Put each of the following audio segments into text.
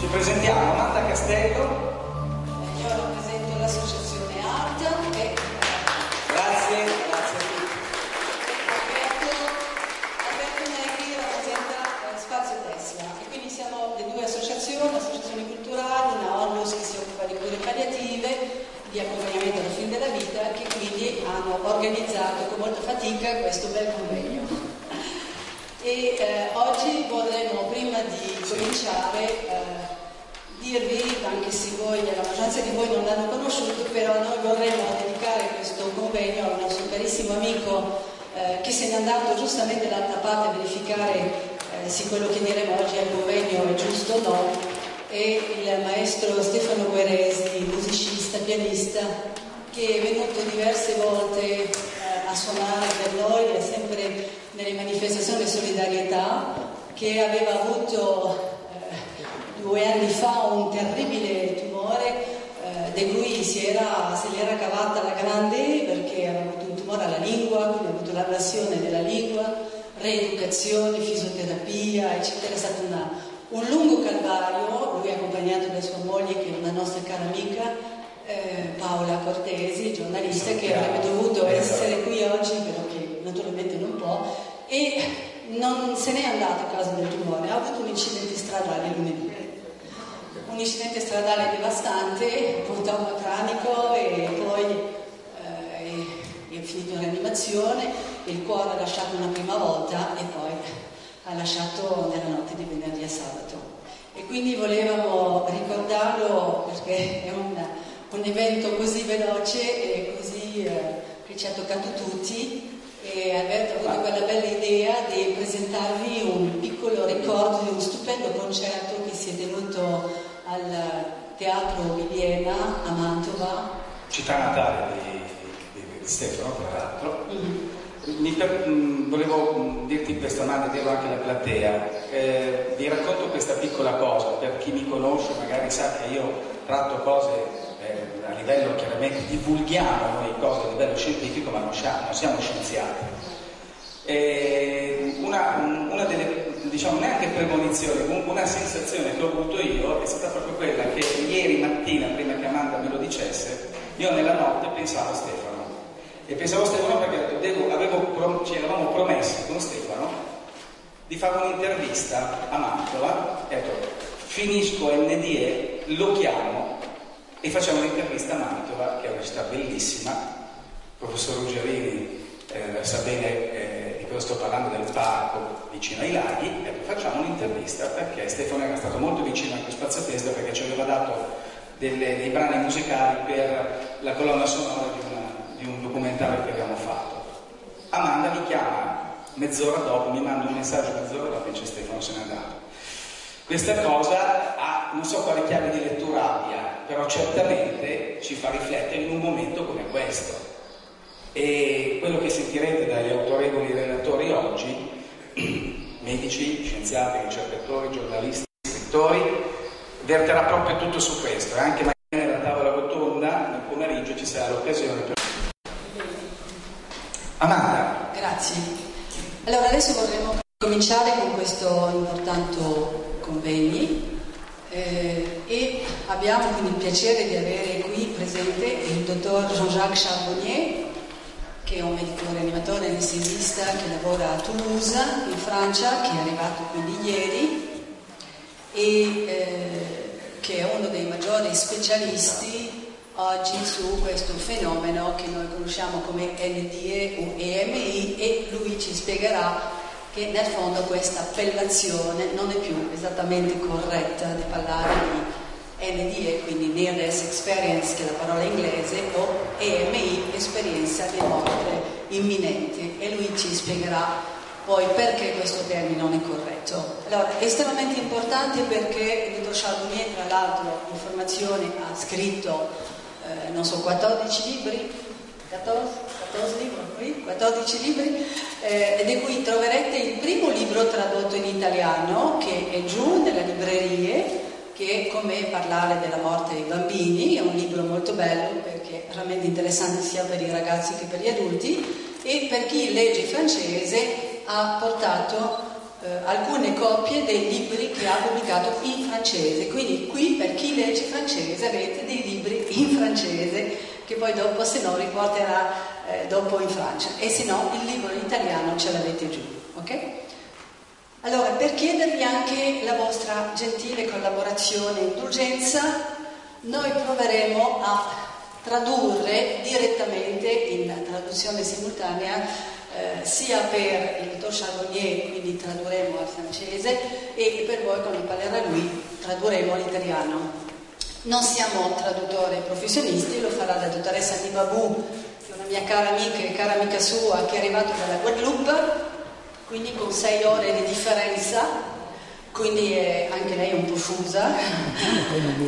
Ti presentiamo Amanda Castello, Io rappresento l'associazione ART e grazie, grazie a tutti. Alberto, Alberto Negri rappresenta eh, Spazio Tessila e quindi siamo le due associazioni, associazioni culturali, una onlus che si occupa di cure palliative, di accompagnamento alla fine della vita che quindi hanno organizzato con molta fatica questo bel convegno. E eh, oggi vorremmo, prima di cominciare, eh, dirvi, anche se voi, la maggioranza di voi non l'hanno conosciuto, però noi vorremmo dedicare questo convegno al nostro carissimo amico eh, che se n'è andato giustamente dall'altra parte a verificare eh, se quello che diremo oggi al convegno è giusto o no, e il maestro Stefano Gueresi, musicista, pianista, che è venuto diverse volte eh, a suonare per noi, è sempre nelle manifestazioni di solidarietà, che aveva avuto eh, due anni fa un terribile tumore eh, di cui si era, se l'era cavata la grande perché aveva avuto un tumore alla lingua, quindi ha avuto l'abrassione della lingua, reeducazione, fisioterapia, eccetera. È stato una- un lungo calvario, lui accompagnato da sua moglie che è una nostra cara amica, eh, Paola Cortesi, giornalista che avrebbe dovuto essere qui oggi, però che naturalmente non può, e non se n'è andata a causa del tumore, ha avuto un incidente stradale lunedì un incidente stradale devastante, portato a cranico e poi eh, è, è finito in rianimazione, il cuore ha lasciato una prima volta e poi ha lasciato nella notte di venerdì a sabato. E quindi volevamo ricordarlo perché è un, un evento così veloce e così eh, che ci ha toccato tutti e Alberto ha avuto quella bella idea di presentarvi un piccolo ricordo di uno stupendo concerto che si è tenuto al Teatro Viviena a Mantova. Città natale di, di- di Stefano, tra l'altro. Mi per- mh, volevo mh, dirti questa, Amanda, dirlo anche alla platea. Eh, vi racconto questa piccola cosa, per chi mi conosce magari sa che io tratto cose eh, a livello chiaramente, divulghiamo noi cose a livello scientifico, ma non, scia- non siamo scienziati. E Ehm, una, una delle, diciamo, neanche premonizioni, un- una sensazione che ho avuto io è stata proprio quella che ieri mattina, prima che Amanda me lo dicesse, io nella notte pensavo a Stefano. E pensavo a Stefano perché devo- avevo prom- ci eravamo promessi con Stefano di fare un'intervista a Mantova, e ho detto, finisco NDE, lo chiamo e facciamo un'intervista a Mantova, che è una città bellissima. Il professor Ruggerini eh, sa bene eh, di cosa sto parlando, del parco vicino ai laghi, e facciamo un'intervista perché Stefano era stato molto vicino anche a Spazio Testa perché ci aveva dato delle- dei brani musicali per la colonna sonora di, una- di un documentario che abbiamo fatto. Amanda mi chiama mezz'ora dopo, mi manda un messaggio mezz'ora dopo e dice Stefano se n'è andato. Questa cosa ha, non so quale chiave di lettura abbia, però certamente ci fa riflettere in un momento come questo. E quello che sentirete dagli autorevoli relatori oggi, medici, scienziati, ricercatori, giornalisti, scrittori, verterà proprio tutto su questo. E anche magari nella tavola rotonda nel pomeriggio ci sarà l'occasione per... Amanda, Grazie. Allora adesso vorremmo cominciare con questo importante convegno eh, e abbiamo quindi il piacere di avere qui presente il dottor Jean-Jacques Charbonnier che è un medico rianimatore anestesista che lavora a Toulouse in Francia che è arrivato quindi ieri e eh, che è uno dei maggiori specialisti oggi su questo fenomeno che noi conosciamo come NDE o EMI e lui ci spiegherà che nel fondo questa appellazione non è più esattamente corretta di parlare di NDE, quindi Near Death Experience che è la parola inglese, o EMI, esperienza di morte imminente e lui ci spiegherà poi perché questo termine non è corretto? Allora, è estremamente importante perché il dottor Charbonnier, tra l'altro, informazione ha scritto, eh, non so, 14 libri, 14, 14 libri, qui, 14 libri, eh, di cui troverete il primo libro tradotto in italiano che è giù nelle librerie, che è come parlare della morte dei bambini, è un libro molto bello perché è veramente interessante sia per i ragazzi che per gli adulti e per chi legge il francese ha portato eh, eh, alcune copie dei libri che ha pubblicato in francese. Quindi qui per chi legge francese avete dei libri in francese che poi dopo se no riporterà eh, dopo in Francia e se no il libro in italiano ce l'avete giù, ok? Allora, per chiedervi anche la vostra gentile collaborazione e indulgenza, noi proveremo a tradurre direttamente in traduzione simultanea eh, sia per il dottor Charbonnier, quindi tradurremo al francese, e per voi, quando parlerà lui, tradurremo all'italiano. Non siamo traduttori professionisti, lo farà la dottoressa Di Babù, che è una mia cara amica e cara amica sua, che è arrivata dalla Guadeloupe, quindi con sei ore di differenza, quindi è anche lei è un po' fusa.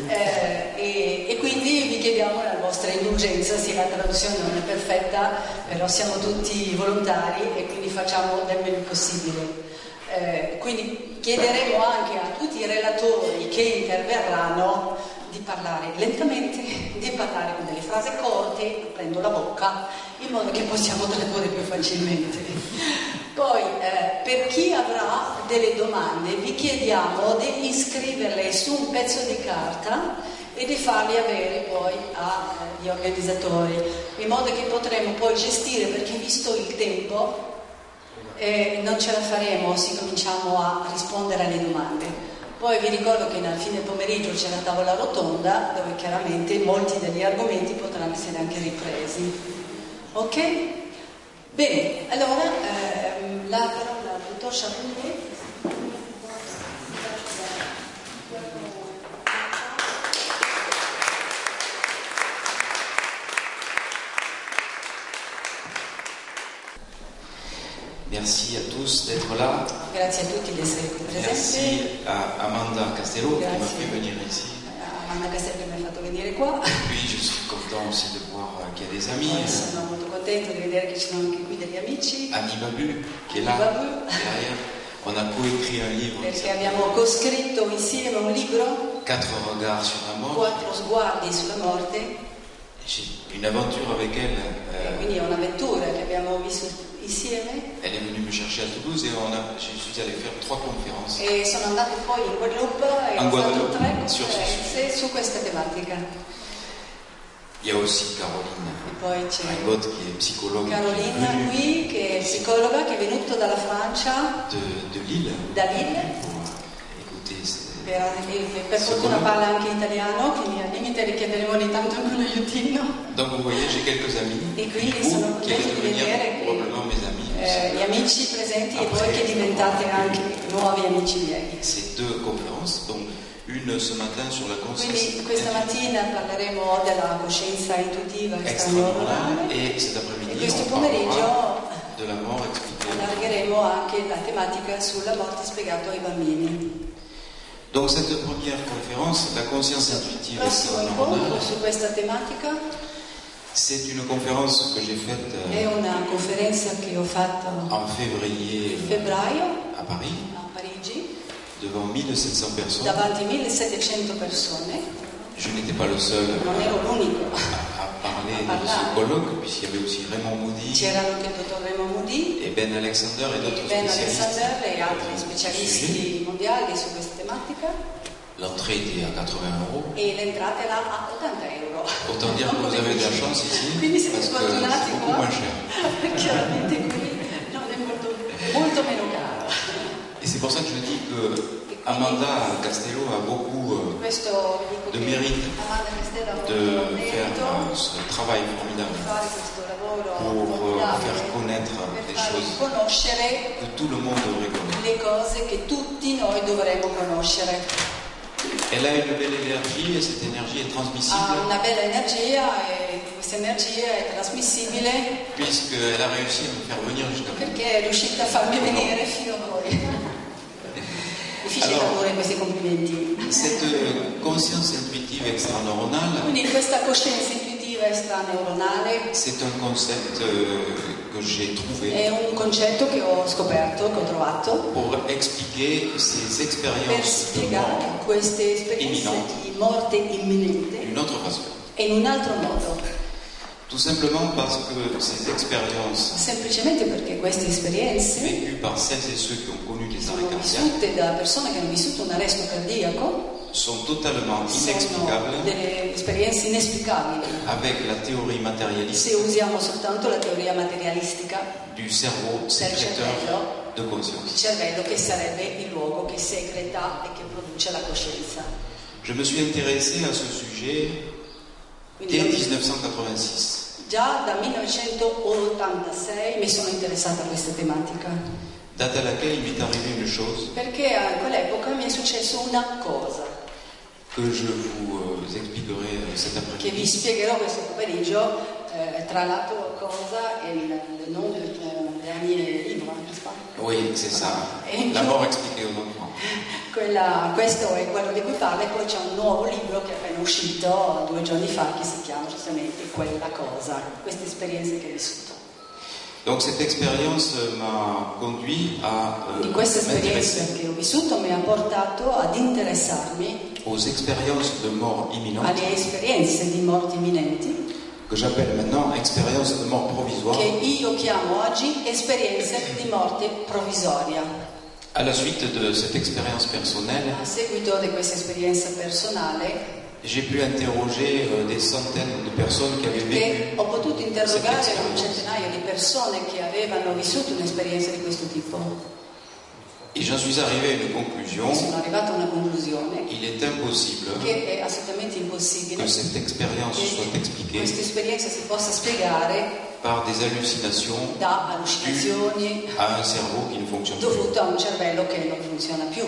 Eh, e, e quindi vi chiediamo la vostra indulgenza, se la traduzione non è perfetta, però siamo tutti volontari e quindi facciamo del meglio possibile. Eh, quindi chiederemo anche a tutti i relatori che interverranno di parlare lentamente, di parlare con delle frasi corte, aprendo la bocca, in modo che possiamo tradurre più facilmente. Poi, eh, per chi avrà delle domande, vi chiediamo di iscriverle su un pezzo di carta e di farli avere poi agli organizzatori, in modo che potremo poi gestire, perché visto il tempo, eh, non ce la faremo se cominciamo a rispondere alle domande. Poi vi ricordo che alla fine pomeriggio c'è la tavola rotonda dove chiaramente molti degli argomenti potranno essere anche ripresi. Ok? Bene, allora ehm, la parola al dottor Charbonnier. Merci à tous d'être là. Grazie a tutti di essere qui Merci presenti, Eh, à Amanda Castello qui m'a Merci. fait venir ici. a Anna Castelli che mi ha fatto venire qua. Puis je suis content aussi de voir euh, qu'il y a des amis. Sono molto contento di vedere che ci sono anche qui degli amici Annie Babu qui est Annie là, Babu. derrière. On a coécrit un livre qui perché s'appelle abbiamo coscritto insieme un libro, Quatre regards sur la mort. Quattro sguardi sulla morte, J'ai une aventure avec elle. e euh, quindi è un'avventura che abbiamo vissuto insieme Elle est venue me chercher à Toulouse et on a, je suis allé faire trois conférences. e sono andato poi in Guadeloupe e ho In fatto Guadeloupe, tre sì, sì, sì. conferenze su questa tematica. Il y a aussi Caroline E poi c'è Ringot qui est psychologue qui est Carolina venue qui, che è psicologa, che è venuta dalla Francia, de, de Lille da Lille, pour euh, écouter cette- per, e per fortuna parla anche italiano, quindi al limite le chiederemo ogni tanto anche un aiutino. Donc vous voyez, j'ai quelques amis Et puis, du ils groupe sont qui obligés allaient de devenir venir et- probablement mes amis. Eh, gli amici presenti e voi che diventate anche nuovi amici miei. Ces deux conférences, donc une ce matin sur la conscience Quindi questa mattina parleremo della coscienza intuitiva extra-morale extraneurale et cet e après-midi questo on parlera pomeriggio de la mort expliquée. allargheremo anche la tematica sulla morte spiegata ai bambini. Donc cette première conférence, la conscience intuitive Prossimo incontro extra-morale, su questa tematica c'est une conférence que j'ai faite è euh, una conferenza che ho fatto en a février euh, febbraio à Paris a Parigi devant 1700 personnes. davanti a 1700 persone, Je n'étais pas le seul non ero l'unico, à, à parler À de parler. ce colloque puisqu'il y avait aussi Raymond Moody. c'erano anche il dottor Raymond Moody, et Ben Alexander et d'autres Ben spécialistes. Alexander e altri du sujet. specialisti mondiali su questa tematica L'entrée était à 80 euros. e l'entrata era a 80 euro. Autant dire que vous avez de la chance Quindi ici siete parce que sfortunati c'est beaucoup qua. moins cher. Chiaramente qui non è molto, molto meno caro. Et c'est pour ça que je dis que Amanda Castello a beaucoup euh, Questo dico De che merito. Amanda Castello ha avuto il de faire merito euh, ce travail di formidable fare questo lavoro pour euh, formidabile faire connaître per des far choses conoscere que tout le monde devrait connaître. le cose che tutti noi dovremmo conoscere. Elle a une belle énergie et cette énergie est Ha transmissible una bella energia e questa energia è trasmissibile puisqu'elle a réussi à me faire venir jusqu'à vous. perché è riuscita a farmi venire fino a voi. Difficile Allora. allora, questi complimenti. Cette euh, conscience intuitive extra-neuronale Quindi questa coscienza intuitiva extraneuronale C'est un concept euh, que j'ai trouvé è un concetto che ho scoperto, che ho trovato, pour expliquer ces per expériences de spiegare mort queste esperienze Imminente. di morte imminente d'une autre façon. e in un altro modo. Tout simplement parce que ces expériences semplicemente perché queste esperienze vécues par celles et ceux qui ont connu les sono arrêts cardiaques vissute da persone che hanno vissuto un arresto cardiaco sont totalement sono inexplicables delle esperienze inesplicabili. avec la théorie matérialiste Se usiamo soltanto la teoria materialistica, du cerveau sécréteur de il conscience. cervello che sarebbe il luogo che segreta e che produce la coscienza. Je me suis intéressé à ce sujet Quindi dès io 1986. già dal 1986 mi sono interessata a questa tematica, date à laquelle il m'est arrivé une chose perché a quell'epoca mi è successo una cosa. que je vous euh, expliquerai euh, cet che vi après-midi. spiegherò questo pomeriggio eh, tra l'altro cosa e il, il nome del eh, tuo dernier libro, n'est-ce pas? Oui, c'est ça. Et- La mort expliquée aux enfants. Quella- questo è quello di cui parla e poi c'è un nuovo libro che è appena uscito due giorni fa che si chiama giustamente Quella cosa, queste esperienze che hai vissuto. Donc cette expérience euh, m'a conduit à euh, Di queste esperienze m'intéresser che ho vissuto mi ha portato ad interessarmi aux expériences de mort imminente alle esperienze di morti imminenti que j'appelle maintenant expériences de mort provisoire che io chiamo oggi esperienze di morte provvisoria. à la suite de cette expérience personnelle A seguito di questa esperienza personale, j'ai pu interroger euh, des centaines de personnes qui avaient che vécu ho potuto cette interrogare un expérience centinaio di persone che avevano vissuto un'esperienza di questo tipo, et j'en suis arrivé à une conclusion e sono arrivata a una conclusione il est impossible che è assolutamente impossibile que cette expérience soit che expliquée questa esperienza si possa spiegare par des hallucinations da allucinazioni à un cerveau qui ne fonctionne plus. dovute a un cervello che non funziona più.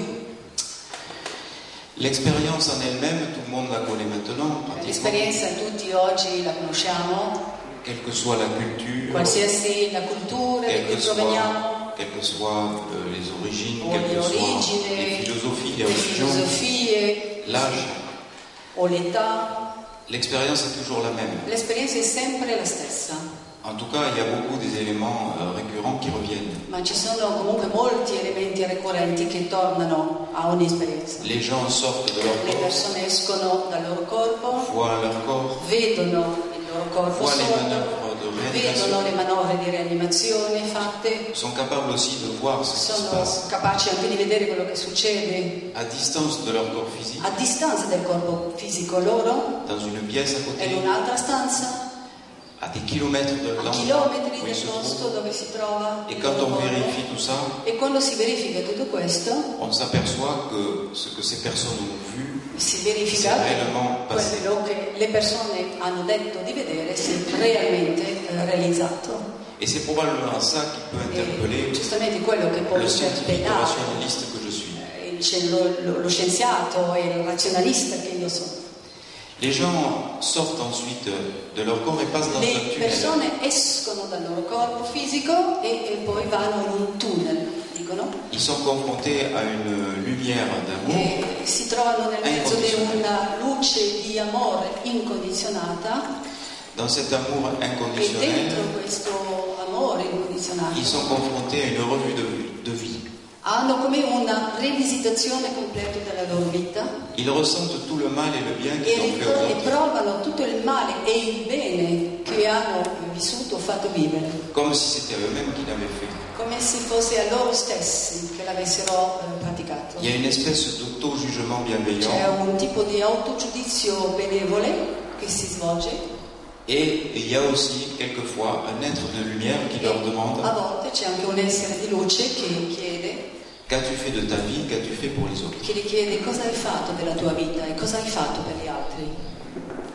L'expérience en elle-même, tout le monde la connaît maintenant, pratiquement, L'esperienza tutti oggi la conosciamo, quelle que soit la culture, qualsiasi la cultura di quelles cui que soient proveniamo, quelles que soient, euh, les origines, o quelles le que soient origini, les philosophies, le les religions, filosofie l'âge, o l'età, l'expérience est toujours la même. L'esperienza è sempre la stessa, En tout cas, il y a beaucoup des éléments euh, récurrents qui reviennent. ma ci sono comunque molti elementi ricorrenti che tornano a ogni esperienza. Les gens sortent de leur Le corps, persone escono dal loro corpo, voient leur corps, vedono il loro corpo voient les sotto, manœuvres de vedono réanimation, le manovre di rianimazione fatte, sont capables aussi de voir ce qui se passe sono capaci anche di vedere quello che succede à distance de leur corps physique, a distanza del corpo fisico loro dans une pièce à e côté, in un'altra stanza, à des kilomètres de a l'endroit chilometri où ils del se trouvent. posto dove si trova. Et il quand loro on corpo. vérifie tout ça, E quando si verifica tutto questo, on s'aperçoit que ce que ces personnes ont vu, si c'est verifica réellement passé. quello che le persone hanno detto di vedere si è realmente eh, realizzato. Et c'est probablement ça qui peut E interpeller Eh, giustamente quello che poi le scientifique interpellare rationaliste que je suis. lo, lo scienziato e il razionalista che io sono. Les gens sortent ensuite de leur corps et passent dans un Le tunnel. persone escono dal loro corpo fisico e, e poi vanno in un tunnel, dicono, Ils sont confrontés à une lumière d'amour e si trovano nel mezzo di una Incondizionata. luce di amore incondizionata Dans cet amour e inconditionnel, dentro questo amore incondizionato ils sont confrontés à une revue de, de vie. hanno come una rivisitazione completa della loro vita Ils ressentent tout le mal et le bien e, qu'ils ont ripro- fait au e monde. provano tutto il male e il bene che hanno vissuto o fatto vivere, comme si c'était eux-mêmes qui l'avaient fait. come se fosse a loro stessi che l'avessero eh, praticato. Il y a une espèce d'auto-jugement C'è bienveillant un tipo di autogiudizio benevole che si svolge et il y a aussi quelquefois un être de lumière qui e leur demande a volte c'è anche un essere di luce che chiede, Qu'as-tu fait de ta vie Qu'as-tu fait pour les autres che gli chiede cosa hai fatto della tua vita e cosa hai fatto per gli altri.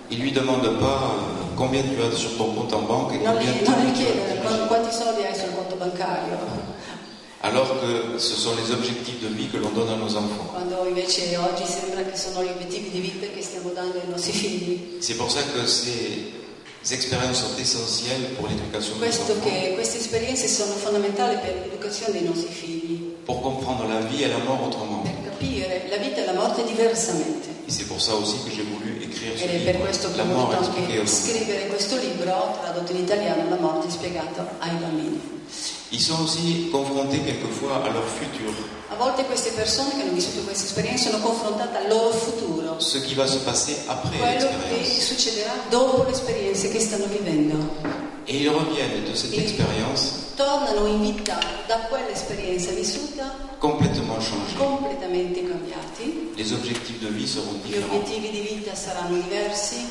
Il lui demande pas euh, combien tu as sur ton compte en banque et Non combien gli, tu non euh, gli tu chiede as qu- quanti soldi hai sul conto bancario. Alors que ce sont les objectifs de vie que l'on donne à nos enfants. quando invece oggi sembra che sono gli obiettivi di vita che stiamo dando ai nostri figli. C'est pour ça que ces expériences sont essentielles pour l'éducation des Questo enfants, che queste esperienze sono fondamentali per l'educazione dei nostri figli, pour comprendre la vie et la mort autrement. per capire la vita e la morte diversamente. Et c'est pour ça aussi que j'ai voulu écrire ce Ed è per questo livre, che La ho mort voluto anche expliquée aux enfants. scrivere questo libro, tradotto in italiano, La morte spiegata ai bambini. Ils sont aussi confrontés quelquefois à leur futur. A volte queste persone che hanno vissuto questa esperienza sono confrontate al loro futuro, ce qui va se passer après quello che l'expérience. succederà dopo le esperienze che stanno vivendo. Et ils reviennent de cette Et- expérience Tornano in vita da quell'esperienza vissuta complètement changés. completamente cambiati, Les objectifs de vie seront gli différents. obiettivi di vita saranno diversi,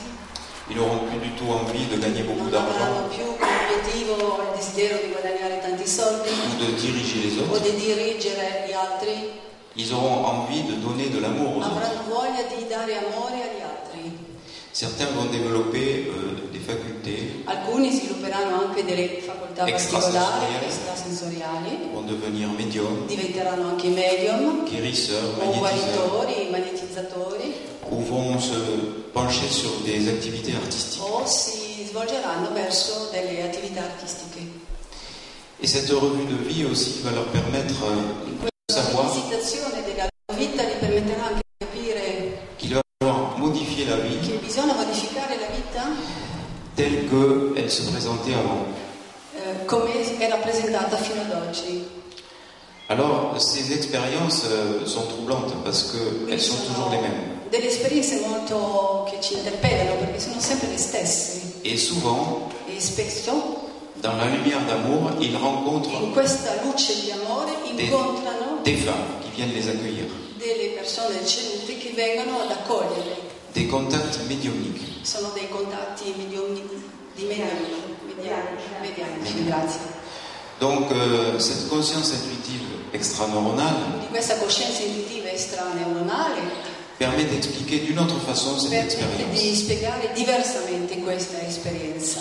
Ils n'auront plus du tout envie de gagner beaucoup non d'argent avranno più l'obiettivo, il desiderio di guadagnare tanti soldi ou de diriger les o autres. di dirigere gli altri, Ils auront envie de donner de l'amour aux Ah, autres. avranno voglia di dare amore agli altri. Certains vont développer euh, des facultés, Alcuni svilupperanno anche delle facoltà particolari, Extrasensoriali. extrasensoriali, vont devenir médiums, diventeranno anche medium guérisseurs, o magnétiseurs, guaritori, magnetizzatori ou vont se pencher sur des activités artistiques. o si svolgeranno verso delle attività artistiche. Et cette revue de vie aussi va leur permettre euh, de La savoir visitazione della vita li permetterà anche di capire qu'il va falloir modifier la vie che bisogna modificare la vita telle qu'elle se présentait avant. eh, come era presentata fino ad oggi. Alors, ces expériences euh, sont troublantes parce qu'elles sont toujours les mêmes. delle esperienze molto che ci interpellano perché sono sempre le stesse Et souvent, e spesso dans la lumière d'amour, ils rencontrent In questa luce di amore incontrano des femmes qui viennent les accueillir, delle persone ricevute che vengono ad accoglierle. des contacts médiumniques. Sono dei contatti milioni di mediani, mediani, medianici, grazie. Donc, euh, cette conscience intuitive extraneuronale Di questa coscienza intuitiva estraneuronale permet d'expliquer d'une autre façon cette permette expérience. di spiegare diversamente questa esperienza.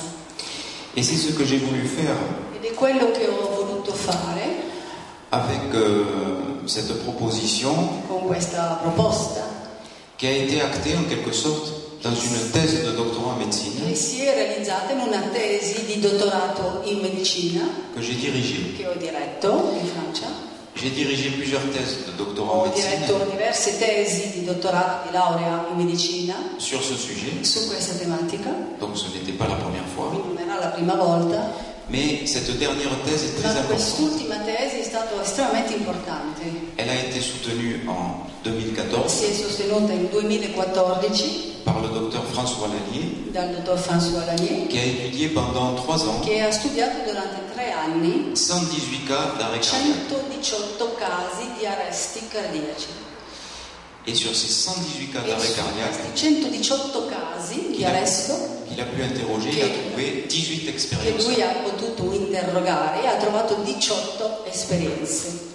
Et c'est ce que j'ai voulu faire Ed è quello che ho voluto fare avec euh, cette proposition con questa proposta qui a été actée en quelque sorte dans une thèse de doctorat en che médecine si è realizzata in una tesi di dottorato in medicina que j'ai dirigée. che ho diretto in Francia. J'ai dirigé plusieurs thèses de doctorat en Ho médecine diretto diverse tesi di dottorato di laurea in medicina sur ce sujet, su questa tematica, donc ce n'était pas la première fois. quindi non era la prima volta, Mais cette dernière thèse est très ma importante. quest'ultima tesi è stata estremamente importante. Elle a été soutenue en 2014 Si è sostenuta nel 2014 par le docteur François Lallier, dal dottor François Lanier, qui a étudié pendant trois ans che ha studiato durante tre anni 118 cas d'arrêt cardiaque. 118 casi di arresti cardiaci. Et sur ces 118 cas E d'arrêt su cardiaque, questi 118 casi di Chi l'ha- arresto il a pu interroger, il a trouvé 18 che expériences. lui ha potuto interrogare e ha trovato 18 esperienze.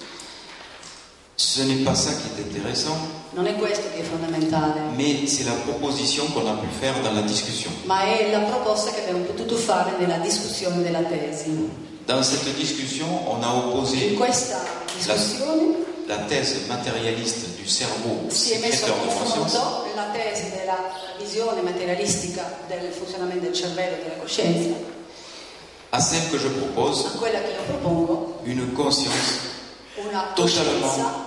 Ce n'est pas ça qui est intéressant, Non è questo che è fondamentale, mais c'est la proposition qu'on a pu faire dans la discussion. ma è la proposta che abbiamo potuto fare nella discussione della tesi. Dans cette discussion, on a In opposé questa discussione la thèse matérialiste du cerveau, si è messo a sécréteur de conscience, confronto la tesi della visione materialistica del funzionamento del cervello e della coscienza à celle que je propose, a quella che io propongo, une conscience una coscienza totalement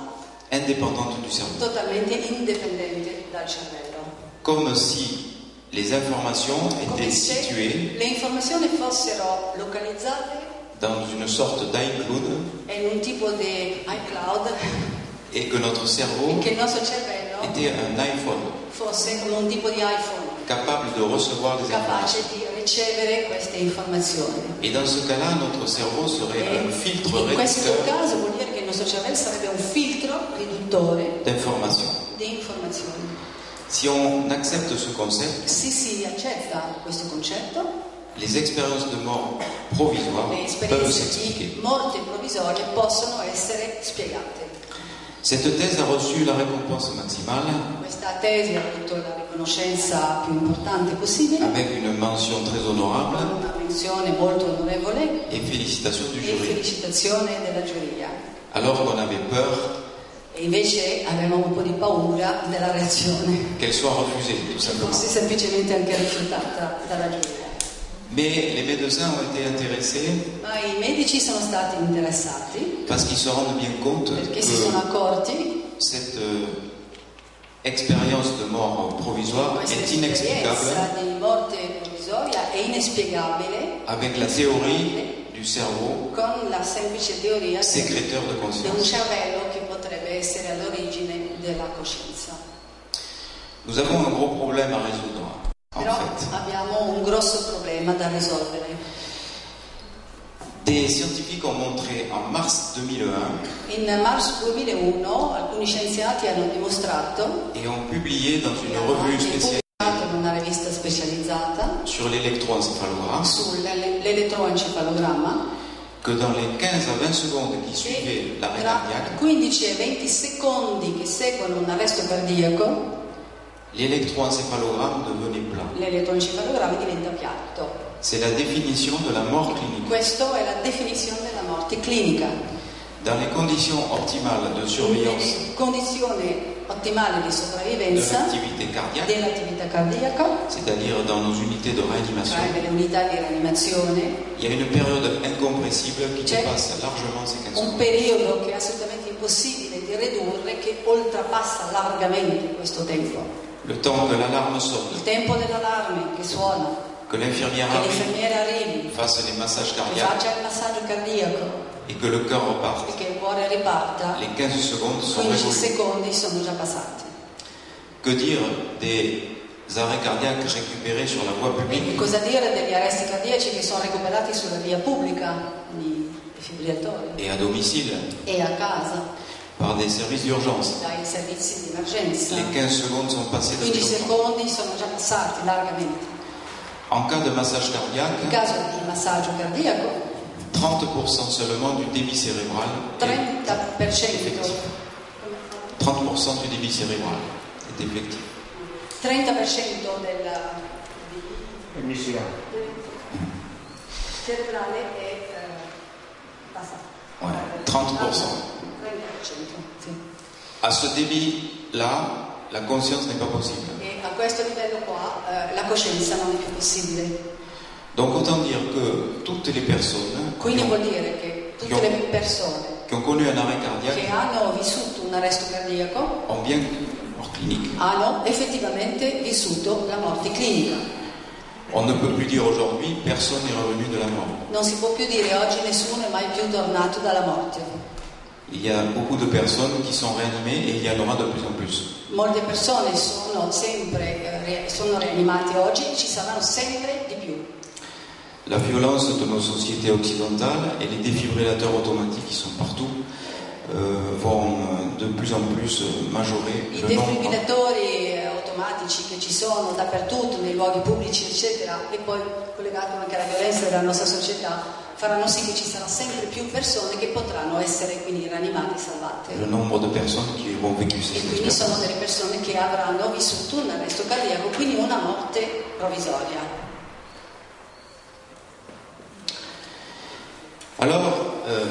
indépendante du cerveau. totalmente indipendente dal cervello. Comme si les informations Come étaient se situées le informazioni fossero localizzate dans une sorte d'iCloud in un tipo di iCloud et que notre e cerveau che il nostro cervello était un iPhone fosse come un tipo di iPhone capable de recevoir des informations. capace di ricevere queste informazioni. Et dans ce cas-là, notre cerveau serait un filtre in questo réducteur caso vuol dire che il nostro cervello sarebbe un filtro riduttore d'informations. di informazioni. Si on accepte ce concept, Se si accetta questo concetto, les expériences de mort provisoires le peuvent esperienze s'expliquer. di morte provvisorie possono essere spiegate. Cette thèse a reçu la récompense maximale Questa tesi ha avuto la riconoscenza più importante possibile, avec une mention très honorable una menzione molto onorevole et félicitations du e jury. felicitazione della giuria. Alors qu'on avait peur E invece avevamo un po' di paura della reazione, qu'elle soit refusée, tout simplement. fosse semplicemente anche rifiutata dalla giuria. Mais les médecins ont été intéressés Ma i medici sono stati interessati parce qu'ils se rendent bien compte perché si sono que accorti cette euh, expérience de che mort provisoire questa est inexplicable esperienza di morte provvisoria è inspiegabile avec la théorie du cerveau con la semplice teoria di sécréteur di de un conscience. cervello che potrà essere all'origine della coscienza. Nous avons un gros problème à résoudre, en Però fait. abbiamo un grosso problema da risolvere. Des scientifiques ont montré en mars 2001 In marzo 2001 alcuni scienziati hanno dimostrato et ont publié dans une hanno revue anche spécialisée pubblicato in una rivista specializzata sur l'électroencéphalogramme sull'elettroencefalogramma que dans les 15 à 20 secondes qui suivaient che l'arrêt tra cardiaque, 15 e 20 secondi che seguono un arresto cardiaco l'électroencéphalogramme devenait plat. l'elettroencefalogramma diventa piatto. C'est la définition de la mort clinique. Questa è la definizione della morte clinica. Dans les conditions optimales de surveillance Nelle condizioni ottimali di de sopravvivenza l'activité cardiaque, dell'attività cardiaca, c'est-à-dire dans nos unités de réanimation, cioè nelle unità di rianimazione, il y a une période incompressible qui Check. dépasse largement ces 15 un secondes. periodo che è assolutamente impossibile di ridurre, che oltrepassa largamente questo tempo. Le temps que l'alarme sonne, Il tempo dell'allarme che suona, que l'infirmière che arrive, l'infermiera arrivi, fasse les massages che cardiaques faccia il massaggio cardiaco et que le cœur reparte, e che il cuore riparta, les 15 secondes sont 15 révolues. secondi sono già passati. Que dire des arrêts cardiaques récupérés sur la voie Quindi publique cosa dire degli arresti cardiaci che sono recuperati sulla via pubblica, quindi defibrillatori, et à domicile e a casa, par des services d'urgence dai servizi di emergenza? Les 15 secondes sont passées de 15 ce temps. secondi sono già passati largamente. En cas de massage In cardiaque, caso di massaggio cardiaco, 30% seulement du débit cérébral. est- 30%, 30% du débit cérébral est effectif. 30% della- MCA. cerebrale è eh, passato. Ouais, 30%. 30%, sì. À ce débit-là, la conscience n'est pas possible. E a questo livello qua eh, la coscienza non è più possibile. Donc autant dire que toutes les personnes qui Quindi ont, vuol dire che tutte Io- le persone qui ont connu un arrêt che cardiaque hanno vissuto un arresto cardiaco ont bien connu une mort clinique. hanno effettivamente vissuto la morte clinica. On ne peut plus dire aujourd'hui personne n'est revenu de la mort. Non si può più dire oggi nessuno è mai più tornato dalla morte. Il y a beaucoup de personnes qui sont réanimées et il y en aura de plus en plus. Molte persone sono sempre eh, re- sono rianimate oggi e ci saranno sempre di più. La violence de nos sociétés occidentales et les défibrillateurs automatiques qui sont partout euh, vont euh, de plus en plus euh, majorer I le nombre. defibrillatori eh, automatici che ci sono dappertutto, nei luoghi pubblici, eccetera, e poi collegato anche alla violenza della nostra società, faranno sì che ci saranno sempre più persone che potranno essere quindi rianimate e le salvate. nombre de personnes qui auront vécu E ces quindi sono expériences. delle persone che avranno vissuto un arresto cardiaco, quindi una morte provvisoria. Alors, euh,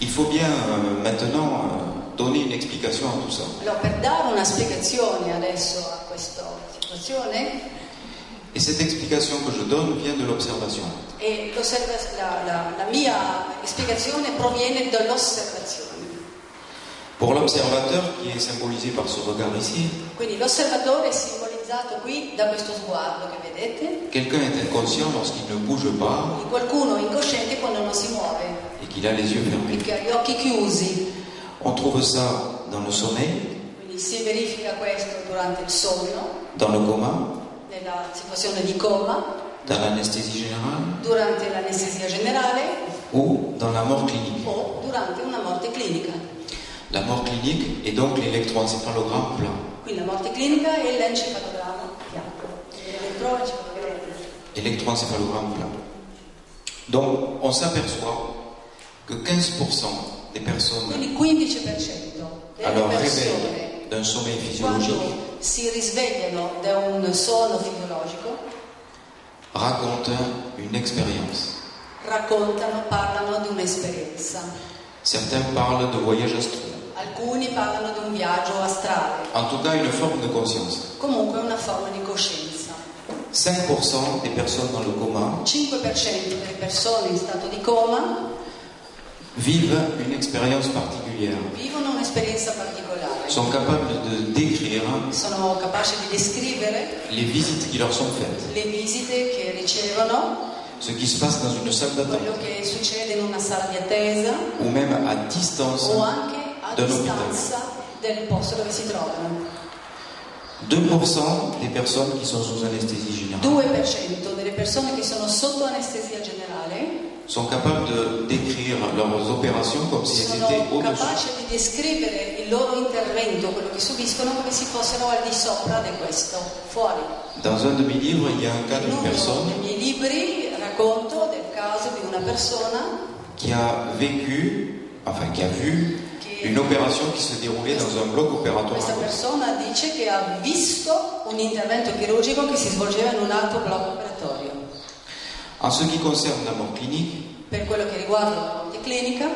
il faut bien euh, maintenant euh, donner une explication à tout ça. Allora, per dare una spiegazione adesso a questa situazione, Et cette explication que je donne vient de l'observation. E l'osserva- la, la- la mia spiegazione proviene dall'osservazione. Pour l'observateur qui est symbolisé par ce regard ici, Quindi l'osservatore è simbolizzato qui da questo sguardo che vedete. quelqu'un est inconscient lorsqu'il ne bouge pas Quindi qualcuno è incosciente quando non si muove, et qu'il a les yeux fermés. perché ha gli occhi chiusi. On trouve ça dans le sommeil, Quindi si verifica questo durante il sonno, dans le coma, nella situazione di coma, dans l'anesthésie générale durante l'anestesia generale ou dans la mort clinique. o durante una morte clinica. La mort clinique est donc l'électroencéphalogramme plat. Quindi la morte clinica è l'encefalogramma bianco, l'elettroencefalogramma. Électroencéphalogramme plat. Donc, on s'aperçoit que 15% des personnes Quindi 15% à delle leur persone réveil d'un sommeil physiologique quando si risvegliano da un sonno fisiologico racontent une expérience. raccontano, parlano di un'esperienza. Certains parlent de voyage astral. Alcuni parlano di un viaggio astrale, En tout cas, une forme de conscience. comunque è una forma di coscienza. 5% des personnes dans le coma 5% delle persone in stato di coma vivent une expérience particulière. vivono un'esperienza particolare, sont capables de décrire sono capaci di descrivere les visites qui leur sont faites, le visite che ricevono, ce qui se passe dans une salle quello d'attente che succede in una sala di attesa, ou même à distance o anche a dell'ospedale. distanza del posto dove si trovano. 2% des personnes qui sont sous anesthésie générale 2% delle persone che sono sotto anestesia generale sont capables de décrire leurs opérations comme si elles étaient sono au-dessus. capaci di descrivere il loro intervento, quello che subiscono, come se fossero al di sopra di questo, fuori. Dans un de mes livres, il y a un cas In d'une uno personne dei miei libri racconto del caso di una persona qui a vécu, enfin qui a vu, Qui- une opération qui se déroulait dans un bloc opératoire. Questa persona dice che ha visto un intervento chirurgico che si svolgeva in un altro blocco operatorio. En ce qui concerne la mort clinique, Per quello che riguarda la morte clinica,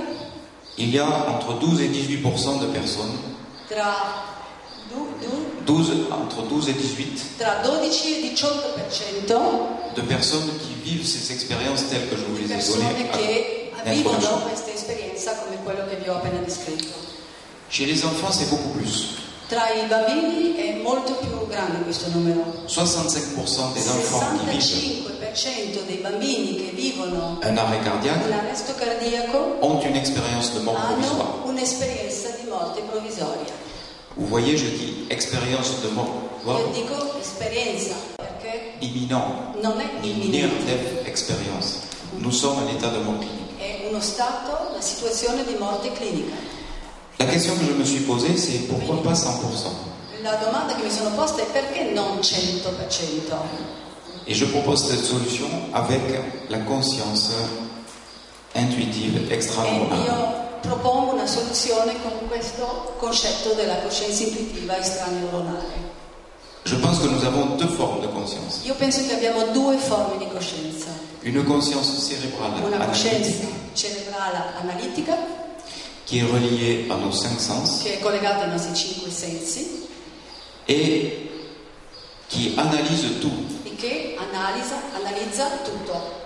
il y a entre 12 et 18% de personnes, tra, du- du- 12, entre 12 et 18 tra 12 e 18% de personnes qui vivent ces expériences telles que je vous di les ai données. persone che à- vivono d'introduction. questa esperienza come quello che vi ho appena descritto. Chez les enfants, c'est beaucoup plus. Tra i bambini è molto più grande questo numero. 65% des enfants qui vivent 65% dei bambini che vivono un arrêt un cardiaque arresto cardiaco ont une expérience de Ah mort provisoire. hanno un'esperienza di morte provvisoria. Vous voyez, je dis expérience de mort Io provisoire dico esperienza perché imminente, non è une near imminente, death experience. Nous sommes en état de mort clinique. è uno stato, una situazione di morte clinica. La question que je me suis posée, c'est pourquoi Oui. pas 100% La domanda che mi sono posta è perché non 100%? Et je propose cette solution avec la conscience intuitive E extra-normale. io propongo una soluzione con questo concetto della coscienza intuitiva estraneuronale. Je pense que nous avons deux formes de conscience. Io penso che abbiamo due forme di coscienza, Une conscience cérébrale una coscienza analytique cerebrale analitica qui est reliée à nos cinq sens che è collegata ai nostri cinque sensi et qui analyse tout. e che analisa, analizza tutto,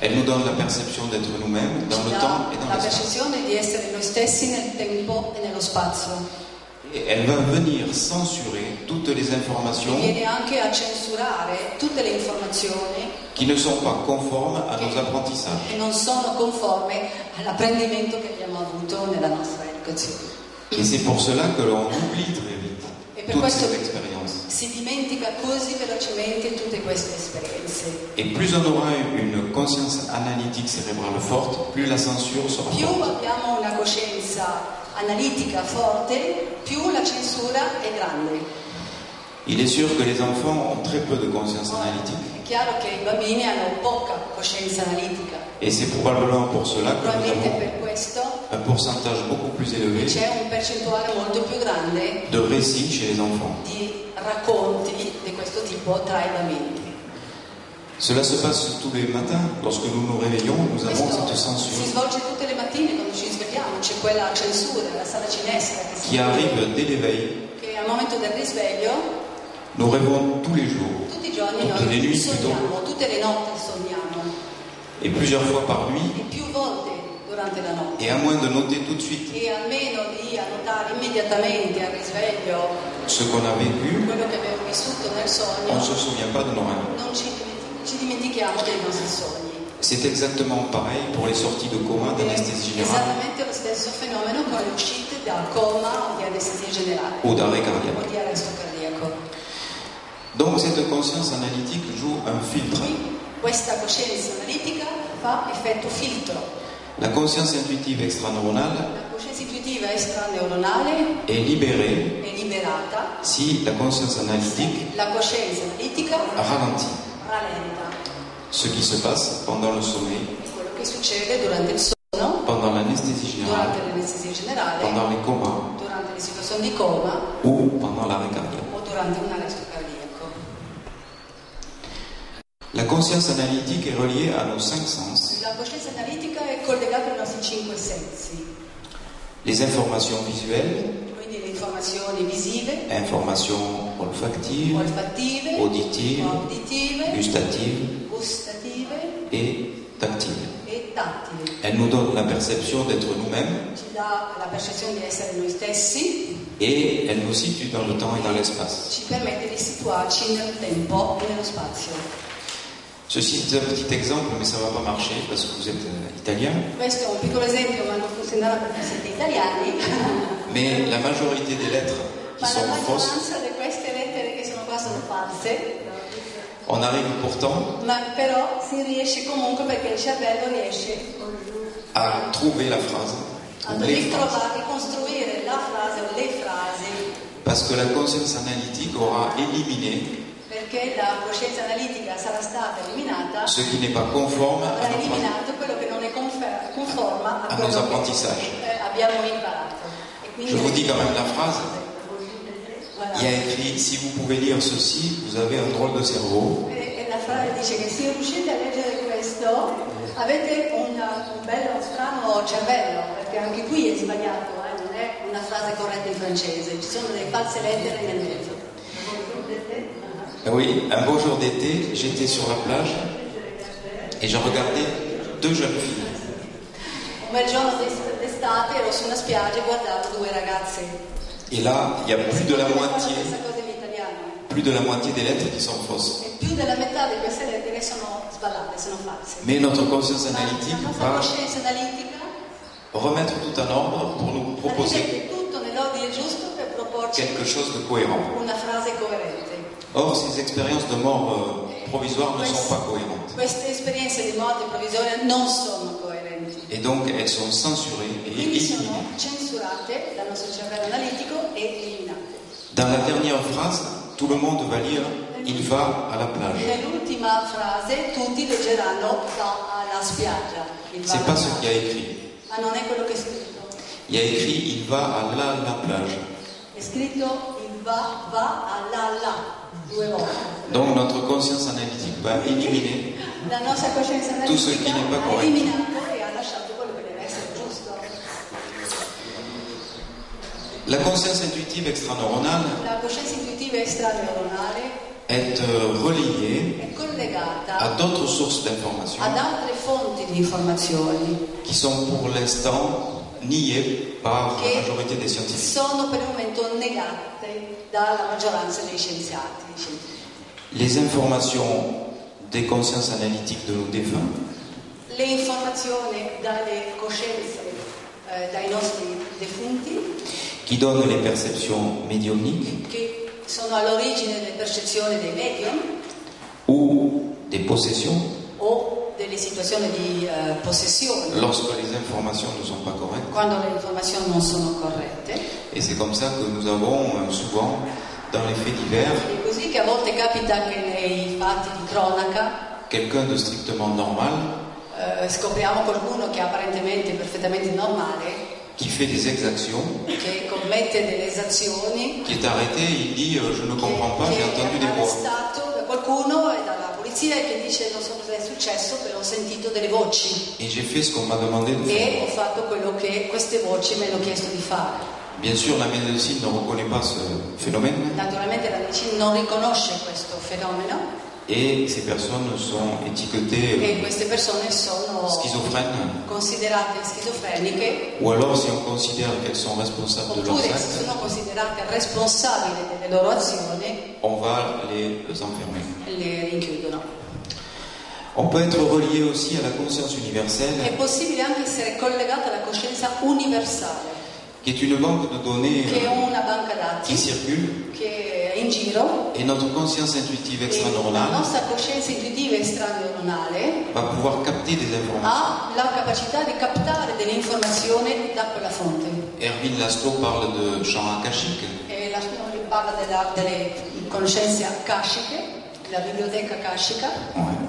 Elle nous donne la perception d'être nous-mêmes dans ci le dà temps et dans la l'espace. percezione di essere noi stessi nel tempo e nello spazio Et elle va venir censurer toutes les e informations viene anche a censurare tutte le informazioni qui ne sont pas conformes à nos apprentissages. che non sono conforme all'apprendimento che abbiamo avuto nella nostra educazione. Et c'est pour cela que l'on oublie très vite Et pourquoi toutes ce- ces expériences. Si dimentica così velocemente tutte queste esperienze. Et plus on aura une conscience analytique cérébrale forte, plus la censure sera Più forte. abbiamo una coscienza analitica forte, più la censura è grande. Il est sûr que les enfants ont très peu de conscience analytique. È chiaro che i bambini hanno poca coscienza analitica. Et c'est probablement pour cela que nous Probabilmente avons per questo un pourcentage beaucoup plus élevé c'è un percentuale molto più grande de récits chez les enfants. di racconti di questo tipo tra i bambini. Cela se passe tous les matins. Lorsque nous nous réveillons, nous avons cette Questo si censure svolge tutte le mattine quando ci svegliamo, c'è quella censura, la sala cinesca che, si- qui arrive dès l'éveil che al momento del risveglio Nous rêvons tous les jours tutti i giorni Tutte le noi nuit, sogniamo, tutte le notti sogniamo et plusieurs fois par nuit e più volte durante la notte. et à moins de noter tout de suite E almeno di annotare immediatamente al risveglio ce qu'on a vécu, quello che abbiamo vissuto nel on ne se sogno, souvient pas de nos rêves. non ci, dimenti- ci dimentichiamo dei nostri sogni. C'est exactement pareil pour les sorties de coma d'anesthésie È générale Esattamente lo stesso fenomeno con le uscite dal coma o di anestesia generale ou d'arrêt o cardiaque. di arresto cardiaco. Donc cette conscience analytique joue un filtre. Qui questa coscienza analitica fa effetto filtro. La conscience intuitive extraneuronale La coscienza intuitiva estraneuronale est libérée è liberata, si la conscience analytique la coscienza analitica ralentit rallenta. ce qui se passe pendant le sommeil, È quello che succede durante il sonno, pendant l'anesthésie générale, durante l'anestesia generale, pendant les comas durante le situazioni di coma ou pendant l'arrêt cardiaque. o durante un arresto cardiaco. La conscience analytique est reliée à nos cinq sens. La coscienza analitica è collegata ai nostri cinque sensi, Les informations visuelles, quindi le informazioni visive, informations olfactives, olfattive, auditives, auditive, gustatives gustative et tactiles. e tattili. Elles nous donnent la perception d'être nous-mêmes Ci dà la percezione di essere noi stessi, et elles nous situent dans le temps et dans l'espace. ci permette di situarci nel tempo e nello spazio. Ceci est un petit exemple, mais ça ne va pas marcher parce que vous êtes euh, italien. Questo è un piccolo esempio, ma non funzionerà perché siete italiani. Mais la majorité des lettres qui ma la sont fausses, maggioranza di queste lettere che sono qua sono false, on arrive pourtant ma però si riesce comunque perché il cervello riesce à trouver la phrase, a ou les phrases. ritrovare, ricostruire la frase o le frasi, Parce que la conscience analytique aura éliminé perché la coscienza analitica sarà stata eliminata, ce qui n'est pas conforme à avrà nos, prat- eliminato quello che non è confer- conforma à a nos quello che apprentissages. eh, abbiamo imparato. E quindi- Je vous dis quand même la phrase. Voilà. Il y a écrit si vous pouvez lire ceci, vous avez un drôle de cerveau. E- e la frase dice che se riuscite a leggere questo Mm. avete una- un bello strano cervello, perché anche qui è sbagliato, eh, non è una frase corretta in francese, ci sono delle false lettere nel mezzo. Ah Oui, un beau jour d'été, j'étais sur la plage et j'ai regardé deux jeunes filles. Un bel giorno d'est- d'estate ero su una spiaggia e guardavo due ragazze. Et là, il y a plus de la Dico moitié, Stessa cosa in italiano. plus de la moitié des lettres qui sont fausses. E più della metà di queste lettere sono sballate, sono false. Mais notre conscience Ma analytique la nostra va coscienza analitica remettre tout en ordre pour nous ha proposer mette tutto nell'ordine giusto per proporci quelque chose de cohérent. una frase coerente. Or, ces expériences de mort euh, provisoire ne sont pas cohérentes. Queste esperienze di morte provvisoria non sono coerenti, Et donc, elles sont censurées et quindi éliminées. sono censurate dal nostro cervello analitico e eliminate. Dans la dernière phrase, tout le monde va lire Il va à la plage. Nell'ultima frase tutti leggeranno va alla spiaggia, il C'est va pas alla ce qu'il y a spiaggia. écrit. ma non è quello che è scritto. Il y a écrit il va à la, la plage. È scritto il va, va alla la due volte. Donc notre conscience analytique va éliminer La nostra coscienza Tu sei analitica chi ne va ha corretto. eliminato e ha lasciato quello che deve essere giusto. la conscience intuitive extraneuronale La coscienza intuitiva extraneuronale est euh, reliée è à collegata d'autres sources d'informations ad altre fonti di informazioni qui sont pour l'instant niées par la majorité des che scientifiques. sono per il momento negate dalla maggioranza dei scienziati. dei scientifici. Les informations des consciences analytiques de nos défunts Le informazioni dalle coscienze eh, dai nostri defunti qui donnent les perceptions médiumniques che sono all'origine delle percezioni dei medium ou des possessions o delle situazioni di eh, possessione lorsque les informations ne sont pas correctes. quando le informazioni non sono corrette. Et c'est comme ça que nous avons euh, souvent, dans les faits divers, È così che a volte capita che nei fatti di cronaca quelqu'un de strictement normal Eh, scopriamo qualcuno che è apparentemente perfettamente normale, qui fait des exactions, che commette delle esazioni, qui est arrêté, il dit euh, je ne che, comprends pas, che j'ai entendu è des voix. arrestato da qualcuno e dalla polizia e che dice non so cosa è successo, però ho sentito delle voci Et j'ai fait ce qu'on m'a demandé de e faire. ho fatto quello che queste voci me hanno chiesto di fare. Bien sûr, la médecine ne reconnaît pas ce phénomène Naturalmente la medicina non riconosce questo fenomeno et ces personnes sont étiquetées e queste persone sono euh, schizophrènes. considerate schizofreniche Ou alors, si on considère qu'elles sont responsables de leurs oppure se actes, sono considerate responsabili delle loro azioni on va les enfermer. le rinchiudono. On peut être relié aussi à la conscience È universelle, possibile anche essere collegato alla coscienza universale, qui est une banque de données che è euh, una banca qui dati circule che è in giro Et notre conscience intuitive e la extraneuronale nostra coscienza intuitiva estraneuronale va pouvoir capter des informations. ha la capacità di captare delle informazioni da quella fonte. Erwin Laszlo parle de champ akashique. E la signora parla della- delle conoscenze akashiche, della biblioteca akashica,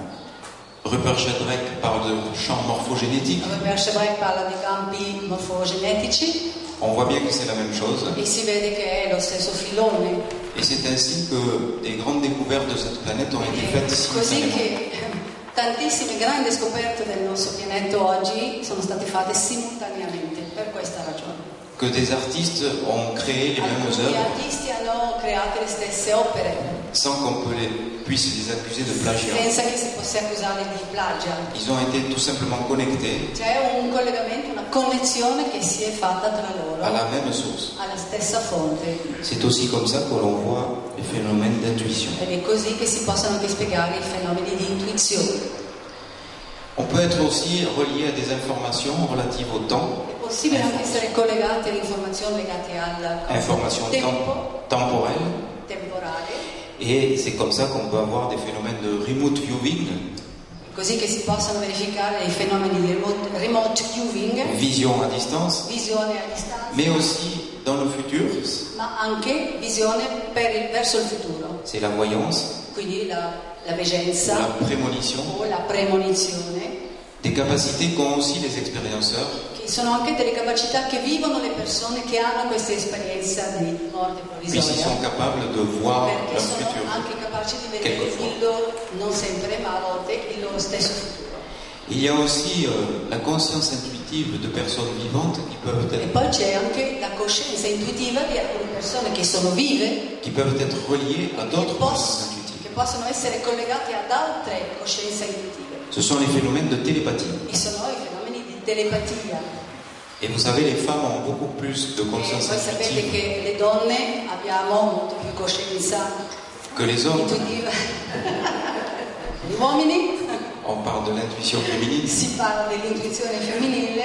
Rupert Sheldrake parle de champ morphogénétique. Robert Chevrec parla di campi morfogenetici On voit bien que c'est la même chose. e si vede che è lo stesso filone. Et c'est ainsi que des grandes découvertes de cette planète ont été faites È Così simultanément. che eh, tantissime grandi scoperte del nostro pianeta oggi sono state fatte simultaneamente per questa ragione. Que des artistes ont créé les mêmes Alcuni œuvres artisti hanno creato le stesse opere sans qu'on peut les- puisse les accuser de plagiat. senza che si possa accusare di plagio. Ils ont été tout simplement connectés C'è un collegamento, una connessione che si è fatta tra à loro la même source. alla stessa fonte C'est aussi comme ça que l'on voit les phénomènes d'intuition. ed è così che si possono anche spiegare i fenomeni di intuizione. On peut être aussi relié à des informations relatives au temps, È possibile anche essere collegati alle informazioni legate al information tempo tem- temporelle. temporale, Et c'est comme ça qu'on peut avoir des phénomènes de remote viewing, così che si possano verificare i fenomeni di remote, remote viewing, vision à distance, visione a distanza, mais aussi dans le futur, ma anche visione per il- verso il futuro, c'est la voyance, quindi la, la la vegenza prémonition, o la premonizione, des capacités qu'ont aussi les expérienceurs che sono anche delle capacità che vivono le persone che hanno questa esperienza di morte puisqu'ils provvisoria. sont capables de voir perché leur sono futur. anche capaci di vedere Ecco qua. il loro, non sempre, ma a volte il loro stesso futuro. Il y a aussi euh, la conscience intuitive de personnes vivantes qui peuvent E être, poi c'è anche la coscienza intuitiva di alcune persone che sono vive, qui peuvent être reliées che, à d'autres poss- consciences intuitives. che possono essere collegate ad altre coscienze intuitive, Ce sont les phénomènes de télépathie. che sono i fenomeni di telepatia. Et vous savez, les femmes ont beaucoup plus de E voi conscience sapete intuitive che le donne abbiamo molto più coscienza que les hommes. intuitiva. Gli uomini On parle de l'intuition féminine. si parla dell'intuizione femminile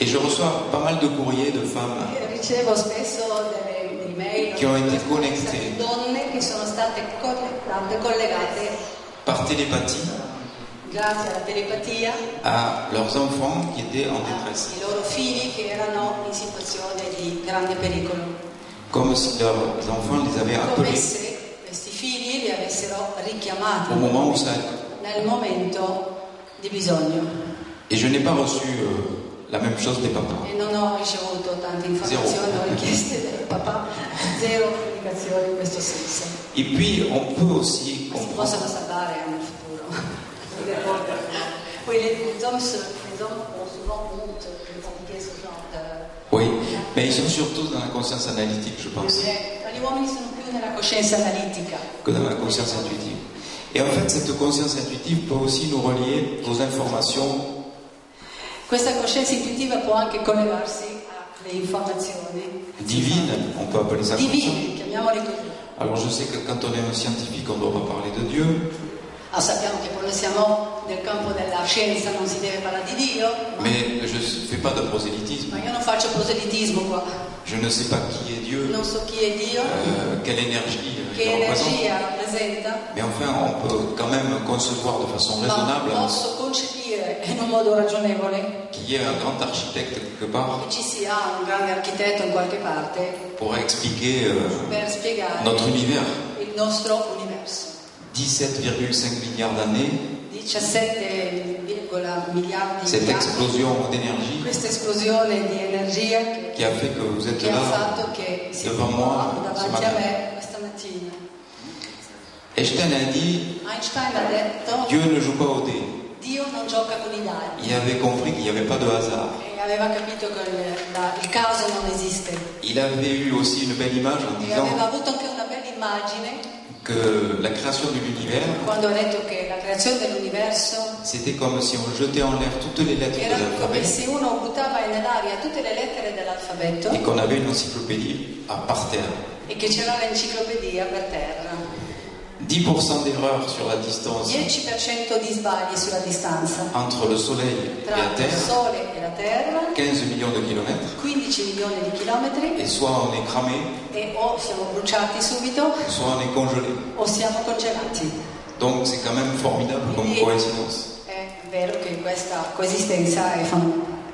Et je reçois pas mal de courriers de femmes Io ricevo spesso delle delle email Che ho delle di interconnected. donne che sono state connettate, collegate par télépathie grazie alla telepatia à leurs enfants qui étaient en détresse. ai loro figli che erano in situazione di grande pericolo. Comme si leurs enfants les avaient Come appelés se questi figli li avessero au richiamati moment où ça... nel momento di bisogno. Et je n'ai pas reçu euh, la même chose des papas. E non ho ricevuto tante informazioni Zero. o richieste del papà, zero comunicazioni in questo senso. Et puis, on peut aussi si comprendre possono salvare nel futuro. Oui, les, les hommes, se- les hommes ont souvent honte de pratiquer ce genre de... Oui, mais ils sont surtout dans la conscience analytique, je pense, Mais Gli uomini sono più nella coscienza analitica, que dans la conscience intuitive. Et en fait, cette conscience intuitive peut aussi nous relier aux informations questa coscienza intuitiva può anche collegarsi alle informazioni divines, on peut appeler ça comme ça. divine, chiamiamole così. Alors je sais que quand on est un scientifique, on ne doit pas parler de Dieu, Ah, sappiamo che quando siamo nel campo della scienza non si deve parlare di Dio, ma, mais je ne fais pas de prosélytisme. ma io non faccio proselitismo qua, Je ne sais pas qui est Dieu, non so chi è Dio, euh, quelle énergie euh, che il représente, energia rappresenta. mais enfin, on peut quand même concevoir de façon Ma raisonnable posso concepire in un modo ragionevole qu'il y ait un grand architecte quelque part che ci sia un grande architetto in qualche parte pour expliquer euh, per spiegare notre univers. il nostro universo. 17,5 milliards d'années, 17, miliardi cette di anni, explosion d'énergie questa esplosione di energia che, qui a fait que vous êtes che ha là fatto che devant moi siamo ce davanti a matin. me questa mattina. Einstein a dit Einstein ha detto Dieu ne joue pas au dé. Dio non gioca con i dadi Il avait compris qu'il n'y avait pas de hasard. e aveva capito che il, la- il caso non esiste Il avait eu aussi une belle image en e aveva disant avuto anche una bella immagine que la création de l'univers, quando ho detto che la creazione dell'universo c'était comme si on jetait en l'air toutes les lettres de era come l'alphabet se uno buttava nell'aria tutte le lettere et dell'alfabeto qu'on avait une encyclopédie à par terre. e che c'era l'enciclopedia per terra. 10% d'erreur sur la distance 10% di sbagli sulla distanza entre le Soleil et la tra il Terre, Sole e la Terra, 15 millions de kilomètres, 15 milioni di chilometri et soit on est cramé, e o siamo bruciati subito soit on est congelé. o siamo congelati. Donc c'est quand même formidable comme Et- coïncidence. È vero che questa coesistenza è fondamentale.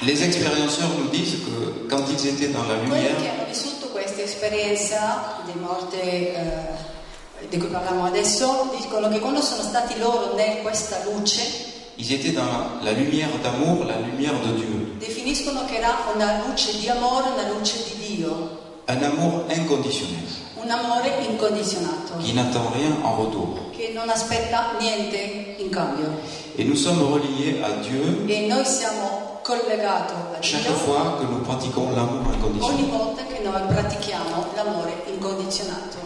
Les expérienceurs nous disent que quand ils étaient dans la Quelli lumière, che hanno vissuto questa esperienza di morte eh, di cui parliamo adesso dicono che quando sono stati loro in questa luce ils étaient dans la lumière d'amour, la lumière de Dieu. definiscono che era una luce di amore, una luce di Dio, Un amour inconditionnel, un amore incondizionato qui n'attend rien en retour. che non aspetta niente in cambio. Et nous sommes reliés à Dieu E noi siamo collegati a chaque Dio fois que nous pratiquons l'amour ogni inconditionnel. volta che noi pratichiamo l'amore incondizionato.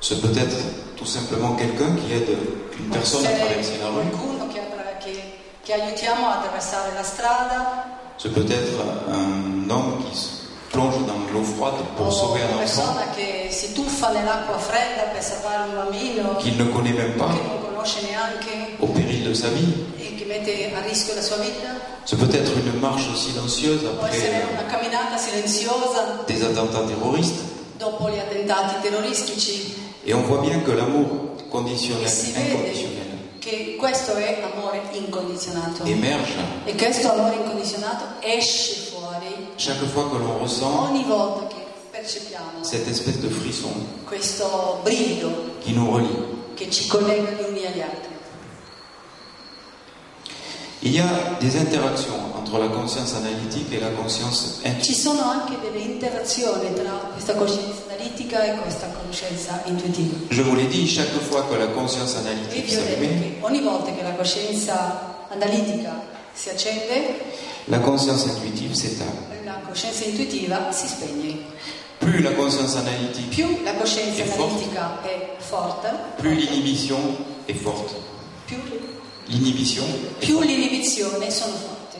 Ce peut être tout simplement quelqu'un qui aide une personne à traverser Se la rue. qualcuno che, attra- che- che aiutiamo a attraversare la strada Ce peut être un homme qui se plonge dans l'eau froide pour o sauver una un enfant persona che si tuffa nell'acqua fredda per salvare un bambino qu'il ne connaît même pas che non conosce neanche au péril de sa vie. e che mette a rischio la sua vita, C'est peut-être une marche silencieuse può après essere euh, una camminata silenziosa des attentats terroristes. dopo gli attentati terroristici Et on voit bien que l'amour conditionnel, e si inconditionnel, vede che questo è amore incondizionato émerge e questo amore incondizionato esce fuori chaque fois que l'on ressent ogni volta che percepiamo cette espèce de frisson questo brivido qui nous relie. che ci collega gli uni agli altri. Il y a des interactions entre la conscience analytique et la conscience Ci intuitive. sono anche delle interazioni tra questa coscienza analitica e questa coscienza intuitiva. Je vous l'ai dit, chaque fois que la conscience E analytique vi ho detto s'allume, che ogni volta che la coscienza analitica si accende, la conscience intuitive s'éteint. la coscienza intuitiva si spegne. Plus la conscience analytique, Più la coscienza È forte. analitica è forte, plus l'inhibition est forte. più- L'inhibition, est più forte. l'inibizione sono forti.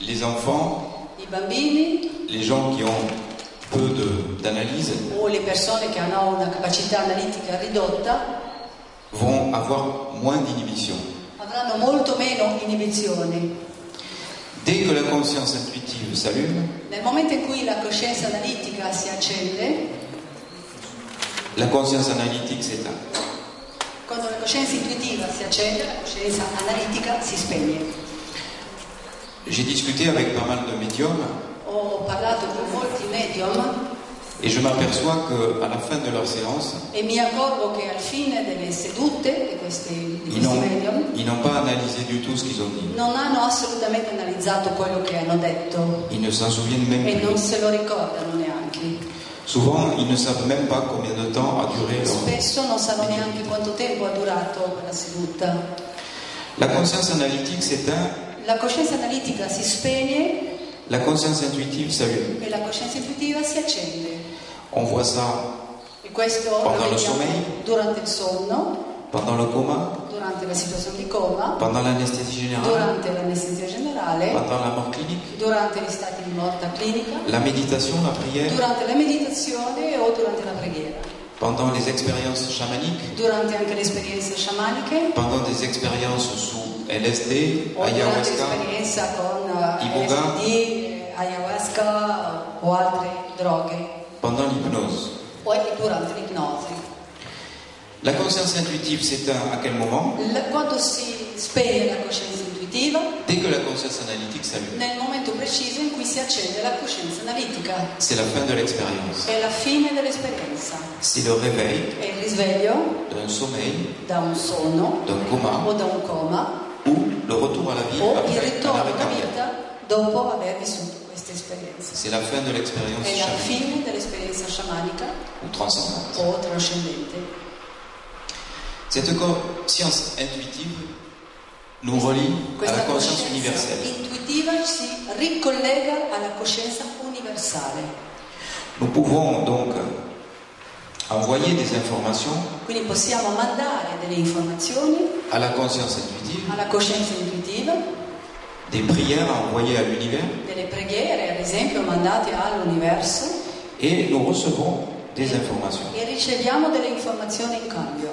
les enfants, I bambini les gens qui ont peu de- d'analyse o le persone che hanno una capacità analitica ridotta vont avoir moins d'inhibition. avranno molto meno inibizioni. Dès que la conscience intuitive s'allume, Nel momento in cui la coscienza analitica si accende, la conscience analytique s'éteint. quando la coscienza intuitiva si accende, la coscienza analitica si spegne. J'ai discuté avec pas mal de médiums Ho parlato con molti medium Et je m'aperçois qu'à la fin de leur séance, e mi accorgo che al fine delle sedute di questi, di ils questi n'ont, medium ils n'ont pas analysé du tout ce qu'ils ont dit. non hanno assolutamente analizzato quello che hanno detto Ils ne s'en souviennent même e non plus. se lo ricordano neanche. Souvent, ils ne savent même pas combien de temps a duré leur... Spesso non sanno neanche quanto tempo ha durato quella seduta. La conscience analytique s'éteint, La coscienza analitica si spegne la conscience intuitive s'allume. e la coscienza intuitiva si accende. On voit ça E questo lo Quando lo vediamo sommeil? durante il sonno, pendant le coma, durante la situazione di coma, pendant l'anesthésie générale, durante l'anestesia generale, pendant la mort clinique, durante gli stati di morta clinica, la méditation, la prière, durante la meditazione o durante la preghiera, pendant les expériences chamaniques, durante anche le esperienze sciamaniche pendant des expériences sous LSD, o durante ayahuasca, l'esperienza con eh, Iboga. LSD, eh, ayahuasca eh, o altre droghe, pendant l'hypnose. o anche durante l'ipnosi. La conscience intuitive s'éteint à quel moment La- Quando si spegne la coscienza intuitiva, Dès que la conscience analytique s'allume, nel momento preciso in cui si accende la coscienza analitica, c'est la fin de l'expérience. è la fine dell'esperienza, C'est le réveil è il risveglio d'un sommeil, da un sonno d'un coma o da un coma ou le retour à la vie o Oh, il après un ritorno arrêt alla cardiaque. vita dopo aver vissuto questa esperienza. C'est la fin de l'expérience È la chamanique fine dell'esperienza sciamanica ou transcendante. o trascendente. Cette conscience intuitive nous relie à la Questa conscience coscienza universelle. intuitiva si ricollega alla coscienza universale. Nous pouvons donc envoyer des informations Quindi possiamo mandare delle informazioni à la conscience intuitive, alla coscienza intuitiva, des prières à envoyer à l'univers, delle preghiere ad esempio mandate all'universo et nous recevons des informations. e riceviamo delle informazioni in cambio.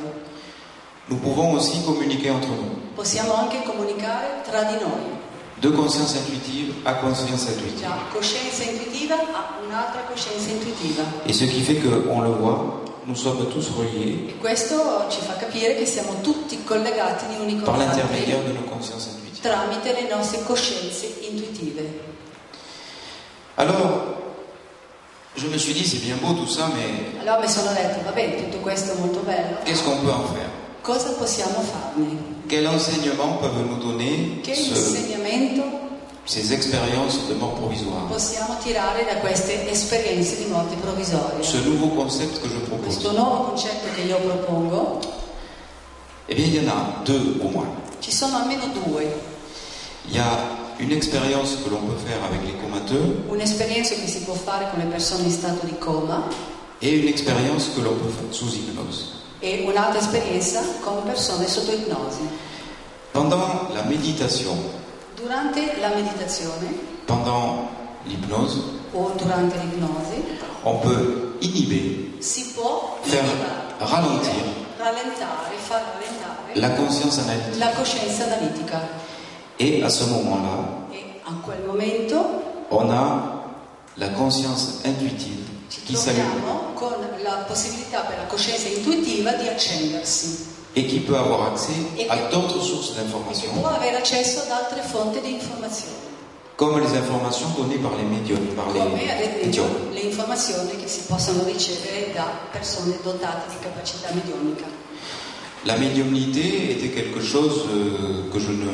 Nous pouvons aussi communiquer entre nous. Possiamo anche comunicare tra di noi. De conscience intuitive à conscience intuitive. La coscienza intuitiva ha un'altra coscienza intuitiva. Et ce qui fait que, on le voit, nous sommes tous reliés E questo ci fa capire che siamo tutti collegati di unico par l'intermédiaire de nos consciences intuitives. tramite le nostre coscienze intuitive. Alors, je me suis dit, c'est bien beau tout ça, mais Allora mi sono detto, va bene, tutto questo è molto bello, qu'est-ce qu'on peut en faire cosa possiamo farne? Quel enseignement peuvent nous donner Che ce- insegnamento ces expériences de mort provisoire possiamo tirare da queste esperienze di morte Ce provvisoria? nouveau concept que je Questo propose nuovo concetto che io propongo, Eh bien, il y en a deux au moins. ci sono almeno due. Il y a une expérience que l'on peut faire avec les comateux Un'esperienza che si può fare con le persone in stato di coma et une expérience que l'on peut faire sous hypnose. e un'altra esperienza con persone sotto ipnosi. Pendant la méditation, Durante la meditazione pendant l'hypnose, o durante l'ipnosi on peut inhiber, si può faire inibire, ralentir rallentare, far rallentare la conscience analytique. la coscienza analitica. Et à ce moment-là, E a quel momento on a la conscience intuitive ci qui s'allume troviamo con la possibilità per la coscienza intuitiva di accendersi et qui peut avoir accès à d'autres sources e che d'informations, può avere accesso ad altre fonti di informazioni, comme les informations données par les médiums, par come ad les médiums. esempio le informazioni che si possono ricevere da persone dotate di capacità medionica. La médiumnité était quelque chose euh, que je ne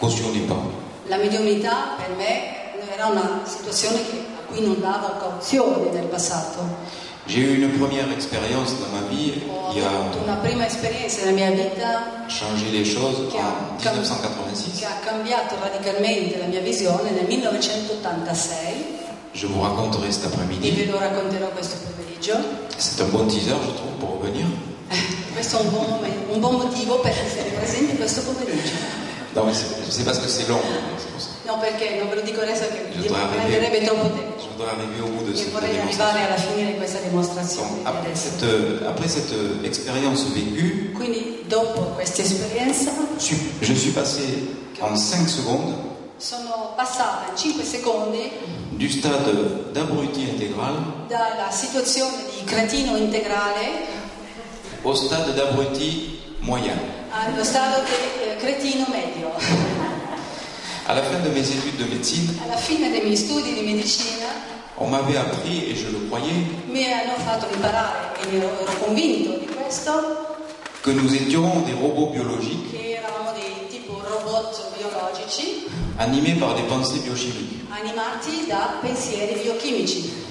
cautionnais pas. La mediumità per me era una situazione che- a cui non davo cauzione nel passato. J'ai eu une première expérience dans ma vie Ho qui avuto a una prima esperienza nella mia vita changé les choses Qui a- en che 1986. ha cambiato radicalmente la mia visione nel 1986 Je vous raconterai cet e ve après-midi. lo racconterò questo pomeriggio. C'est un bon teaser, je trouve, pour revenir. Questo è un buon, momen- un buon motivo per essere presenti questo pomeriggio. Non, mais c'est c'est parce que c'est long. c'est pour ça. No, perché non ve lo dico adesso che Je mi voudrais arriver, prenderebbe troppo tempo je voudrais arriver au bout de e cette vorrei démonstration. arrivare alla fine di questa dimostrazione. Donc, di après adesso. cette, euh, après cette, euh, expérience vécue, Quindi dopo questa esperienza je suis- je suis passé en 5 secondes Sono passata in 5 secondi du stade d'abruti intégral dalla situazione di cretino integrale au stade d'abruti moyen. allo stato di eh, cretino medio. À la fin de mes études de médecine, Alla fine dei miei studi di medicina on m'avait appris, et je le croyais, mi hanno fatto imparare, e ne ero, ero convinto di questo, que nous étions des robots biologiques che eravamo dei tipo robot biologici animés par des pensées biochimiques. animati da pensieri biochimici.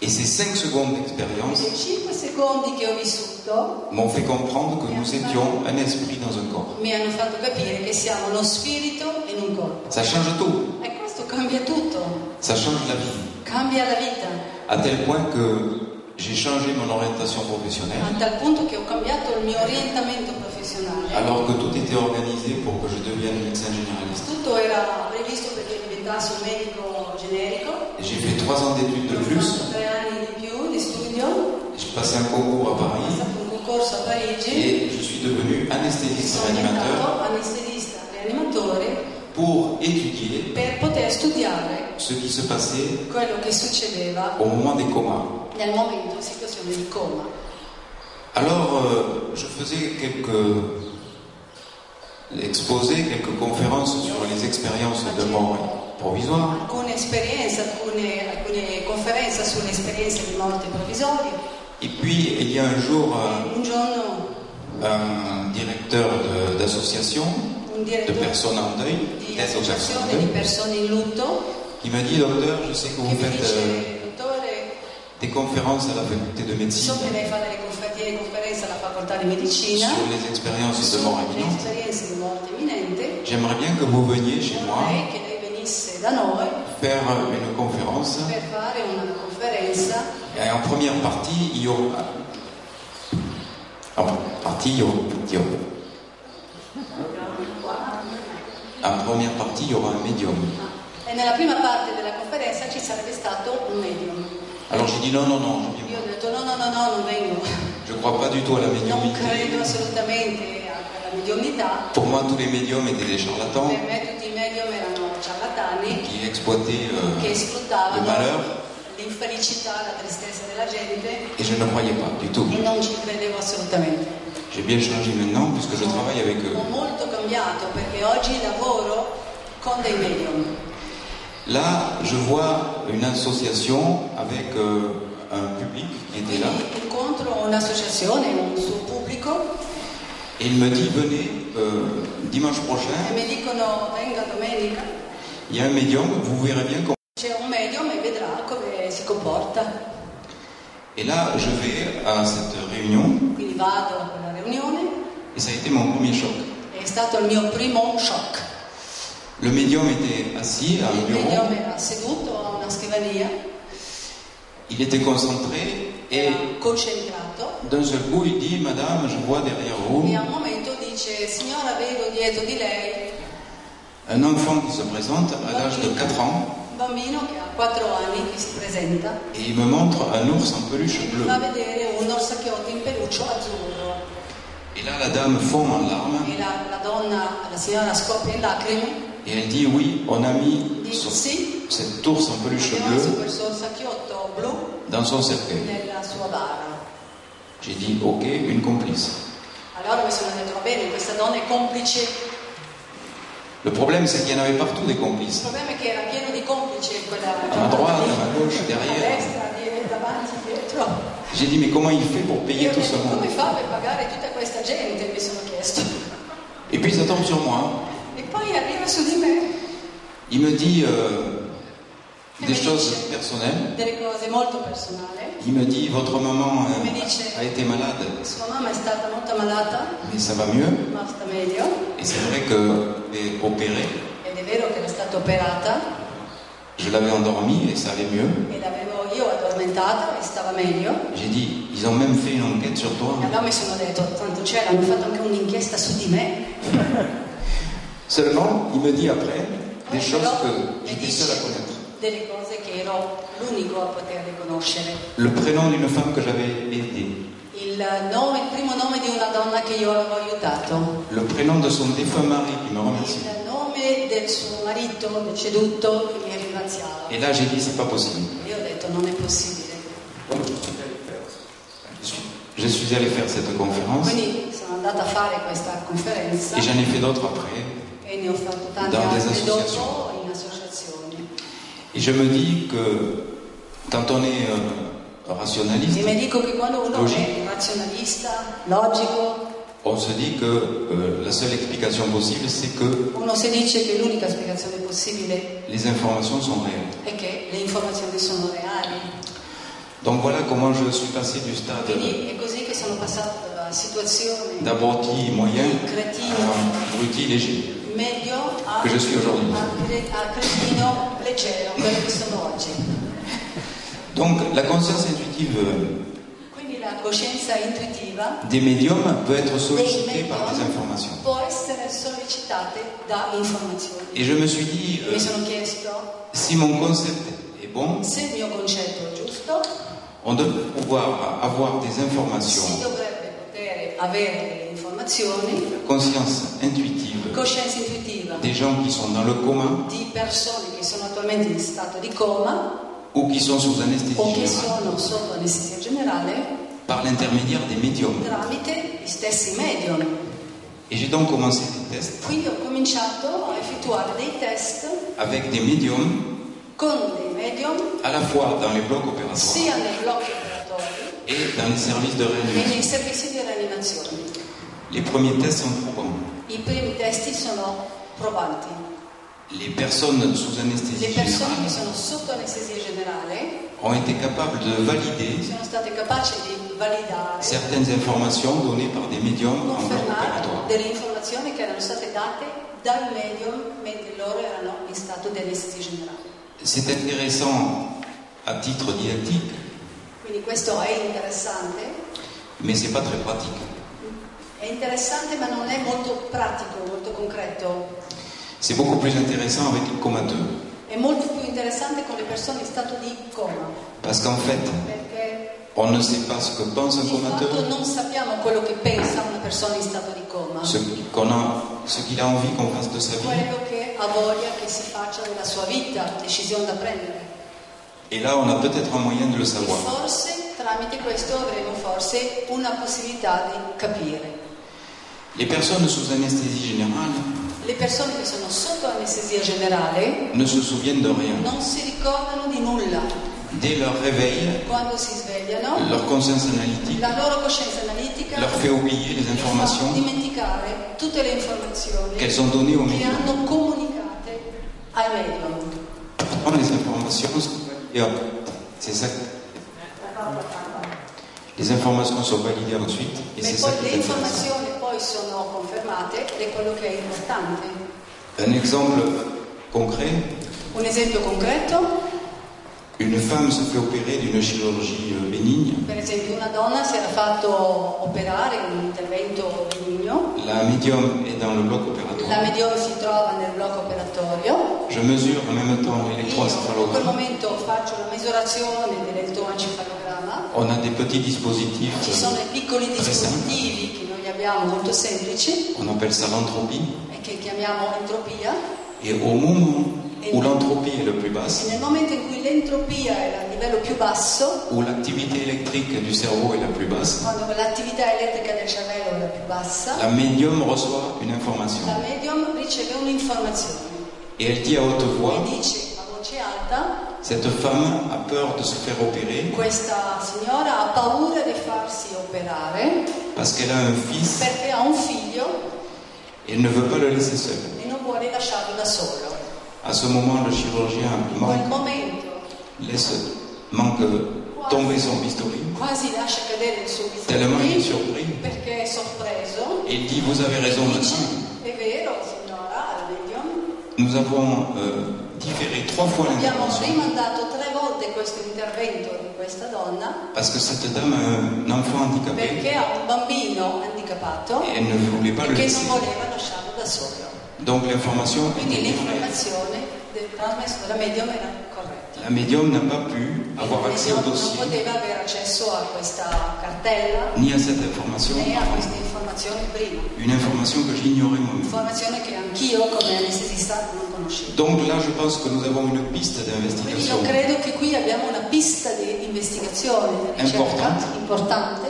Et ces 5 secondes d'expérience I 5 secondi che ho vissuto m'ont fait comprendre que nous étions un esprit dans un corps. mi hanno fatto capire che siamo uno spirito in un corpo. Ça change tout, E questo cambia tutto, ça change la vie. cambia la vita. À tel point que j'ai changé mon orientation a professionnelle, tal punto che ho cambiato il mio orientamento professionale. alors que tout était organisé pour que je devienne médecin généraliste. Tutto era previsto perché diventassi un medico generico, J'ai fait trois ans d'études de ho plus, fatto tre anni di più di studio, ho j'ai passé un concours à Paris fatto un concorso a Parigi, et je suis devenu anesthésiste sono réanimateur diventato anestesista rianimatore pour étudier per poter studiare ce qui se passait quello che succedeva au moment des comas. nel momento in situazione di coma. Alors, euh, je faisais quelques exposés, quelques conférences sur les expériences de mort provisoire. Alcune esperienze, alcune, alcune conferenze sulle esperienze di morte provvisorie. Et puis, il y a un jour, euh, Un giorno un directeur de- d'association un de direttore personnes en deuil, di d'aide aux personnes en associazione di deuil, persone in lutto qui m'a dit, docteur, je sais que che vous mi faites euh, dice dottore des conférences à la faculté de médecine so che lei fa delle confer- delle conferenze alla facoltà di medicina sur les expériences de mort sulle imminente. esperienze di morte imminente J'aimerais bien que vous veniez chez moi vorrei che lei venisse da noi faire une conférence. per fare una conferenza Et en première partie, il y aura... En première partie, il y aura... il y aura- qua En première partie, il y aura un médium. e nella prima parte della conferenza ci sarebbe stato un medium Alors j'ai dit non, non, non, je io ho detto no no no no non vengo je crois pas du tout à la non credo médiumnité. assolutamente alla mediumnità Pour moi, tous les médiums étaient des charlatans per me tutti i medium erano ciarlatani qui exploitaient euh, che le malheur sfruttavano l'infelicità, la tristezza della gente et je ne croyais pas du tout. e non ci credevo assolutamente. J'ai bien changé maintenant puisque je travaille avec eux. Ho molto cambiato perché oggi lavoro con dei medium. Là, je vois une association avec euh, un public qui était là Quindi incontro un'associazione, un suo pubblico et il me dit venez euh, dimanche e prochain, mi dicono venga domenica, il y a un médium, vous verrez bien comment. c'è un medium e vedrà come si comporta. Et là, je vais à cette réunion Quindi vado a quella riunione, et ça a été mon premier choc. è stato il mio primo shock. Le médium était assis à un Il bureau, medium era seduto a una scrivania, il était concentré et era concentrato d'un seul coup il dit Madame, je vois derrière vous E a un momento dice, signora vedo dietro di lei un enfant qui se présente à l'âge de 4 ans, bambino che ha 4 anni che si presenta Et il me montre un ours en peluche e mi bleue. fa vedere un orsacchiotto in peluccio azzurro. Et là, la dame fond en larmes E la, la donna, la signora scoppia in lacrime, et elle dit Oui, on a mis dice sur sì, cet ours en peluche abbiamo messo bleue questo orsacchiotto blu dans son cercueil. nella sua bara. J'ai dit Ok, une complice. Allora mi sono detto, va bene, questa donna è complice. Il Le problème, c'est qu'il y en avait partout des complices. problema è che era pieno di complici quella À ma droite, lì. à ma gauche, a derrière. destra, di- davanti, dietro. J'ai dit Mais comment il fait pour payer Io tout mi- ce monde come fa per pagare tutta questa gente? Mi sono chiesto. Et puis ça tombe sur moi. hein. E poi arriva su di me Il me dit euh, des choses personnelles. delle cose molto personali. Il me dit Votre maman euh, a été malade, Sua mamma è stata molto malata, mais ça va mieux. ma sta meglio, Et c'est vrai que j'ai opéré, ed è vero che era stata operata je l'avais endormi et ça allait mieux. e l'avevo io addormentata e stava meglio. J'ai dit Ils ont même fait une enquête sur toi. E allora mi sono detto, tanto c'è, hanno fatto anche un'inchiesta su di me. Seulement, il me dit après des Poi choses però que mi j'étais dice seul à connaître. Delle cose che ero l'unico a poter riconoscere. Le prénom d'une femme que j'avais aidée, Il, nome- il primo nome di una donna che io avevo aiutato. le prénom de son défunt mari qui me remercie. Il nome del suo marito deceduto che mi ringraziava. Et là, j'ai dit C'est pas possible. Io ho detto non è possibile. Je suis- Je suis allé faire cette conférence Quindi sono andata a fare questa conferenza et j'en ai fait d'autres après. e ne ho fatto tante Dans des altre associations. dopo in associazioni. Et je me dis que quand on est euh, rationaliste, E mi dico che quando uno Logico. è razionalista, logico, on se dit que euh, la seule explication possible, c'est que uno si dice che l'unica spiegazione possibile les informations sont réelles. è che le informazioni sono reali. Donc voilà comment je suis passé du stade Quindi è così che sono passata dalla situazione d'abruti moyen Crétine. à abruti léger. medio a, Che Gesù Ah. è giorno. a, cre- a cretino leggero, quello che sono oggi. Donc la conscience intuitive euh, Quindi la coscienza intuitiva des médiums peut être dei sollicitée par des informations. medium può essere sollecitata da informazioni. Et je me suis dit, euh, Mi sono chiesto si mon concept est bon, se il mio concetto è giusto, on doit pouvoir avoir des si informations, dovrebbe poter avere delle informazioni, conscience intuitive coscienza intuitiva des gens qui sont dans le coma di persone che sono attualmente in stato di coma ou qui sont sous anesthésie o che générale, sono sotto anestesia generale par l'intermédiaire des médiums. tramite gli stessi medium. Et j'ai donc commencé des tests Quindi ho cominciato a effettuare dei test avec des médiums con dei medium à la fois dans les blocs opératoires sia nei blocchi operatori et dans les services de che réanimation. nei servizi di rianimazione. Les premiers tests sont probants. I primi testi sono probanti. Les personnes sous Le anesthésie persone che générale sono sotto anestesia generale ont été capables de valider sono state capaci di validare, certaines informations données par des médiums en bloc opératoire. confermare delle informazioni che erano state date dal medium mentre loro erano in stato di anestesia generale. C'est intéressant à titre didactique, Quindi questo è interessante, mais c'est pas très pratique. è interessante ma non è molto pratico, molto concreto. C'est beaucoup plus intéressant avec les comateux. È molto più interessante con le persone in stato di coma, Parce qu'en fait, perché on ne sait pas ce que pense un di fatto comateux, non sappiamo quello che pensa una persona in stato di coma, ce qu'on a, ce qu'il a envie qu'on fasse de sa vie. quello che ha voglia che si faccia della sua vita, decisione da prendere. Et là, on a peut-être un moyen de le E savoir. forse tramite questo avremo forse una possibilità di capire. Les personnes sous anesthésie générale Le persone che sono sotto anestesia generale ne se souviennent de rien. non si ricordano di nulla. Dès leur réveil, Quando si svegliano, leur conscience analytique la loro coscienza analitica leur fait oublier les li fa informations dimenticare tutte le informazioni qu'elles ont données aux che médiums. hanno comunicate al medium. Prendre les informations et hop, c'est ça. Les informations sont validées ensuite et E c'est ça poi qui le est intéressant. informazioni poi sono confermate ed è quello che è importante. Un exemple concret, Un esempio concreto, Une femme s'est fait opérer d'une chirurgie euh, bénigne. Per esempio una donna si era fatto operare in un intervento benigno, La médium est dans le bloc la opératoire. medione si trova nel blocco operatorio, Je mesure en même temps io in quel l'électroencéphalogramme. momento faccio la misurazione dell'elettroencefalogramma, On a des petits dispositifs, ci sono euh, dei piccoli Tre dispositivi che noi abbiamo molto semplici on appelle ça l'entropie. e che chiamiamo entropia Et au moment où l'entropie est le plus basse, nel momento in cui l'entropia è al livello più basso, où l'activité électrique du cerveau est la plus basse, quando l'attività elettrica del cervello è la più bassa, la médium reçoit une information. la medium riceve un'informazione Et elle dit à haute e voix, dice a voce alta cette femme a peur de se faire opérer questa signora ha paura di farsi operare parce qu'elle a un fils perché ha un figlio et elle ne veut pas le laisser seul. e non vuole lasciarlo da solo. À ce moment, le chirurgien In quel manque, momento laisse, manque tomber son bistouri, quasi lascia cadere il suo tellement il est figlio surpris. perché è sorpreso. Et il dit, vous avez raison, Dice, madame, è vero signora, la medium, nous avons euh, différé trois fois abbiamo l'intervention rimandato tre volte questo intervento di questa donna parce que cette dame a un enfant handicapé perché ha un bambino handicappato et elle ne voulait pas le che non laisser. voleva lasciarlo da solo. Donc l'information Quindi était livrée. l'informazione del trasmesso dalla medium era corretta. La médium n'a pas pu avoir La accès medium au non dossier poteva avere accesso a questa cartella ni à cette information, né a queste informazioni prima, une information que j'ignorais moi-même. informazione che anch'io come anestesista non conoscevo. Donc là, je pense que nous avons une piste Quindi d'investigation io credo che qui abbiamo una pista di investigazione, di ricerca Importante. importante.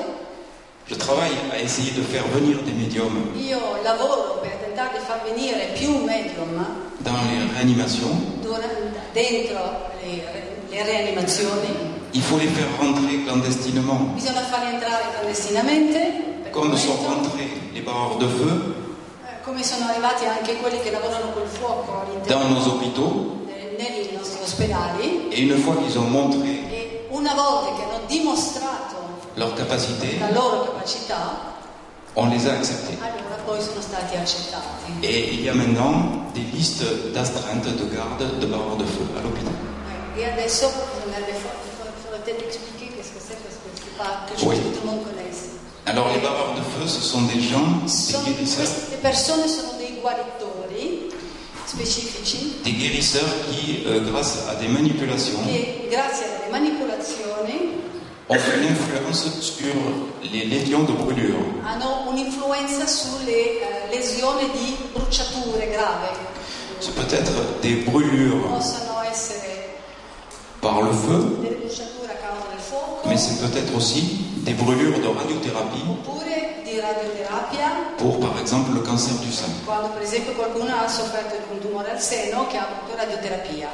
Je travaille à essayer de faire venir des médiums Io lavoro per tentare di far venire più medium dans les réanimations. Durante- dentro le, le rianimazioni Il faut les faire rentrer clandestinement, bisogna farli entrare clandestinamente per comme il sont momento, rentrés les barreurs de feu eh, come sono arrivati anche quelli che lavorano col fuoco dans all'interno nos hôpitaux. eh, nei nostri ospedali Et une fois qu'ils ont montré e una volta che hanno dimostrato leur capacité, la loro capacità on les a acceptés. allora poi sono stati accettati Et il y a maintenant des listes d'astreintes de garde de barreurs de feu à l'hôpital. Eh, e adesso bisognerebbe fortemente expliquer che cos'è questo che si fa che Oui. tutto il mondo conosce Alors les barreurs de feu, ce sont des gens, Sono- des guérisseurs, queste persone sono dei guaritori specifici des guérisseurs qui, euh, grâce à des manipulations, che grazie alle manipolazioni ont une influence sur les lésions de brûlure. hanno un'influenza sulle eh, lesioni di bruciature grave. C'est peut-être des brûlures Possono essere par le feu, delle bruciature a causa del fuoco mais c'est peut-être aussi des brûlures de radiothérapie oppure di radioterapia pour, par exemple, le cancer du sein. quando per esempio qualcuno ha sofferto di un tumore al seno che ha avuto radioterapia,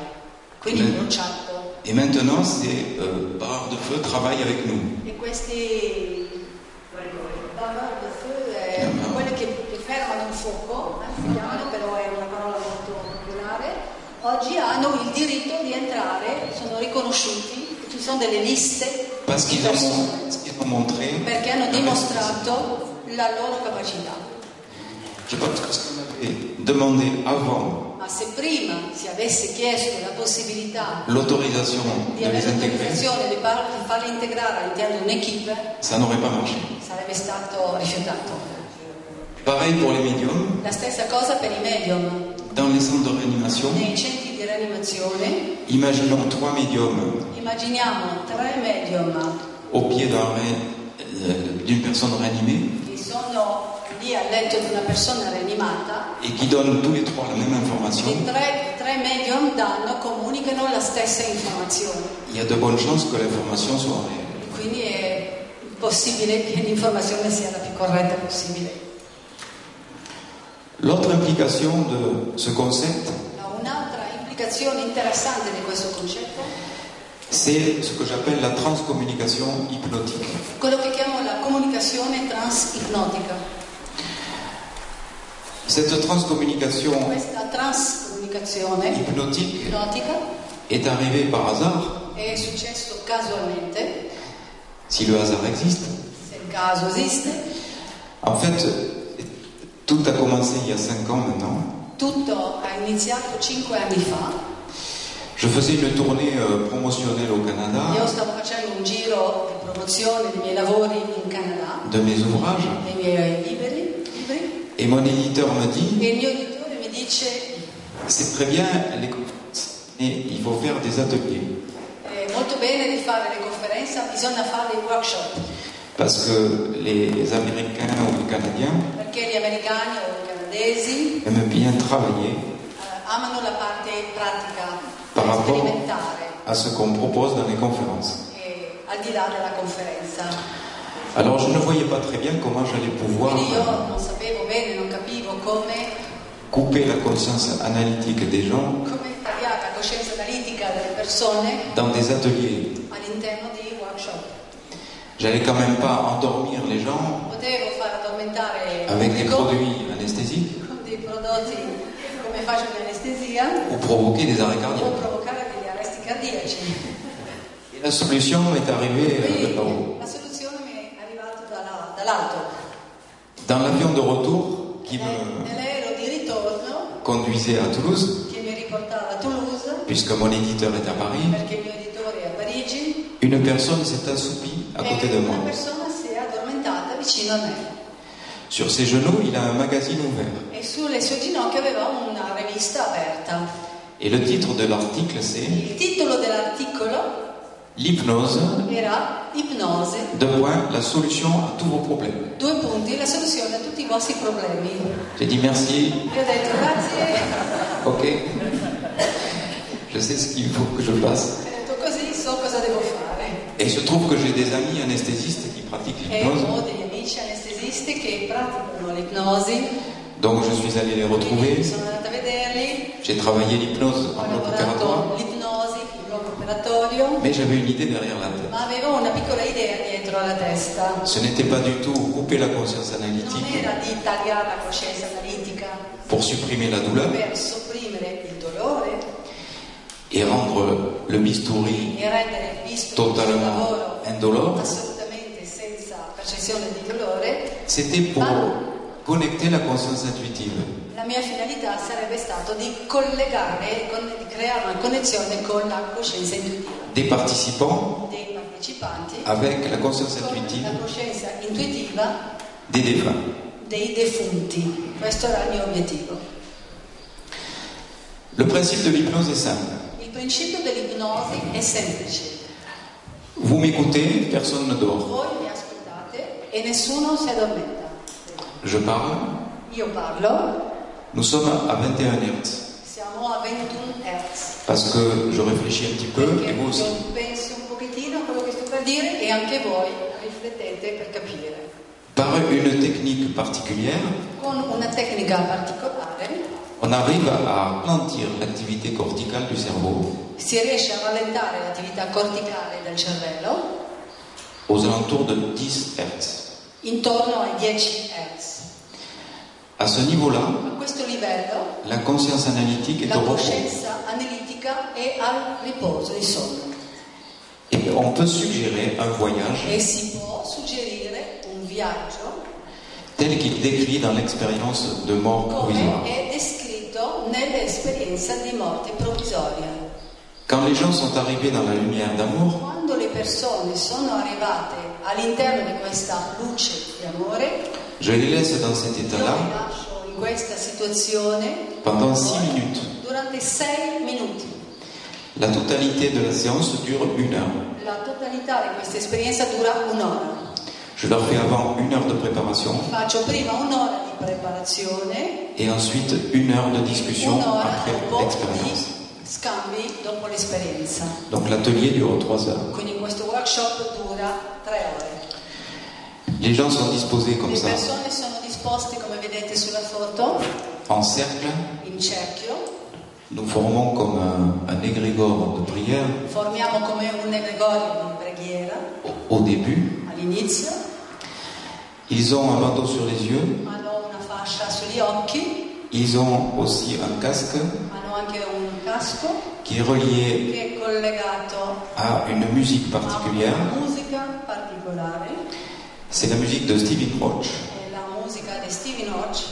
quindi Mm. bruciato. Et maintenant, ces euh, barreurs de feu travaillent avec nous. E questi Barbar de feu è No, no. quelli che che fermano il fuoco, eh, si chiamano, però è una parola molto popolare, oggi hanno il diritto di entrare, sono riconosciuti, ci sono delle liste Parce di qu'ils ont, persone parce qu'ils ont montré. perché hanno dimostrato la loro capacità. Je pense que ce qu'on avait demandé avant Ma se prima si avesse chiesto la possibilità l'autorisation di de avere les intégrer, l'autorizzazione di par- di farli integrare all'interno di un'equipe, ça n'aurait pas marché. sarebbe stato rifiutato. Pareil pour les médiums, La stessa cosa per i medium. dans les centres de réanimation, Nei centri di rianimazione imaginons trois médiums immaginiamo tre medium au pied d'un ré- euh, d'une personne réanimée che sono lì a letto di una persona rianimata et qui donnent tous les trois la même information, e tre, tre medium danno, comunicano la stessa informazione. il y a de bonnes chances que l'information soit réelle. E quindi è possibile che l'informazione sia la più corretta possibile. L'autre implication de ce concept, Ma Un'altra implicazione interessante di questo concetto c'est ce que j'appelle la transcommunication hypnotique. è quello che chiamo la comunicazione transipnotica. Cette transcommunication Questa transcomunicazione hypnotique ipnotica est arrivée par hasard, è successo casualmente si le hasard existe. se il caso esiste, En fait, tout a commencé il y a 5 ans maintenant, tutto ha iniziato cinque anni fa Je faisais une tournée euh, promotionnelle au Io Canada stavo facendo un giro di promozione dei miei lavori in Canada, de mes ouvrages dei miei liberi, libri, et mon éditeur m'a dit e il mio editore mi dice c'est très bien les mais il faut faire des ateliers è "Eh, molto bene di fare le conferenze, ma bisogna fare dei workshop, parce que les Américains ou les Canadiens perché gli americani o i canadesi aiment bien travailler eh, amano la parte pratica, par rapport sperimentare, à ce qu'on propose dans les conférences. e al di là della conferenza. Alors je ne voyais pas très bien comment j'allais pouvoir Quindi io euh, non sapevo bene, non capivo come, couper la conscience analytique des gens come tagliare la coscienza analitica delle persone dans des ateliers. all'interno di workshop. J'allais quand même pas endormir les gens Potevo far addormentare il avec des pubblico produits anesthésiques con dei prodotti come faccio di anestesia ou provoquer des arrêts o cardiaques. provocare degli arresti cardiaci. Et la solution est arrivée euh, de Quindi par haut. la soluzione mi è arrivata dalla- dall'alto. Dans l'avion de retour qui Eh, me Nell'aereo di ritorno conduisait à Toulouse, che mi riportava a Toulouse, puisque mon éditeur est à Paris, perché il mio editore è a Parigi, une personne s'est assoupie à côté e de moi. una persona si è addormentata vicino a me Sur ses genoux, il a un magazine ouvert. e sulle sue ginocchia aveva una rivista aperta. Et le titre de l'article, c'est Il titolo dell'articolo L'hypnose, era Ipnosi deux points, la solution à tous vos problèmes. Due punti, la soluzione a tutti i vostri problemi. Io J'ai dit merci, ho detto grazie, ok. Je sais ce qu'il faut que je fasse. ho detto così, so cosa devo fare. Et il se trouve que j'ai des amis anesthésistes qui pratiquent E l'hypnose. ho degli amici anestesisti che praticano l'ipnosi, Donc je suis allé les quindi retrouver. sono andata a vederli, J'ai travaillé l'hypnose ho en bloc opératoire. lavorato l'ipnosi, il blocco operatorio, Mais j'avais une idée derrière la tête. ma avevo una piccola idea dietro alla testa. Ce n'était pas du tout couper la conscience Non analytique era di tagliare la coscienza analitica pour supprimer la douleur per sopprimere il dolore et rendre le bistouri e rendere il visto del totalement lavoro indolore. assolutamente senza percezione di dolore. C'était pour connecter la conscience intuitive. La mia finalità sarebbe stato di collegare, con- di creare una connessione con la coscienza intuitiva Des participants dei partecipanti avec la conscience con intuitive la coscienza intuitiva des défunts. dei defunti. Questo era il mio obiettivo. Le principe de l'hypnose est simple. Il principio dell'ipnosi è semplice. Vous m'écoutez, personne ne dort. Voi mi ascoltate e nessuno si addormenta. Je parle, Io parlo, nous sommes à 21 Hz. siamo a 21 Hz. Parce que je réfléchis un petit peu, Perché et vous aussi. io penso un pochettino a quello che sto per dire e anche voi riflettete per capire. Par une technique particulière, Con una tecnica particolare on arrive à ralentir l'activité corticale du cerveau si riesce a rallentare l'attività corticale del cervello aux alentours de 10 Hz. intorno ai 10 Hz. À ce niveau-là, A questo livello la conscience analytique est la au repos. coscienza analitica è al riposo di sonno Et on peut suggérer un voyage e si può suggerire un viaggio tel qu'il décrit dans l'expérience de mort provisoire. come è descritto nell'esperienza di morte provvisoria. Quand les gens sont arrivés dans la lumière d'amour, Quando le persone sono arrivate all'interno di questa luce di amore, je les laisse dans cet io le état-là lascio in questa situazione pendant 6 minutes. Durante 6 minuti. La totalité de la séance dure une heure. La totalità di questa esperienza dura un'ora. Je leur fais avant une heure de préparation Faccio prima un'ora di preparazione, et ensuite une heure de discussion un'ora après dopo l'expérience. di scambi dopo l'esperienza. Donc l'atelier dure trois heures. Quindi questo workshop dura 3 ore. Les gens sont disposés comme Le ça, persone sono disposte, come vedete sulla foto, en cercle. in cerchio. Nous formons comme un, un égrégore de prière Formiamo come un egregorio di preghiera au, au début. all'inizio, Ils ont un bandeau sur les yeux. hanno una fascia sugli occhi, Ils ont aussi un casque hanno anche un casco qui est relié che è collegato à une musique particulière. Una musica particolare, C'est la musique de Stephen Roach, è la musica di Steven Hodge,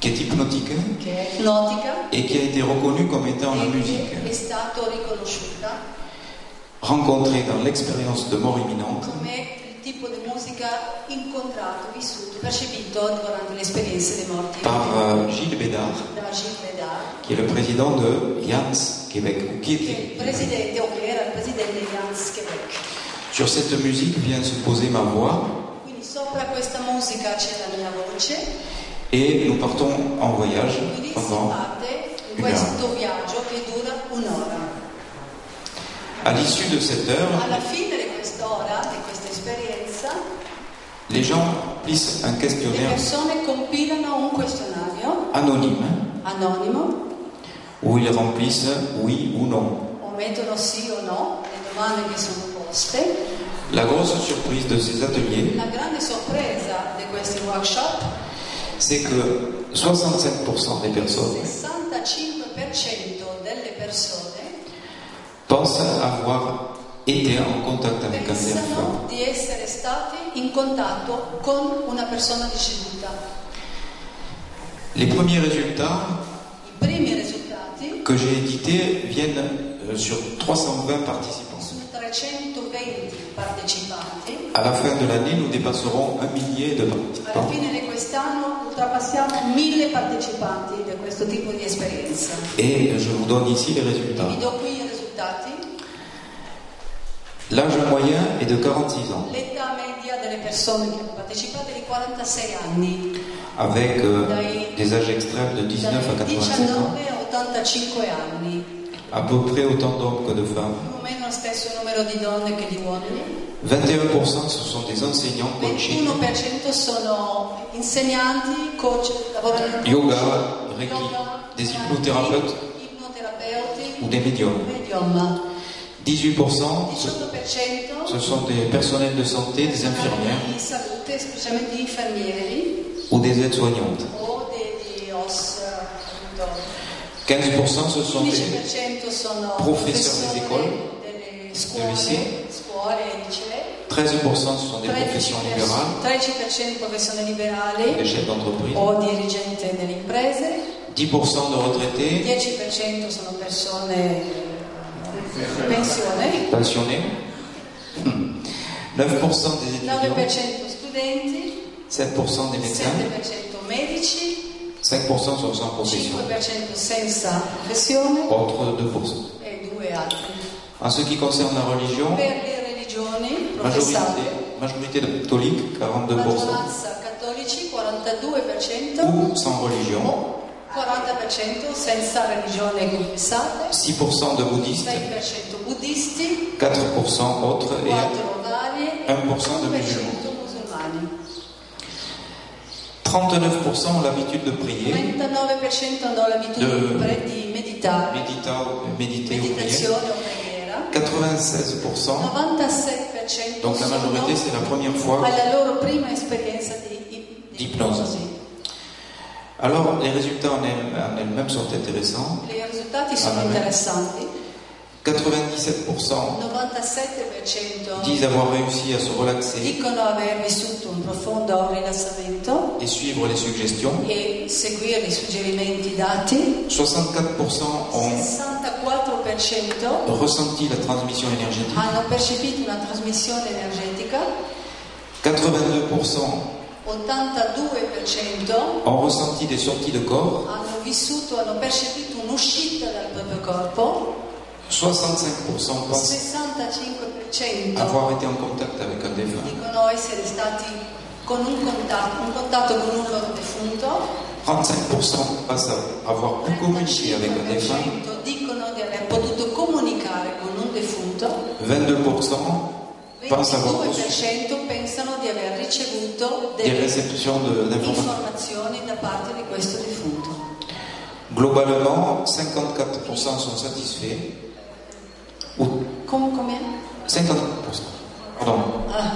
qui est hypnotique hein, che è ipnotica et qui a été reconnue comme étant la e musique. che è stata riconosciuta Rencontrée dans l'expérience de mort imminente, come il tipo di musica incontrato, vissuto, percepito durante le esperienze dei morti par euh, Gilles Bédard, da Gilles Bédard, qui est le président de Yans Québec, ou qui che è il était. presidente, o che era il presidente di Hans Quebec. Sur cette musique vient se poser ma voix Quindi sopra questa musica c'è la mia voce, et nous partons en voyage quindi si pendant. parte in Un'ora. questo viaggio che dura un'ora. À l'issue de cette heure, Alla fine di quest'ora, di questa esperienza, les gens plissent un le questionnaire persone compilano un questionario anonyme anonimo où ils remplissent oui ou non. o mettono sì o no le domande che sono poste. La grosse surprise de ces ateliers, La grande sorpresa di questi workshop, c'est que 65% des personnes il 65% delle persone pensent avoir été en contact avec un défunt. pensano di essere stati in contatto con una persona deceduta. Les premiers résultats I primi risultati que j'ai édités viennent euh, sur 320 participants. su 320 partecipanti À la fin de l'année, nous dépasserons un millier de Alla participants. fine di quest'anno oltrepassiamo mille partecipanti da questo tipo di esperienza. Et je vous donne ici les résultats. Vi do qui i risultati. L'âge moyen est de 46 ans, L'età media delle persone che hanno partecipato è di 46 anni, avec euh, des âges extrêmes de 19 à dai 85 ans, 19 a 85 anni, à peu près autant d'hommes que de femmes. più o meno lo stesso numero di donne che di uomini. 21% ce sont des enseignants coaching, 21% sono insegnanti, coach, lavorano in Yoga, coaching, Reiki, yoga, des hypnothérapeuti. ipnoterapeuti, ou des médiums. medium. 18% ce 18% Ce sont des personnels de santé, des infirmières di salute, specialmente di infermieri ou des aides-soignantes. o degli OS. appunto. 15% ce sont des, 15% sono Professeur delle professori écoles, delle lycée. scuole, scuole e licei, 13% ce sont des professions 13% libérales, 13% professioni des liberali chefs d'entreprise, o dirigenti delle imprese, 10% de retraités, 10% sono persone in pensione, pensionnés, Hmm. 9% des étudiants, 9% studenti, 7% des médecins, 7% medici, 5% sont sans profession, 5% senza professione entre 2%. e due altri. En ce qui concerne la religion, Per le religioni majorité, professate, majorité de catholiques, 42%, maggioranza cattolici 42%, ou sans religion, 40% senza religione confessate, 6% de bouddhistes, 6% buddisti, 4% autres et 4 varie e 1% dei musulmani. 1% musulmani. 39% ont l'habitude de prier, 39% hanno l'abitudine De- di pre- di meditare, médita- méditer ou prier. meditazione o preghiera. 96%, 96% donc la majorité sono c'est la première fois. alla loro prima esperienza di, di- di Ipnosi. Alors les résultats en elle- en elles-mêmes sont intéressants. I risultati sono Ah, vabbè. interessanti. 97% 97% disent avoir réussi à se relaxer dicono aver vissuto un profondo rilassamento et suivre les suggestions. e seguire i suggerimenti dati. 64% ont 64% ressenti la transmission énergétique. hanno percepito una trasmissione energetica, 82% 82% ont ressenti des sorties de corps. hanno vissuto, hanno percepito un'uscita dal proprio corpo, 65% pensent 65% avoir été en contact avec un défunt. dicono essere stati con un contatto, un contatto con un loro defunto. 35% pensent avoir pu communiquer avec un défunt. 35% dicono di aver potuto comunicare con un defunto, 22% pensent avoir reçu 22% pensano di aver ricevuto des delle réceptions de- d'informations. informazioni da parte di questo defunto. Globalement, 54% sont satisfaits. Ou Com- com'è? 50%. Pardon. Ah,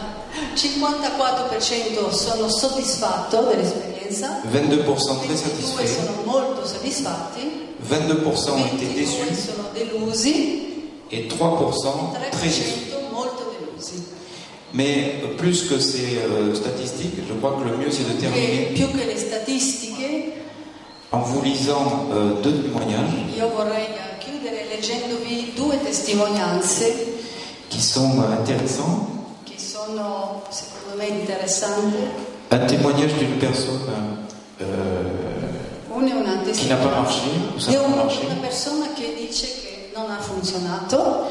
54% sono soddisfatto dell'esperienza, 22% très 22 satisfaits. sono molto soddisfatti, 22% ont été 22 déçus. sono delusi, Et 3% très déçus. 3% molto delusi. Mais euh, plus que ces euh, statistiques, je crois que le mieux c'est de Che terminer più che le statistiche En vous lisant euh, deux témoignages Io vorrei eh, chiudere leggendovi due testimonianze qui sont euh, intéressants, che sono secondo me interessanti. un témoignage d'une personne euh, Una è una qui n'a pas testimonianza marché, ou ça di n'a pas un- marché, una persona che dice che non ha funzionato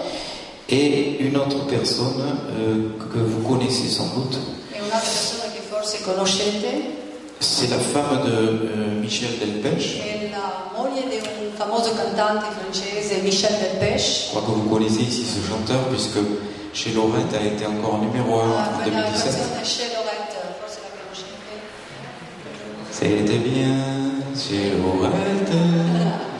et une autre personne euh, que vous connaissez sans doute. e un'altra persona che forse conoscete C'est la femme de euh, Michel Delpech. è la moglie di un famoso cantante francese Michel Delpech. Je crois que vous connaissez ici ce chanteur puisque chez Lorette a été encore numéro 1 Ah, en quella 2017. canzone Chez Lorette, forse la conoscete. C'était bien chez Lorette.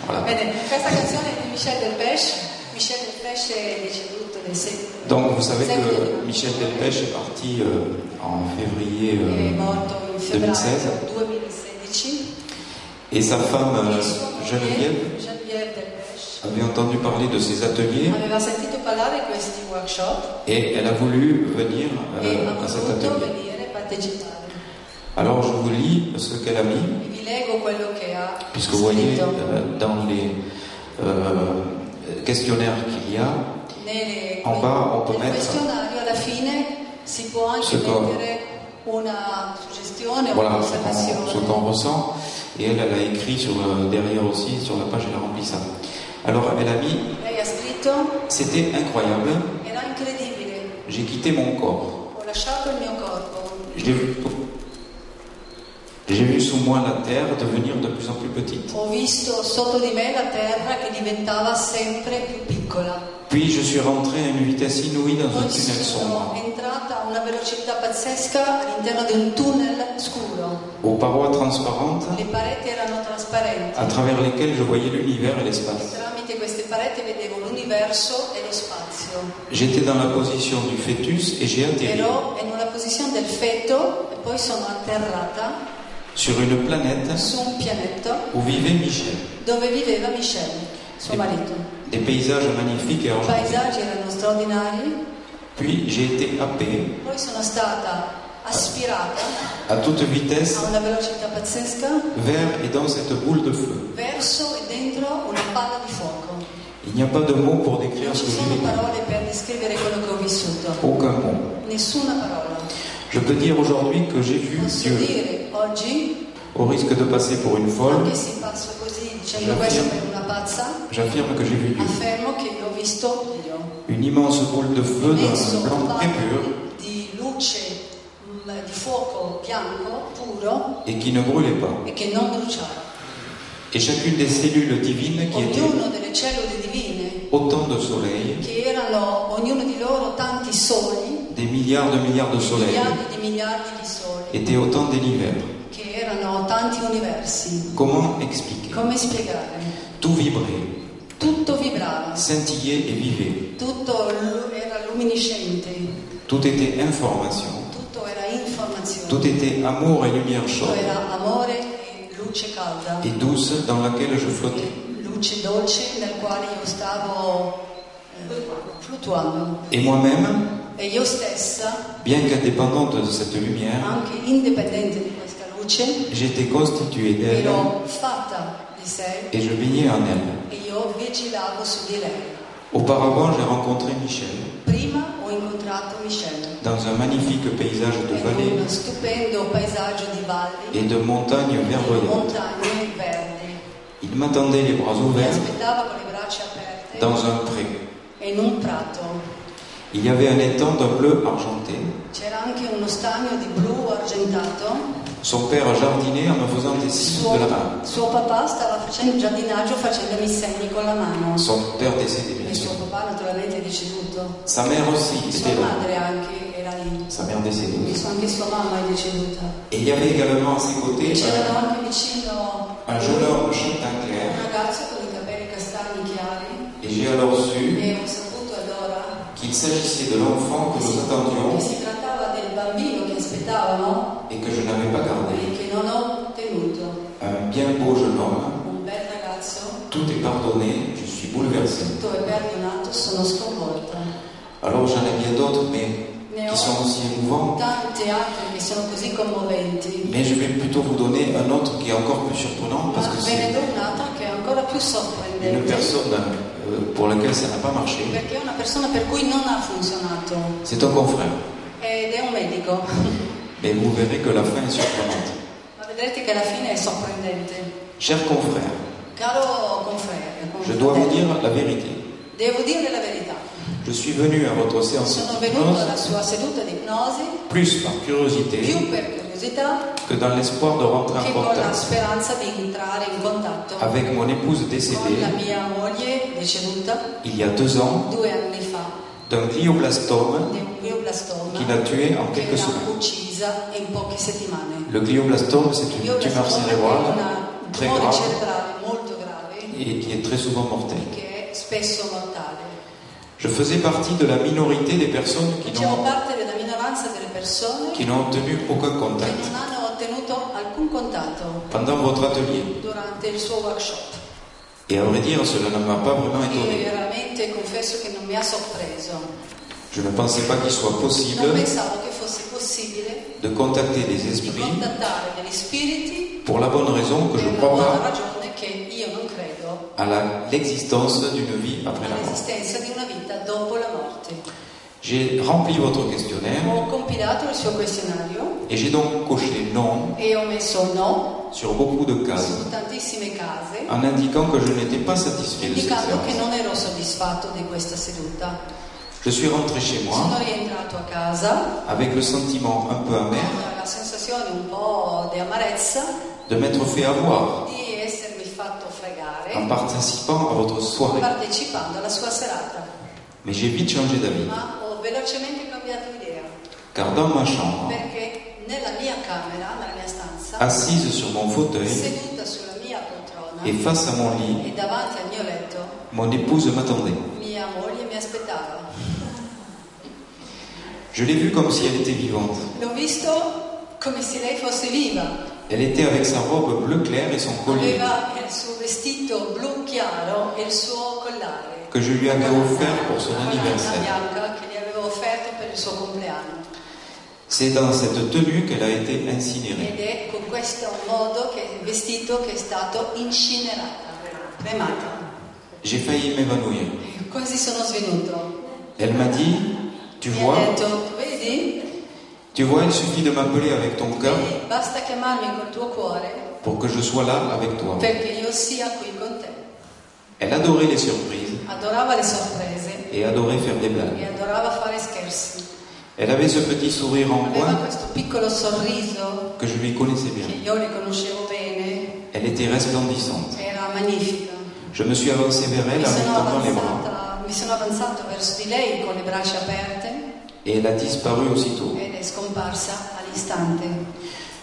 Voilà. Bene, questa canzone è di Michel Delpech. Michel Delpech è deceduto nel secolo. Donc vous savez que Michel Delpech est parti euh, en février è euh, morto in 2016 febbraio 2016 et sa femme e euh, sua moglie, Geneviève Geneviève Delpech avait entendu parler de ses ateliers aveva sentito parlare di questi workshop et elle a voulu venir e euh, ha à cet voluto atelier. venire a partecipare. Alors je vous lis ce qu'elle a mis E Vi leggo quello che ha Puisque vous voyez, scritto euh, dans les euh, questionnaires qu'il y a, nelle- en bas, on peut nel mettre- questionario alla fine si può anche Ce qu'on- mettere una suggestione o voilà ce qu'on- ce un'osservazione. qu'on ressent. Et elle, elle a écrit sur, euh, derrière aussi, sur la page, elle a rempli ça. Alors elle a mis Lei ha scritto C'était incroyable, era incredibile, j'ai quitté mon corps. ho lasciato il mio corpo, J'ai vu, oh. j'ai vu sous moi la terre devenir de plus en plus petite. ho visto sotto di me la terra che diventava sempre più piccola. Puis je suis rentré à une vitesse inouïe dans un Poi tunnel sono sombre, entrata a una velocità pazzesca all'interno di un tunnel scuro. aux parois transparentes Le pareti erano trasparenti. à travers lesquelles je voyais l'univers et l'espace. Tramite queste pareti vedevo l'universo e lo spazio. J'étais dans la position du fœtus et j'ai atterri Ero in una posizione del feto e poi sono atterrata sur une planète su un pianeta où vivait Michel. dove viveva Michelle, suo Sì. marito. Des paysages magnifiques et I enchantés. paesaggi erano straordinari, Puis j'ai été happé poi sono stata aspirata à toute vitesse a una velocità pazzesca vers et dans cette boule de feu. verso e dentro una palla di fuoco. Il n'y a pas de mots pour décrire Non ce ci que j'ai sono vécu. parole per descrivere quello che ho vissuto, Aucun mot. nessuna parola. Je peux dire aujourd'hui que j'ai vu Posso Dieu. dire oggi, Au risque de passer pour une folle, anche se passo così dicendo Io questo affermo- per una pazza, j'affirme que j'ai vu Dieu. affermo che ho visto Dio. Une immense boule de feu Messo d'un un blanc très pur palo di luce, mh, di fuoco bianco, puro, et qui ne brûlait pas. e che non bruciava. Et chacune des cellules divines qui étaient Ognuno delle cellule divine, autant de soleils che erano ognuno di loro tanti soli, des milliards de milliards de soleils miliardi di miliardi di soli, étaient autant d'univers. che erano tanti universi. Comment expliquer Come spiegare? Tout vibrait, Tutto vibrava, scintillait et vivait. tutto lu- era luminescente, Tout était information, tutto era informazione, tout était amour et lumière tutto chaude era amore e luce calda, et douce dans laquelle je flottais. e luce dolce nel quale io stavo eh, fluttuando. Et moi-même, E io stessa, bien qu'indépendante de cette lumière, anche indipendente di questa luce, j'étais constituée d'elle ero fatta di sé et je baignais en elle. e io vigilavo su di lei. Auparavant, j'ai rencontré Michel Prima ho incontrato Michelle dans un magnifique paysage de in vallées uno stupendo paesaggio di valli et de montagnes verdoyantes. montagne verdi. Il m'attendait les bras Mi ouverts aspettava con le braccia aperte dans un pré. e in un prato. Il y avait un étang d'un bleu argenté. C'era anche uno stagno di blu argentato. Son père jardinait en me faisant des signes de la main. Suo, suo papà stava facendo giardinaggio facendomi segni con la mano. Son père décédé, bien E sûr. suo papà naturalmente è deceduto. Sa mère aussi Sua était là. madre anche era lì. Sa mère décédée E aussi. su- anche sua mamma è deceduta. Et il y avait également à ses E côtés C'erano un, anche vicino un jeune homme châtain un clair. ragazzo con i capelli castagni chiari. Et j'ai alors su E ho saputo allora qu'il s'agissait de l'enfant que nous attendions che si trattava del bambino che aspettavano et que je n'avais pas gardé. e che non ho ottenuto. Un bien beau jeune homme. Un bel ragazzo, Tout est pardonné, je suis bouleversé. tutto è perdonato, sono sconvolta. Alors j'en ai bien d'autres, mais Ne qui ho sont aussi émouvants. tante altre che sono così commoventi. Mais je vais plutôt vous donner un autre qui est encore plus surprenant ma parce que ve ne c'est do Ah, un'altra che è ancora più une sorprendente, personne euh, pour laquelle ça n'a pas marché. perché è una persona per cui non ha funzionato C'est un confrère. ed è un medico. Mais vous verrez que la fin est surprenante. Ma vedrete che alla fine è sorprendente. Cher confrère, Caro confrere, je confratello, dois vous dire la vérité. devo dire la verità. Je suis venu à votre séance Sono venuto d'hypnose alla sua seduta di ipnosi plus par più curiosité per curiosità que dans l'espoir de rentrer che en con la contact speranza di entrare in contatto avec mon épouse con décédée la mia moglie deceduta il y a deux ans due anni fa d'un glioblastome di un glioblastoma qui l'a Ah, tué en che quelques l'ha semaines. uccisa in poche settimane. Le glioblastome, c'est Io une la tumeur storia cérébrale è un très tumore grave cerebrale molto grave et qui est très souvent mortelle. che è spesso mortale. Je faisais partie de la minorité des personnes qui Facciamo n'ont, Diciamo, parte della minoranza delle persone qui che n'ont obtenu aucun contact non hanno ottenuto alcun contatto pendant votre atelier. durante il suo workshop. Et à vrai dire, cela ne m'a pas vraiment E étonné. veramente confesso che non mi ha sorpreso. Je ne pensais pas qu'il soit possible Non pensavo che fosse possibile de contacter des di esprits contattare degli spiriti pour la bonne raison que per je una ne crois buona pas ragione che io non credo à la- l'existence d'une vie Eh après la mort. all'esistenza di una vita dopo la morte. J'ai rempli votre questionnaire Ho compilato il suo questionario et j'ai donc coché non e ho messo no sur beaucoup de cases su tantissime case, en indiquant que je n'étais pas satisfait de cette indicando che séance. non ero soddisfatto di questa seduta. Je suis rentré chez moi Sono rientrato a casa avec le sentiment un peu amer con la sensazione un po' di amarezza de m'être fait avoir di essermi fatto en fregare participant à votre soirée. partecipando alla sua serata, Mais j'ai vite changé d'avis, ma ho velocemente cambiato idea car dans ma chambre, perché nella mia camera, nella mia stanza, assise sur mon fauteuil seduta sulla mia poltrona et face à mon lit, e davanti al mio letto, mon épouse m'attendait. mia moglie mi aspettava. Je l'ai vue comme si elle était vivante. L'ho visto come se lei fosse viva. Elle était avec sa robe bleu clair et son collier Aveva il suo vestito blu chiaro e il suo collare. que je lui avais offert pour son Una anniversaire. bianca che gli avevo offerto per il suo compleanno. C'est dans cette tenue qu'elle a été incinérée. Ed è con questo modo che il vestito che è stato incinerato, cremato. J'ai failli m'évanouir. Quasi sono svenuto. Elle m'a dit, tu Mi ha vois, detto, vedi, tu vois, il suffit de m'appeler avec ton cœur Vedi, basta chiamarmi col tuo cuore pour que je sois là avec toi. perché io sia qui con te. Elle adorait les surprises Adorava le sorprese et adorait faire des blagues. e adorava fare scherzi. Elle avait ce petit sourire en Aveva coin questo piccolo sorriso que je lui connaissais bien. che io riconoscevo bene, Elle était resplendissante. era magnifica. Je me suis avancé vers elle Mi en lui sono, tendant les bras avanzata, mi sono avanzato verso di lei con le braccia aperte et elle a disparu aussitôt. ed è scomparsa all'istante.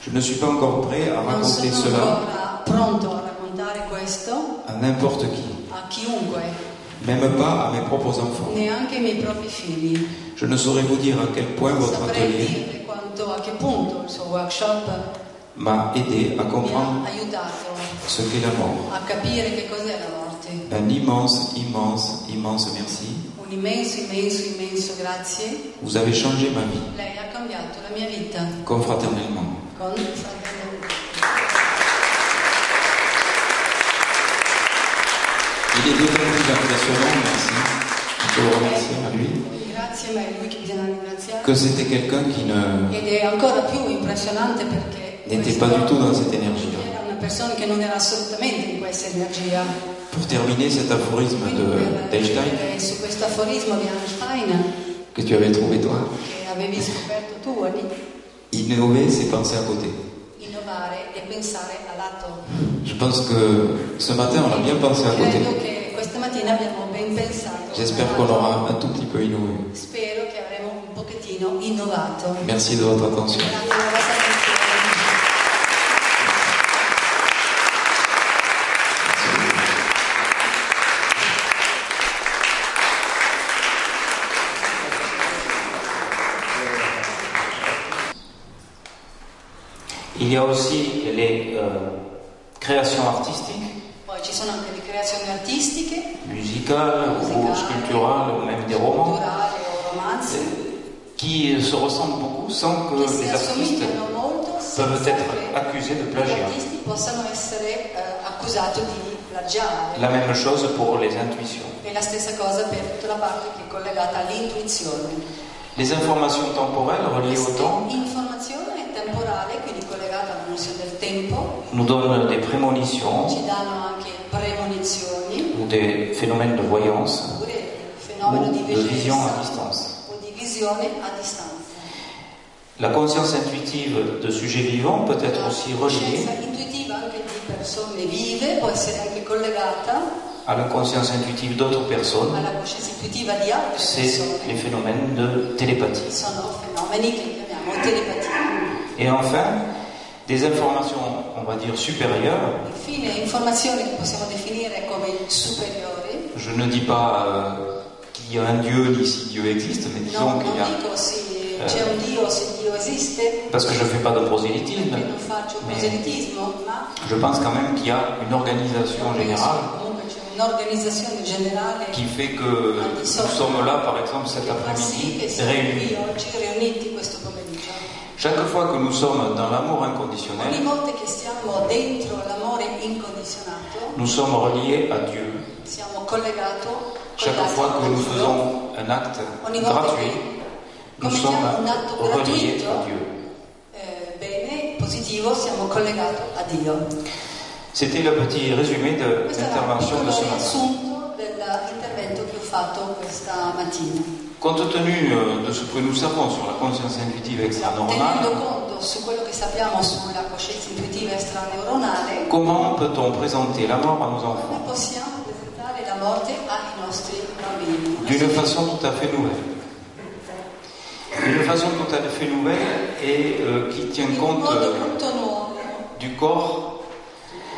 Je ne suis pas encore prêt à Non raconter sono cela ancora pronto a raccontare questo à n'importe qui, a chiunque, même pas à mes propres enfants. neanche ai miei propri figli. Je ne saurais vous dire à quel point votre Saprei atelier dirle quanto, a che punto il suo workshop m'a aidé à mi ha comprendre aiutato ce qu'est la mort. a capire che cos'è la morte. Un immense, immense, immense merci. Un immenso, immenso, immenso grazie. Vous avez changé ma vie, Lei ha cambiato la mia vita confraternellement. con fratello. Il est d'autant plus impressionnant, merci. Je peux le remercier à lui, Grazie, ma è lui che bisogna ringraziare. que c'était quelqu'un qui ne Ed è ancora più impressionante perché n'était questo pas du tout dans cette énergie-là. era una persona che non era assolutamente in questa energia. Pour terminer cet aphorisme Quindi de- per d'Einstein, dire su questo aforismo di Einstein que tu avais trouvé toi, che avevi scoperto tu, di innover, c'est penser à côté. innovare e pensare a lato. Je pense que ce matin, on a bien pensé à côté. Credo che questa mattina abbiamo ben pensato. J'espère qu'on aura un tout petit peu innové. Spero che avremo un pochettino innovato. Merci de votre attention. Grazie della vostra attenzione. Il y a aussi les euh, créations artistiques, Poi ci sono anche le creazioni artistiche, musicales ou Musicales. sculpturales ou même des romans, culturali o euh, romanzi, qui se ressemblent beaucoup sans que che si les artistes assomigliano molto peuvent senza être che accusés de gli plagiat. artisti possano essere eh, accusati di plagiare. La même chose pour les intuitions. E la stessa cosa per tutta la parte che è collegata all'intuizione. Les informations temporelles reliées au temps Informazione temporale, quindi collegata alla nozione del tempo, nous donnent des prémonitions ci danno anche premonizioni, ou des phénomènes de voyance oppure il fenomeno ou di de vision à veggenza distance. o di visione a distanza. La conscience intuitive de sujets vivants peut être aussi La reliée coscienza intuitiva anche di persone vive può essere anche collegata à la conscience intuitive d'autres personnes. alla coscienza intuitiva di altre C'est les persone. phénomènes de télépathie. Sono fenomeni che chiamiamo telepatia. Et enfin, des informations, on va dire, supérieures. Infine, informazioni che possiamo definire come superiori. Je ne dis pas euh, qu'il y a un Dieu ni si Dieu existe, mais No, disons qu'il y a... non dico se eh. c'è un Dio, se Dio esiste, Parce que je ne fais pas de perché prosélytisme, non faccio mais proselitismo, ma je pense quand même qu'il y a une organisation générale comunque c'è un'organizzazione generale qui fait que nous sommes là, par exemple, cet che fa sì après-midi, che siamo qui réunis. oggi riuniti questo pomeriggio. Chaque fois que nous sommes dans l'amour Ogni inconditionnel, volta che stiamo dentro l'amore incondizionato, nous sommes reliés à Dieu. siamo collegati con Chaque l'altro fois que nous mondo. faisons un acte Ogni volta gratuit, che nous sommes commettiamo un atto reliés gratuito, à Dieu. eh, bene, positivo, siamo collegati a Dio. C'était le petit résumé de Questo era un l'intervention de piccolo ce matin. riassunto dell'intervento che ho fatto questa mattina. Compte tenu euh, de ce que nous savons sur la conscience intuitive Tenendo extra-normale, conto su quello che sappiamo sulla coscienza intuitiva extraneuronale, comment peut-on présenter la mort à nos enfants noi possiamo presentare la morte ai nostri bambini. d'une façon tout à fait nouvelle D'une façon tout à fait nouvelle et euh, qui tient in un compte modo euh, molto nuovo, du corps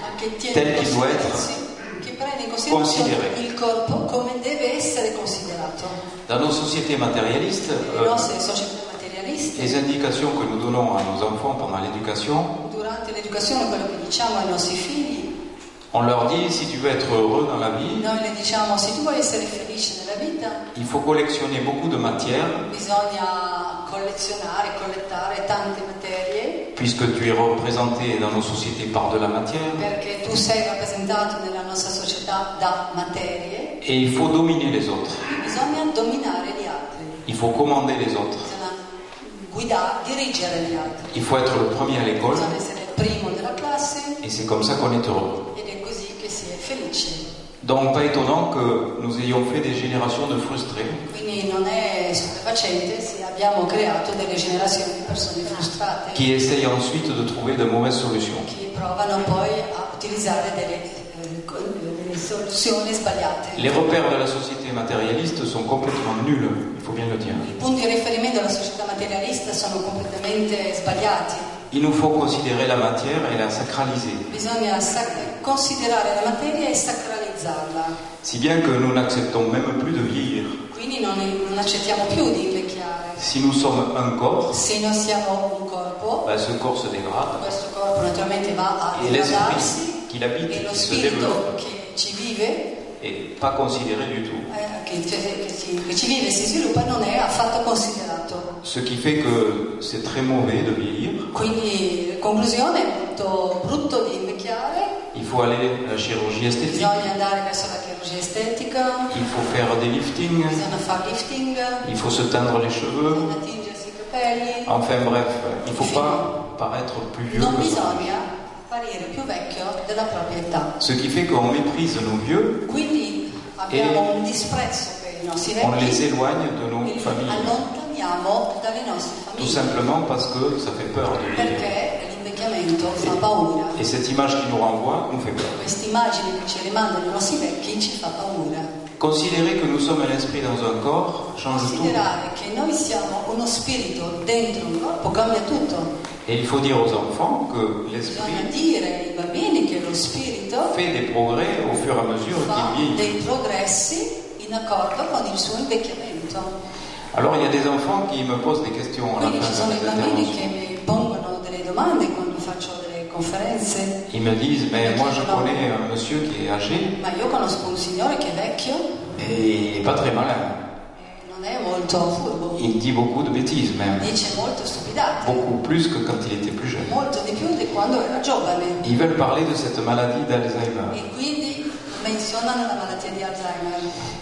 ma che tiene tel in qu'il doit être considerazione- che prende in considerazione considéré. il corpo come deve essere considerato. dans nos sociétés matérialistes. Le euh, nostre società materialiste, les indications que nous donnons à nos enfants pendant l'éducation, durante l'educazione, quello che diciamo ai nostri figli, on leur dit si tu veux être heureux dans la vie, noi le diciamo se tu vuoi essere felice nella vita il faut collectionner beaucoup de matières bisogna collezionare, collettare tante materie puisque tu es représenté dans nos sociétés par de la matière, perché tu sei rappresentato nella nostra società da materie, et il faut dominer les autres, bisogna dominare gli altri, il faut commander les autres, bisogna guidare, dirigere gli altri. il faut être le premier à l'école, Bisogna essere il primo della classe et c'est comme ça qu'on est heureux. ed è così che si è felice. Donc pas étonnant que nous ayons fait des générations de frustrés, Quindi non è stupefacente se abbiamo creato delle generazioni di persone frustrate qui essayent ensuite de trouver de mauvaises solutions. che provano poi a utilizzare delle, eh, co- delle soluzioni sbagliate. Les repères de la société matérialiste sont complètement nuls, il faut bien le dire. I punti di riferimento alla società materialista sono completamente sbagliati. Il nous faut considérer la matière et la sacraliser, Bisogna sac- considerare la materia e sacralizzarla. si bien que nous n'acceptons même plus de vieillir. Quindi non, non accettiamo più di invecchiare. Si nous sommes un corps, Se noi siamo un corpo, ben, ce corps se dégrade questo corpo naturalmente va a et degradarsi l'esprit qui l'habite e lo qui se spirito développe che ci vive, est pas considéré du tout. eh, che, che- che ci, che ci vive e si sviluppa, non è affatto considerato. Ce qui fait que c'est très mauvais de vieillir. Quindi, conclusione, è molto brutto di invecchiare, Il faut aller à la chirurgie esthétique, bisogna andare verso la chirurgia estetica, il faut faire des liftings, bisogna fare lifting, il faut se teindre les cheveux. bisogna tingersi i capelli, Enfin bref, il faut pas paraître plus vieux non que ça. bisogna apparire più vecchio della propria età. Ce qui fait qu'on méprise nos vieux, Quindi abbiamo un disprezzo per i nostri on les vecchi e éloigne de nos li familles. allontaniamo dalle nostre Tout famiglie simplement parce que ça fait peur de vivre. perché l'invecchiamento fa paura. Et cette image qui nous renvoie nous fait peur. Questa immagine che ci rimandano i nostri vecchi ci fa paura. Considérer que nous sommes un esprit dans un corps change tout. Considerare che noi siamo uno spirito dentro un corpo cambia tutto. Et il faut dire aux enfants que Bisogna l'esprit dire ai bambini che lo spirito fait des progrès au fur et à mesure fa qu'il vieillit. dei progressi in accordo con il suo invecchiamento. Alors il y a des enfants qui me posent des questions à la Quindi ci fin sono de i mes bambini che interventions. mi pongono delle domande quando faccio delle conferenze, Ils me disent, mais moi je connais un monsieur qui est âgé ma io conosco un signore che è vecchio et il n'est pas très malin. eh, non non è molto furbo, Il dit beaucoup de bêtises même, dice molte stupidate, beaucoup plus que quand il était plus jeune. molto di più di quando era giovane Ils veulent parler de cette maladie d'Alzheimer. e quindi menzionano la malattia di Alzheimer.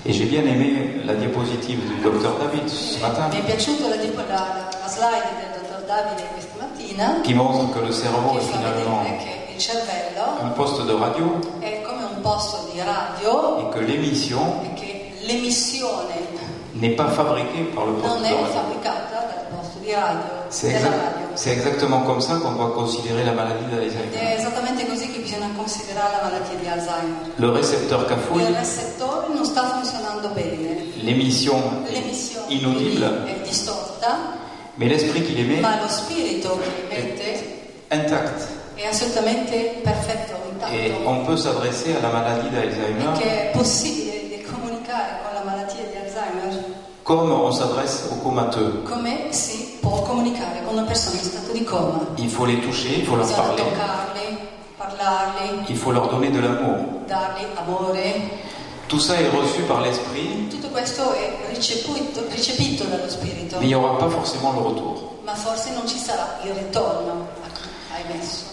Et j'ai bien aimé la diapositive du docteur David ce matin, Mi è piaciuta la, tipo- la- la slide del dottor Davide questa mattina qui montre que le cerveau che est fa finalement vedere che il cervello un poste de radio è come un posto di radio et que l'émission e che l'emissione n'est pas fabriquée par le poste non de è radio. fabbricata dal posto di radio, C'est della exact- radio. c'est exactement comme ça qu'on doit considérer la maladie Ed È d'Alzheimer. esattamente così che bisogna considerare la malattia di Alzheimer. Le récepteur Il cafouille, recettore non sta funzionando bene, l'émission l'emissione inaudible, è distorta, mais l'esprit qu'il émet ma lo spirito che emette intact. è assolutamente perfetto, Et intatto. on peut s'adresser à la maladie E d'Alzheimer che è possibile di comunicare con la malattia di Alzheimer comme on s'adresse aux comateux. come si può comunicare con una persona in stato di coma. Il faut les toucher, il faut leur Bisogna parler, toccarli, parlarli, il faut leur donner de l'amour. dargli amore. Tout ça est reçu par l'esprit, Tutto questo è ricevuto- ricepito dallo spirito. mais il n'y aura pas forcément le retour. ma forse non ci sarà il ritorno a cui hai messo.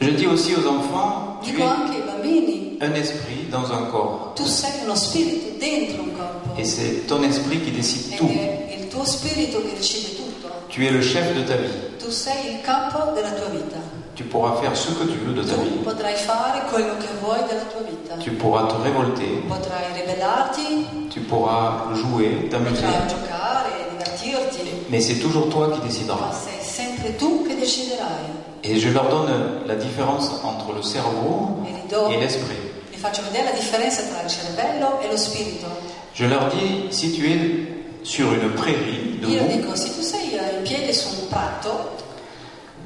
Je dis aussi aux enfants, tu Dico es anche ai bambini, un esprit dans un corps. tu sei uno spirito dentro un corpo Et c'est ton esprit qui décide ed tout. è il tuo spirito che decide tutto. Tu es le chef de ta vie. Tu sei il capo della tua vita. Tu pourras faire ce que tu veux de ta Tu vie. potrai fare quello che vuoi della tua vita. Tu pourras te révolter, Potrai ribellarti, tu pourras jouer, t'amuser. potrai giocare, divertirti, Mais c'est toujours toi qui ma décideras. sei sempre tu che deciderai. Et je leur donne la différence entre le cerveau E li do, et l'esprit. vi faccio vedere la differenza tra il cervello e lo spirito. Je leur dis, si tu es sur une prairie de Io mots, dico, se tu sei in piedi su un prato,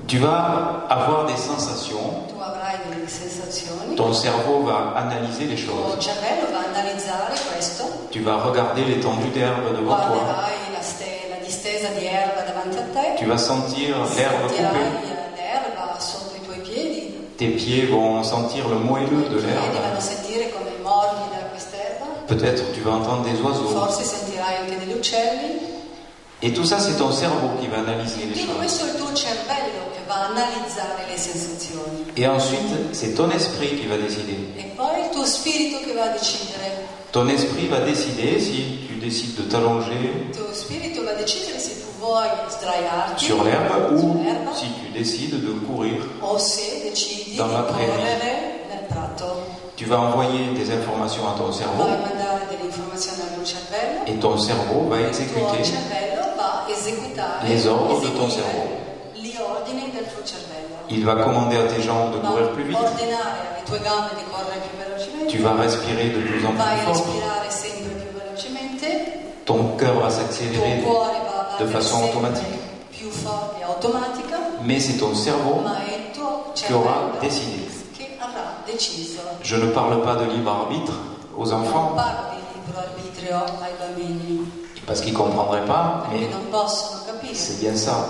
tu vas avoir des sensations, tu avrai delle sensazioni, il ton cerveau va analyser les tuo choses, cervello va a analizzare questo, tu vas regarder l'étendue d'herbe devant toi, guarderai la, ste- la distesa di erba davanti a te, tu vas sentir l'herbe coupée, sentirai l'erba sotto i tuoi piedi, tes pieds vont sentir le moelleux de i piedi vanno l'herbe, a sentire come morbida quest'erba, peut-être tu vas entendre des oiseaux. forse sentirai anche degli uccelli. Et tout ça, c'est ton cerveau qui va analyser les Tutto choses. questo è il tuo cervello che va a analizzare le sensazioni Et ensuite, c'est ton esprit qui va décider. e poi il tuo spirito che va a decidere. Ton esprit va décider si tu décides de t'allonger Il tuo spirito va a decidere se tu vuoi sdraiarti sur l'herbe ou sull'erba si tu décides de courir. o se decidi Da di una prairie. correre nel prato. Tu vas envoyer des informations à ton cerveau Puoi mandare delle informazioni al tuo cervello et ton cerveau va e il tuo exécuter cervello va a esecutare Les ordres del eseguire tuo cervello. gli ordini del tuo cervello. Il va commander à tes jambes de Va courir plus vite. ordinare alle tue gambe di correre più velocemente, Tu vas respirer de plus en vai plus a fort. respirare sempre più velocemente, Ton cœur va il tuo s'accélérer, cuore va a battere de façon sempre automatique. più forte e automatica, mais c'est ton cerveau. ma è il tuo Che avrà cervello deciso. che avrà deciso. Je ne parle pas de libre arbitre aux Non enfants parlo di libero arbitrio ai bambini, parce qu'ils comprendraient pas, perché mais non possono capire. c'est bien ça.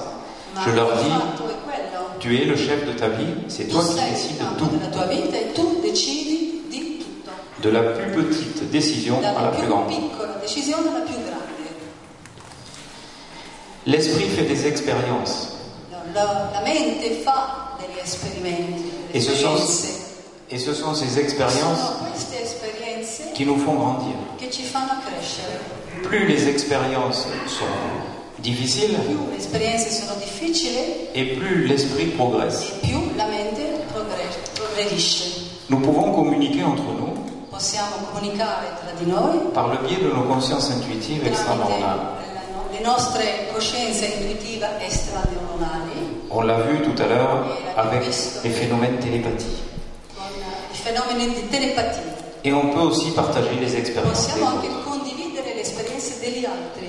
Ma Je leur dis il fatto è quello. Tu es le chef de ta vie, c'est Tu toi qui sei il décides de capo tout. della tua vita e tu decidi di tutto, De la plus petite décision à la dalla plus più grande. piccola decisione alla più grande. L'esprit fait des expériences. La, la- la mente fa degli esperimenti, delle E se sono- esperienze. Et ce sont ces expériences Sono queste esperienze qui nous font grandir. che ci fanno crescere. Plus les expériences sont difficiles, Più le esperienze sono difficili et plus l'esprit progresse. e più la mente progre- progredisce. Nous pouvons communiquer entre nous Possiamo comunicare tra di noi par le biais de nos consciences intuitives extra-normales. tramite la no- le nostre coscienze intuitive estraneuronali On l'a vu tout à l'heure avec les phénomènes télépathiques. con i fenomeni di telepatia. Et on peut aussi partager les expériences des Possiamo anche autres. condividere le esperienze degli altri.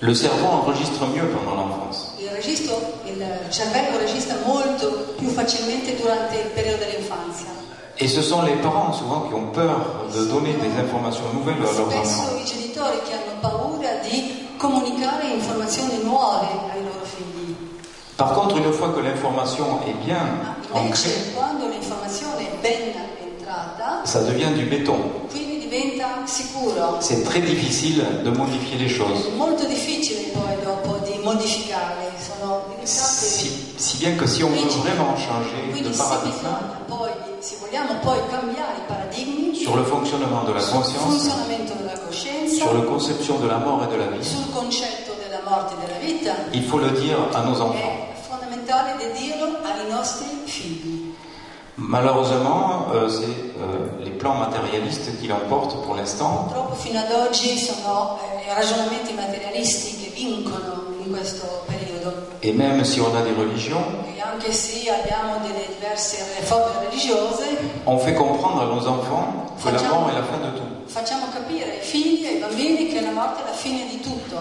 Le cerveau enregistre mieux pendant l'enfance. Il, registro- il cervello registra molto più facilmente durante il periodo dell'infanzia. Et ce sont les parents souvent qui ont peur de donner des informations nouvelles à leurs Spesso enfants. i genitori che hanno paura di comunicare informazioni nuove ai loro figli. Par contre, une fois que l'information est bien Ma ancrée, invece quando l'informazione è ben entrata, ça devient du béton. quindi diventa sicuro. C'est très difficile de modifier les choses. È molto difficile poi dopo di modificarle, sono diventate... Si, si bien que si on veut vraiment changer Quindi de se, paradigme bisogna poi- se vogliamo poi cambiare i paradigmi sur le fonctionnement de la sul conscience, funzionamento della coscienza, sur la conception de la mort et de la vie, sul concetto della morte e della vita, il faut le dire à nos enfants. è fondamentale di dirlo ai nostri figli. Malheureusement, euh, c'est euh, les plans matérialistes qui l'emportent pour l'instant. Purtroppo fino ad oggi sono eh, ragionamenti materialisti che vincono in questo periodo Et même si on a des religions, e anche se abbiamo delle diverse forme religiose, on fait comprendre à nos enfants que la mort est la fin de tout. facciamo capire ai figli e ai bambini che la morte è la fine di tutto.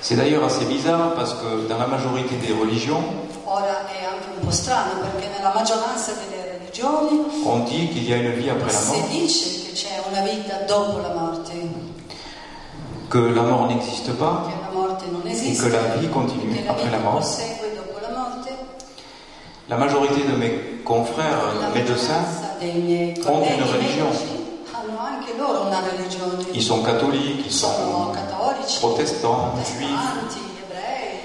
C'est d'ailleurs assez bizarre parce que dans la majorité des religions, Ora è anche un po' strano perché nella maggioranza delle religioni on dit qu'il y a une vie après la Si mort, dice che c'è una vita dopo la morte, che que la mort n'existe pas la morte non et esiste, que la vie che continue la après vita la mort. prosegue dopo la morte. La majorité de mes confrères La euh, médecins, maggioranza dei miei compiono colleghi religione. medici hanno anche loro una religione. ils sont catholiques, ils sono sont Ah. cattolici, protestants, juifs, protestanti, ebrei,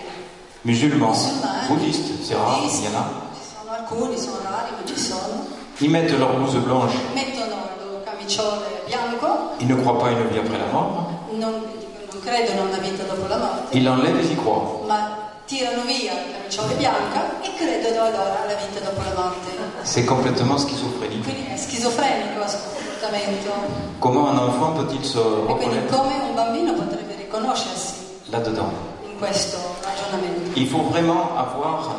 musulmans, musulmani, bouddhistes, c'est rare, il y en a. Ci sono alcuni, sono rari, ma ci sono. Ils mettent leur blouse blanche, Mettono il loro camicione bianco, ils ne croient pas à une vie après la mort, non, non credono a una vita dopo la morte. ils l'enlèvent et y croient. ma tirano via la camiciola bianca e credono allora alla vita dopo la morte. C'est complètement schizophrénique. Quindi è schizofrenico il suo comportamento. Comment un enfant peut-il se E quindi reconnaître come un bambino potrebbe riconoscersi là-dedans in questo ragionamento? Il faut vraiment avoir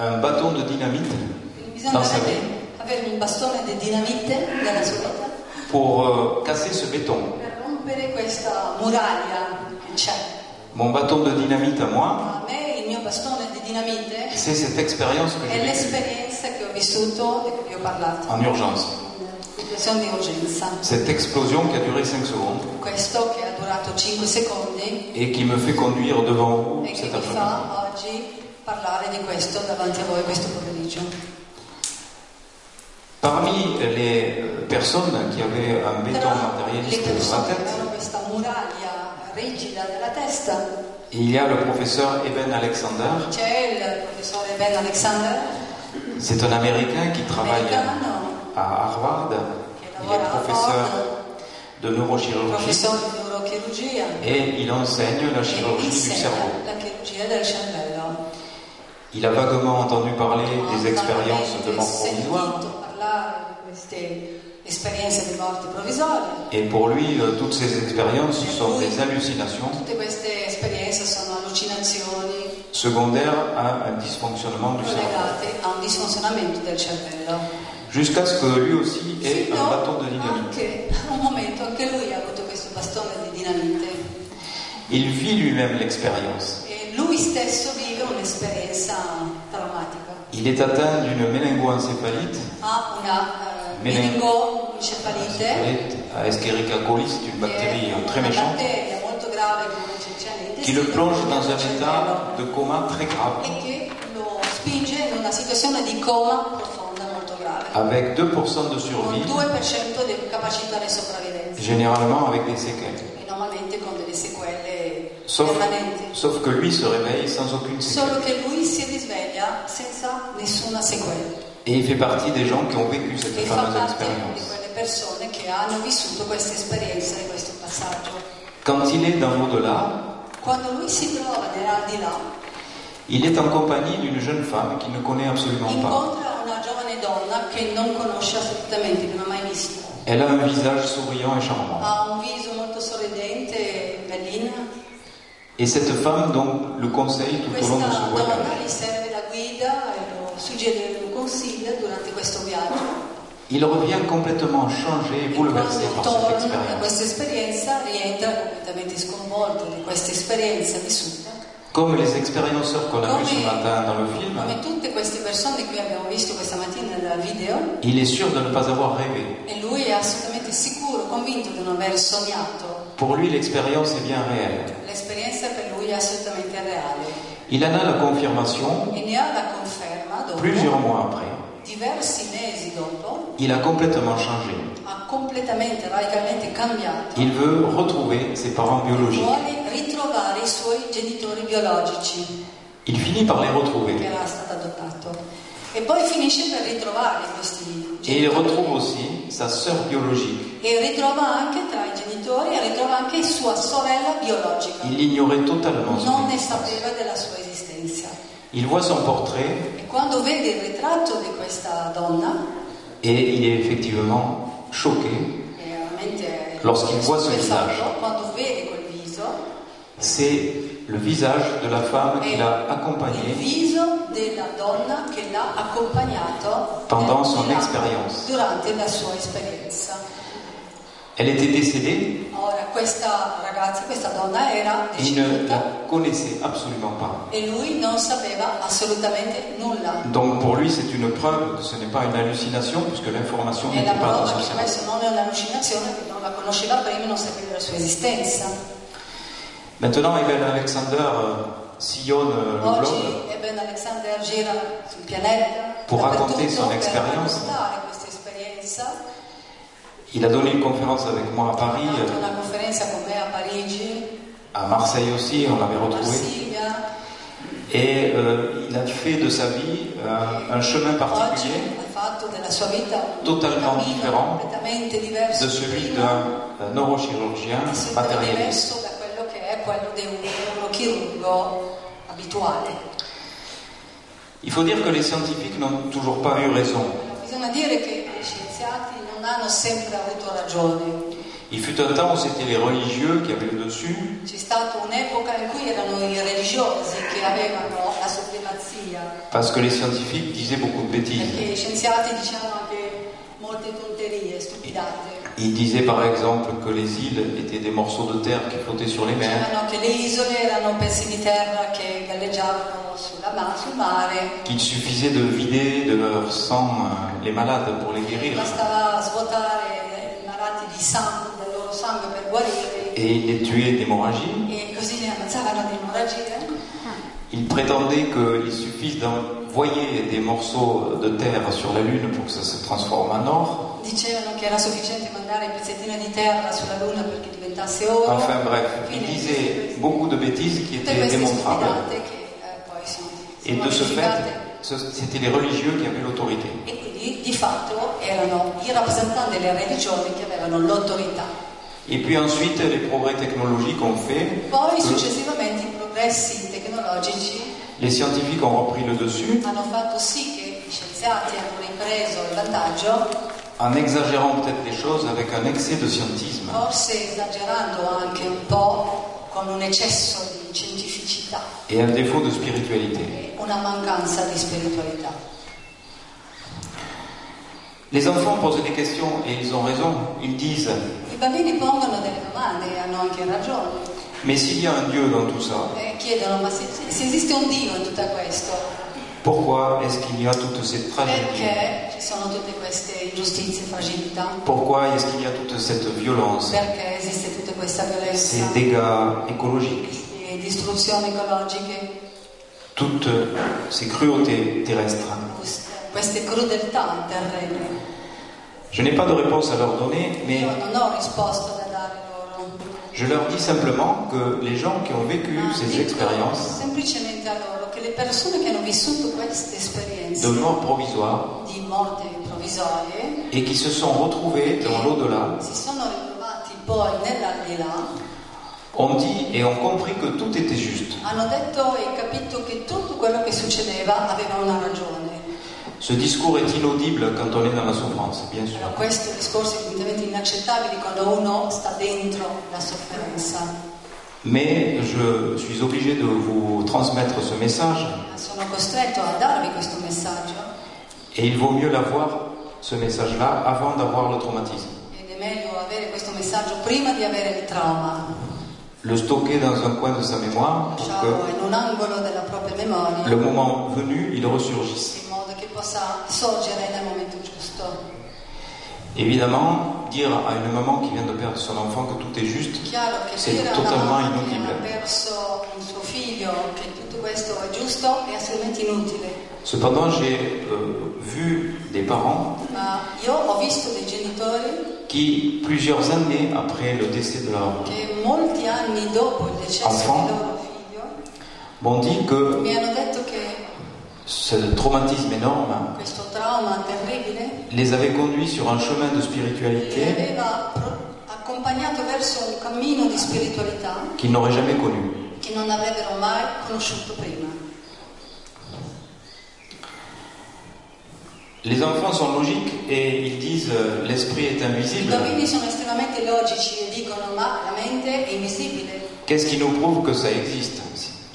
euh, un bâton de dynamite Quindi dans sa vie bisognerebbe avere un bastone di dinamite nella sua vita pour euh, casser ce béton. per rompere questa muraglia che c'è. Mon bâton de dynamite à moi, A me il mio bastone di dinamite c'est cette expérience que è j'ai vécue l'esperienza che ho vissuto e che vi ho parlato, en urgence. una situazione di urgenza. Cette explosion qui a duré 5 secondes Questo che ha durato 5 secondi et qui me fait conduire devant vous e che cet mi après-midi. fa oggi parlare di questo davanti a voi questo pomeriggio. Parmi les euh, personnes qui avaient un béton le matérialiste en persone che tête, hanno questa muraglia rigida nella testa il y a le professeur Eben Alexander. c'è il professore Ben Alexander, C'est un Américain qui travaille americano, à Harvard. Il est professeur de neurochirurgie professore di neurochirurgia et il enseigne la e chirurgie du cerveau. insegna la chirurgia del cervello. Il a vaguement entendu parler Ho des expériences de vagamente mort provisoire sentito parlare di queste esperienze di morte provvisoria. et pour lui, euh, toutes ces expériences sont Oui. des hallucinations Tutte queste esperienze sono allucinazioni secondaires à un dysfonctionnement du cerveau. collegate a un disfunzionamento del cervello. Jusqu'à ce que lui aussi ait un Fino bâton de dynamite. Anche a un momento anche lui ha avuto questo bastone di dinamite Il vit lui-même l'expérience. e lui stesso vive un'esperienza traumatica. Il est atteint d'une méningoencéphalite, Ha una eh, Menen- meningoencefalite, à Escherichia coli, c'est une bactérie che è euh, très una méchante, batteria molto grave che c'è qui le nell'intestino plonge dans un nel cervello, état de coma très grave, e che lo spinge in una situazione di coma profonda molto grave. avec 2% de con survie, il 2% di capacità di sopravvivenza généralement avec des séquelles. e normalmente con delle sequele Sauf, permanenti. sauf que lui se réveille sans aucune Solo séquelle. che lui si risveglia senza nessuna sequela Et il fait partie des gens qui ont vécu cette e fa fameuse parte di expérience. quelle persone che hanno vissuto questa esperienza e questo passaggio. Quand il est dans l'au-delà, Quando lui si trova nell'aldilà, il est en compagnie d'une jeune femme qu'il ne connaît absolument pas. incontra una giovane donna che non conosce assolutamente, che non ha mai visto. Elle a un visage souriant et charmant. Ha un viso molto sorridente, bellina. Et cette femme donc le conseille tout au long Questa de ce donna voyage. gli serve da guida e lo suggere, lo consiglia durante questo viaggio. Il revient complètement changé E et bouleversé quando par cette torna da expérience. questa esperienza rientra completamente sconvolto di questa esperienza vissuta. Comme les expérienceurs qu'on a vus ce Come- matin dans le film, Come tutte queste persone che abbiamo visto questa mattina nel video, il est sûr de ne pas avoir rêvé. e lui è assolutamente sicuro, convinto di non aver sognato. Pour lui, l'expérience est bien réelle. L'esperienza per lui è assolutamente reale Il en a la confirmation e ne ha la conferma dopo, plusieurs mois après. diversi mesi dopo, Il a complètement changé. ha completamente, radicalmente cambiato. Il veut retrouver ses parents biologiques. Vuole ritrovare i suoi genitori biologici. Il finit par les retrouver. che era stato adottato. E poi finisce per ritrovare questi Et il genitori. retrouve aussi sa sœur biologique. E ritrova anche tra i genitori, e ritrova anche sua sorella biologica. Il ignorait totalement son Non ne existence. sapeva della sua esistenza. Il voit son portrait E quando vede il ritratto di questa donna, et il est effectivement choqué. è veramente Lorsqu'il voit ce stupefatto, visage. quando vede quel viso, C'est le visage de la femme è qu'il a il accompagnée viso della donna che l'ha accompagnato pendant eh, son durante- expérience. durante la sua esperienza. Elle était décédée, Ora, questa ragazza, questa donna era il ne la deceduta connaissait absolument pas. e lui non sapeva assolutamente nulla. Donc pour lui, c'est une preuve que ce n'est pas une hallucination puisque l'information È la n'était pas dans prova son che cerveau. questo non è un'allucinazione, che non la conosceva prima e non sapeva la sua esistenza. Maintenant, Evan Alexander euh, sillonne euh, Oh, le globe Oggi Eben Alexander gira sul pianeta Pour dappertutto raconter son per expérience. raccontare questa esperienza. Il a donné une conférence avec moi à Ha Paris, fatto euh, una conferenza con me a Parigi, à Marseille aussi, on l'avait a retrouvé. Marsiglia. Et euh, il a fait de sa vie euh, un chemin Oggi particulier ha fatto della sua vita un Totalement cammino différent completamente diverso de celui prima. d'un euh, neurochirurgien è sempre matérialiste. diverso da quello che è quello di un neurochirurgo abituale. Il faut dire que les scientifiques n'ont toujours pas eu raison. Bisogna dire che gli scienziati non hanno sempre avuto ragione. Il fut un temps où c'était les religieux qui avaient le dessus, C'è stata un'epoca in cui erano i religiosi che avevano la supremazia, parce que les scientifiques disaient beaucoup de perché bêtises. gli scienziati dicevano anche molte tonterie, stupidate. Ils disaient par exemple que les îles étaient des morceaux de terre qui flottaient sur les mers, Dicevano che le isole erano pezzi di terra che galleggiavano sulla ma- sul mare. qu'il suffisait de vider de leur sang euh, les malades pour les guérir. Bastava svuotare i malati di sangue, del loro sangue per guarirli. Et ils les tuaient d'hémorragie. e così ne ammazzavano di emorragia Ils prétendaient qu'il suffise d'envoyer des morceaux de terre sur la Lune pour que ça se transforme en or. dicevano che era sufficiente mandare pezzettine di terra sulla luna perché diventasse oro Enfin bref, ils disaient beaucoup de bêtises qui tutte étaient queste démontrables. stupidate che eh, poi sono, Et sono de ce fait, verificate ce- c'était les religieux qui avaient l'autorité. e quindi di fatto erano i rappresentanti delle religioni che avevano l'autorità Et puis ensuite, les progrès technologiques ont fait poi que successivamente i progressi tecnologici les scientifiques ont repris le dessus hanno fatto sì che gli scienziati hanno ripreso il vantaggio en exagérant peut-être les choses avec un excès de scientisme. forse esagerando anche un po' con un eccesso di scientificità et un défaut de spiritualité. una mancanza di spiritualità. Les enfants posent des questions et ils ont raison. Ils disent I bambini pongono delle domande e hanno anche ragione Mais s'il y a un Dieu dans tout ça, e chiedono ma se, se esiste un Dio in tutto questo, pourquoi est-ce qu'il y a toute cette tragédie perché ci sono tutte queste ingiustizie, fragilità? Pourquoi est-ce qu'il y a toute cette violence, Perché esiste tutta questa ces violenza dégâts écologiques, e distruzioni ecologiche, toutes ces cruautés terrestres queste- queste crudeltà terrene? Je n'ai pas de réponse à leur donner, mais Io non ho risposta da dare loro. je leur dis simplement que les gens qui ont vécu ma ces dico expériences semplicemente a loro che le persone che hanno vissuto queste esperienze de mort provisoire di morte provvisorie et qui se sont retrouvés dans l'au-delà si sono ritrovati poi nell'aldilà, ont dit et ont compris que tout était juste. hanno detto e capito che tutto quello che succedeva aveva una ragione. Ce discours est inaudible quand on est dans la souffrance, bien sûr. Allora, questo discorso è evidentemente inaccettabile quando uno sta dentro la sofferenza. Mais je suis obligé de vous transmettre ce message Ma Sono costretto a darvi questo messaggio et il vaut mieux l'avoir, ce message-là, avant d'avoir le traumatisme. ed è meglio avere questo messaggio prima di avere il trauma, Le stocker dans un coin de sa mémoire pour lasciarlo que in un angolo della propria memoria le moment venu, il ressurgisse. in modo che possa sorgere nel momento giusto. Évidemment, dire à une maman qui vient de perdre son enfant que tout est juste, chiaro che Sì, dire a una totalmente mamma che inutile. ha perso un suo figlio che tutto questo è giusto è assolutamente inutile cependant j'ai euh, vu des parents ma io ho visto dei genitori qui, plusieurs années après le décès de leur che molti anni dopo il decesso Enfant. del loro figlio m'ont dit que mi hanno detto che ce traumatisme énorme questo trauma terribile les avait conduits sur un chemin de li spiritualité aveva pro- accompagnato verso un cammino di spiritualità qu'ils n'auraient jamais connu. che non avrebbero mai conosciuto prima. Les enfants sont logiques et ils disent euh, l'esprit est I invisible. bambini sono estremamente logici e dicono ma la mente è invisibile. Qu'est-ce qui nous prouve que ça existe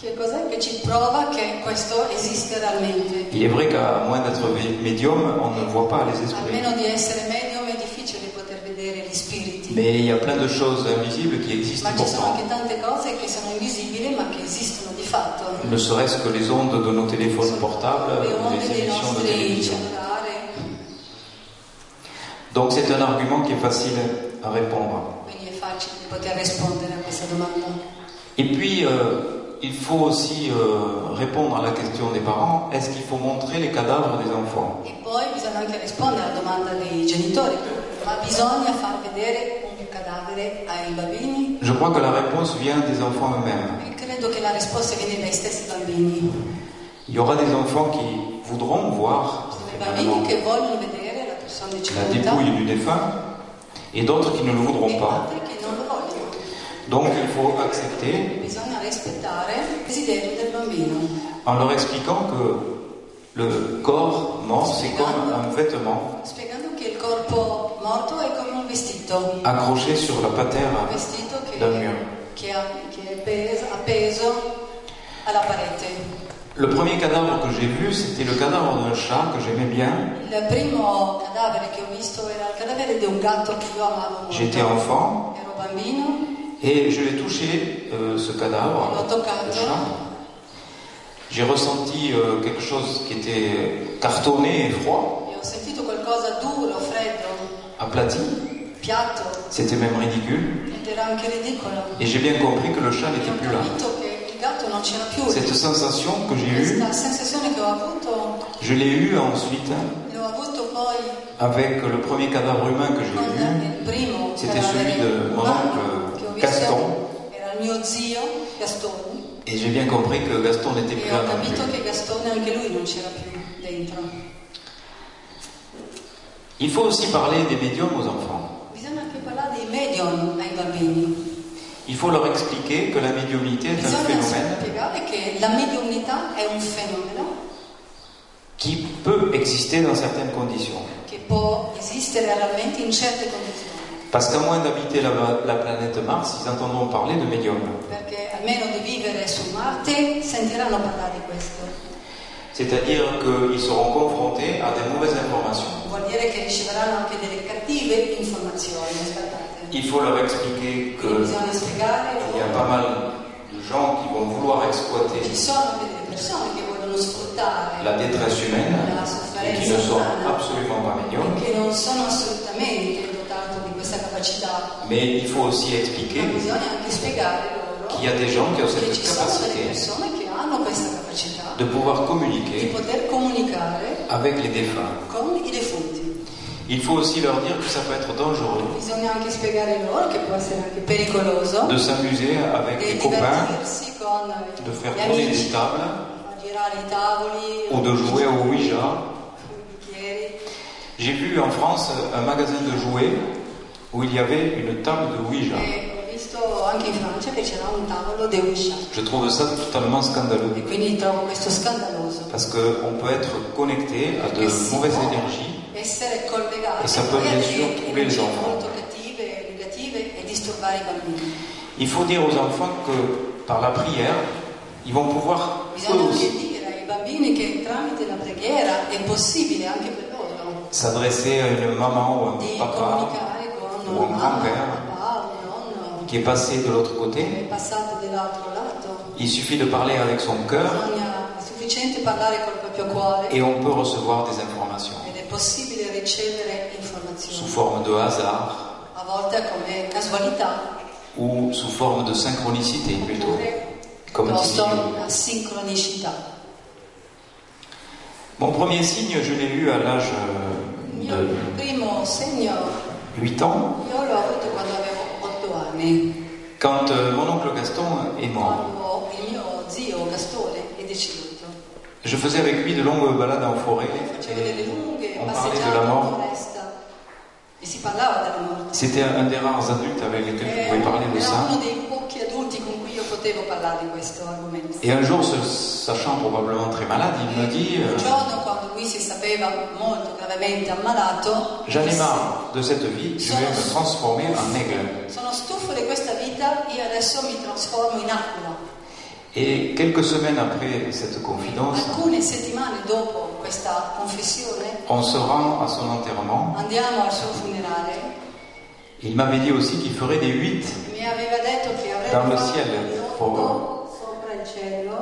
Che cos'è che ci prova che questo esiste realmente? Il est vrai qu'à moins d'être vé- médium, on ne voit pas les A esprits. meno di essere medium è difficile poter vedere gli spiriti, Mais il y a plein de choses invisibles qui existent ma ci sono pourtant. anche tante cose che sono invisibili ma che esistono di fatto. Ne serait-ce que les ondes de nos téléphones portables, le onde des dei émissions de nostri télévision. cellulari, Donc c'est un argument qui est facile à répondre. quindi è facile poter rispondere a questa domanda. Et puis, euh, il faut aussi euh, répondre à la question des parents. Est-ce qu'il faut montrer les cadavres des enfants E poi bisogna anche rispondere alla domanda dei genitori, ma bisogna far vedere un cadavere ai bambini? Je crois que la réponse vient des enfants eux-mêmes. E Credo che la risposta viene dai stessi bambini, Il y aura des enfants qui voudront voir sono i finalement, bambini che vogliono vedere la persona la deceduta dépouille du défunt et d'autres qui ne le voudront e pas. altri che non lo vogliono. Donc il faut accepter Bisogna rispettare il desiderio del bambino, en leur expliquant que le corps mort, c'est comme un vêtement spiegando che il corpo morto è come un vestito, accroché sur la un patère. vestito che, Ah, Dal mio. che ha- che è pes- appeso alla parete. Le premier cadavre que j'ai vu, c'était le cadavre d'un chat que j'aimais bien. Il primo cadavere che ho visto era il cadavere di un gatto che io amavo molto. J'étais enfant Ero bambino et je l'ai touché, euh, ce cadavre, L'ho toccato. le chat. J'ai ressenti euh, quelque chose qui était cartonné et froid, e ho sentito qualcosa duro, freddo, aplati. piatto, C'était même ridicule. Ed era anche ridicolo. Et j'ai bien compris que le chat E n'était ho plus là. capito che il gatto non c'era più. Cette sensation que j'ai eue, Questa sensazione che ho avuto, je l'ai eue ensuite hein, l'ho avuto poi avec le premier cadavre humain que j'ai con vu. il primo C'était cadavere celui de mon umano oncle che ho visto. Gaston. Era il mio zio Gastone Et j'ai bien compris que Gaston n'était plus e là ho non capito plus. che Gastone anche lui non c'era più dentro. Il faut aussi parler des médiums aux enfants. Bisogna anche parlare dei medium ai bambini. Il faut leur expliquer que la médiumnité est un Bisogna phénomène spiegare che la mediumnità è un fenomeno qui peut exister dans certaines conditions. che può esistere realmente in certe condizioni. Parce qu'à moins d'habiter la, la planète Mars, ils entendront parler de médiums. perché almeno di vivere su Marte sentiranno parlare di questo. C'est-à-dire qu'ils seront confrontés à des mauvaises informations. Vuol dire che riceveranno anche delle cattive informazioni sbagliate. Il faut leur expliquer Quindi que bisogna spiegare Il y a pas mal de gens qui vont vouloir exploiter ci sono anche delle persone che vogliono sfruttare la détresse humaine et qui ne sont absolument pas e mignons. che non sono assolutamente dotate di questa capacità. Mais il faut aussi expliquer Ma bisogna anche spiegare loro qu'il y a des gens qui ont che cette ci sono delle capacité persone che hanno questa capacità de pouvoir di communiquer poter comunicare avec les défunts. con i defunti. Il faut aussi leur dire que ça peut être dangereux Bisogna anche spiegare loro che può essere anche pericoloso. de s'amuser avec e les copains, divertirsi con de faire gli tourner amici, des tables a girare i tavoli, ou de jouer au Ouija. sui bicchieri. J'ai vu en France un magasin de jouets où il y avait une table de Ouija. E ho visto anche in Francia che c'era un tavolo de Ouija Je trouve ça totalement scandaleux. e quindi trovo questo scandaloso. Parce qu'on peut être connecté à de Perché si mauvaises può énergies Essere collegati E sapere poi a delle nessuno pure il energie dopo. molto cattive, negative e disturbare i bambini. Il faut dire aux enfants que par la prière, ils vont pouvoir eux Bisogna anche aussi dire ai bambini che tramite la preghiera è possibile anche per loro s'adresser à une maman ou un di papa comunicare con o un una mamma, grand-père. un papà, un nonno qui est passé de l'autre côté. che è passato dall'altro lato. Il suffit de parler avec son cœur Bisogna, è sufficiente parlare col proprio cuore et on peut recevoir des informations ed è possibile ricevere sous informazioni, forme de hasard a volte come casualità, ou sous forme de synchronicité plutôt. oppure Comme dit piuttosto Gilles. una sincronicità. Mon premier signe, je l'ai eu à l'âge euh, Il mio de primo segno 8 ans, io l'ho avuto quando avevo 8 anni, quand euh, mon oncle Gaston euh, est mort. quando il mio zio Gastone è deceduto. Je faisais avec lui de longues balades en forêt. Facevo delle et lunghe on parlait de passeggiate la in mort. foresta e si parlava della morte. Eh, C'était un des rares adultes avec lesquels je pouvais parler de Era ça. uno dei pochi adulti con cui io potevo parlare di questo argomento. Et un jour, se- sachant probablement très malade, il me dit Un euh, giorno, quando lui si sapeva molto gravemente ammalato, J'en ai disse, marre de cette vie, je vais me transformer en aigle. sono stufo di questa vita, io adesso mi trasformo in aquila. Et quelques semaines après cette confidence, Alcune settimane dopo questa confessione on se rend à son enterrement. andiamo al suo funerale. Il m'avait dit aussi qu'il ferait des huit Mi aveva detto che Dallo avrebbe fatto cielo, un povero. lotto sopra il cielo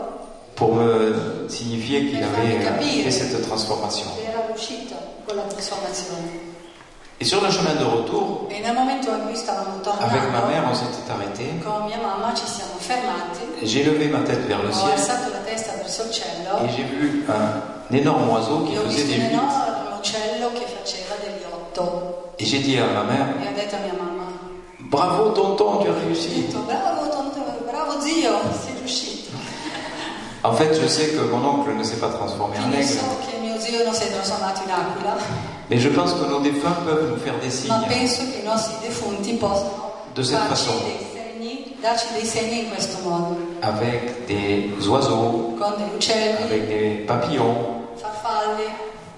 pour me signifier qu'il avait euh, fait cette transformation. che era uscito con la trasformazione. Et sur le chemin de retour, E nel momento in cui stavamo avec ma tornando, mère, on s'était arrêté. con mia mamma ci siamo fermati, J'ai levé ma tête vers le ho ciel alzato la testa verso il cielo et j'ai vu un énorme oiseau qui e ho faisait visto un des huit. enorme uccello che faceva degli otto. Et j'ai dit à ma mère, E ho detto a mia mamma, bravo tonton, tu as ho réussi. detto, bravo, tonto, bravo zio, sei riuscito. En fait, je sais que mon oncle ne s'est pas transformé en Quindi aigle, so che mio zio non si è trasformato in aquila, mais je pense que nos défunts peuvent nous faire des signes. ma penso che i nostri defunti possano Do sempre darci sono. dei segni, darci dei segni in questo modo, Avec des oiseaux, con degli uccelli, avec des papillons, farfalle,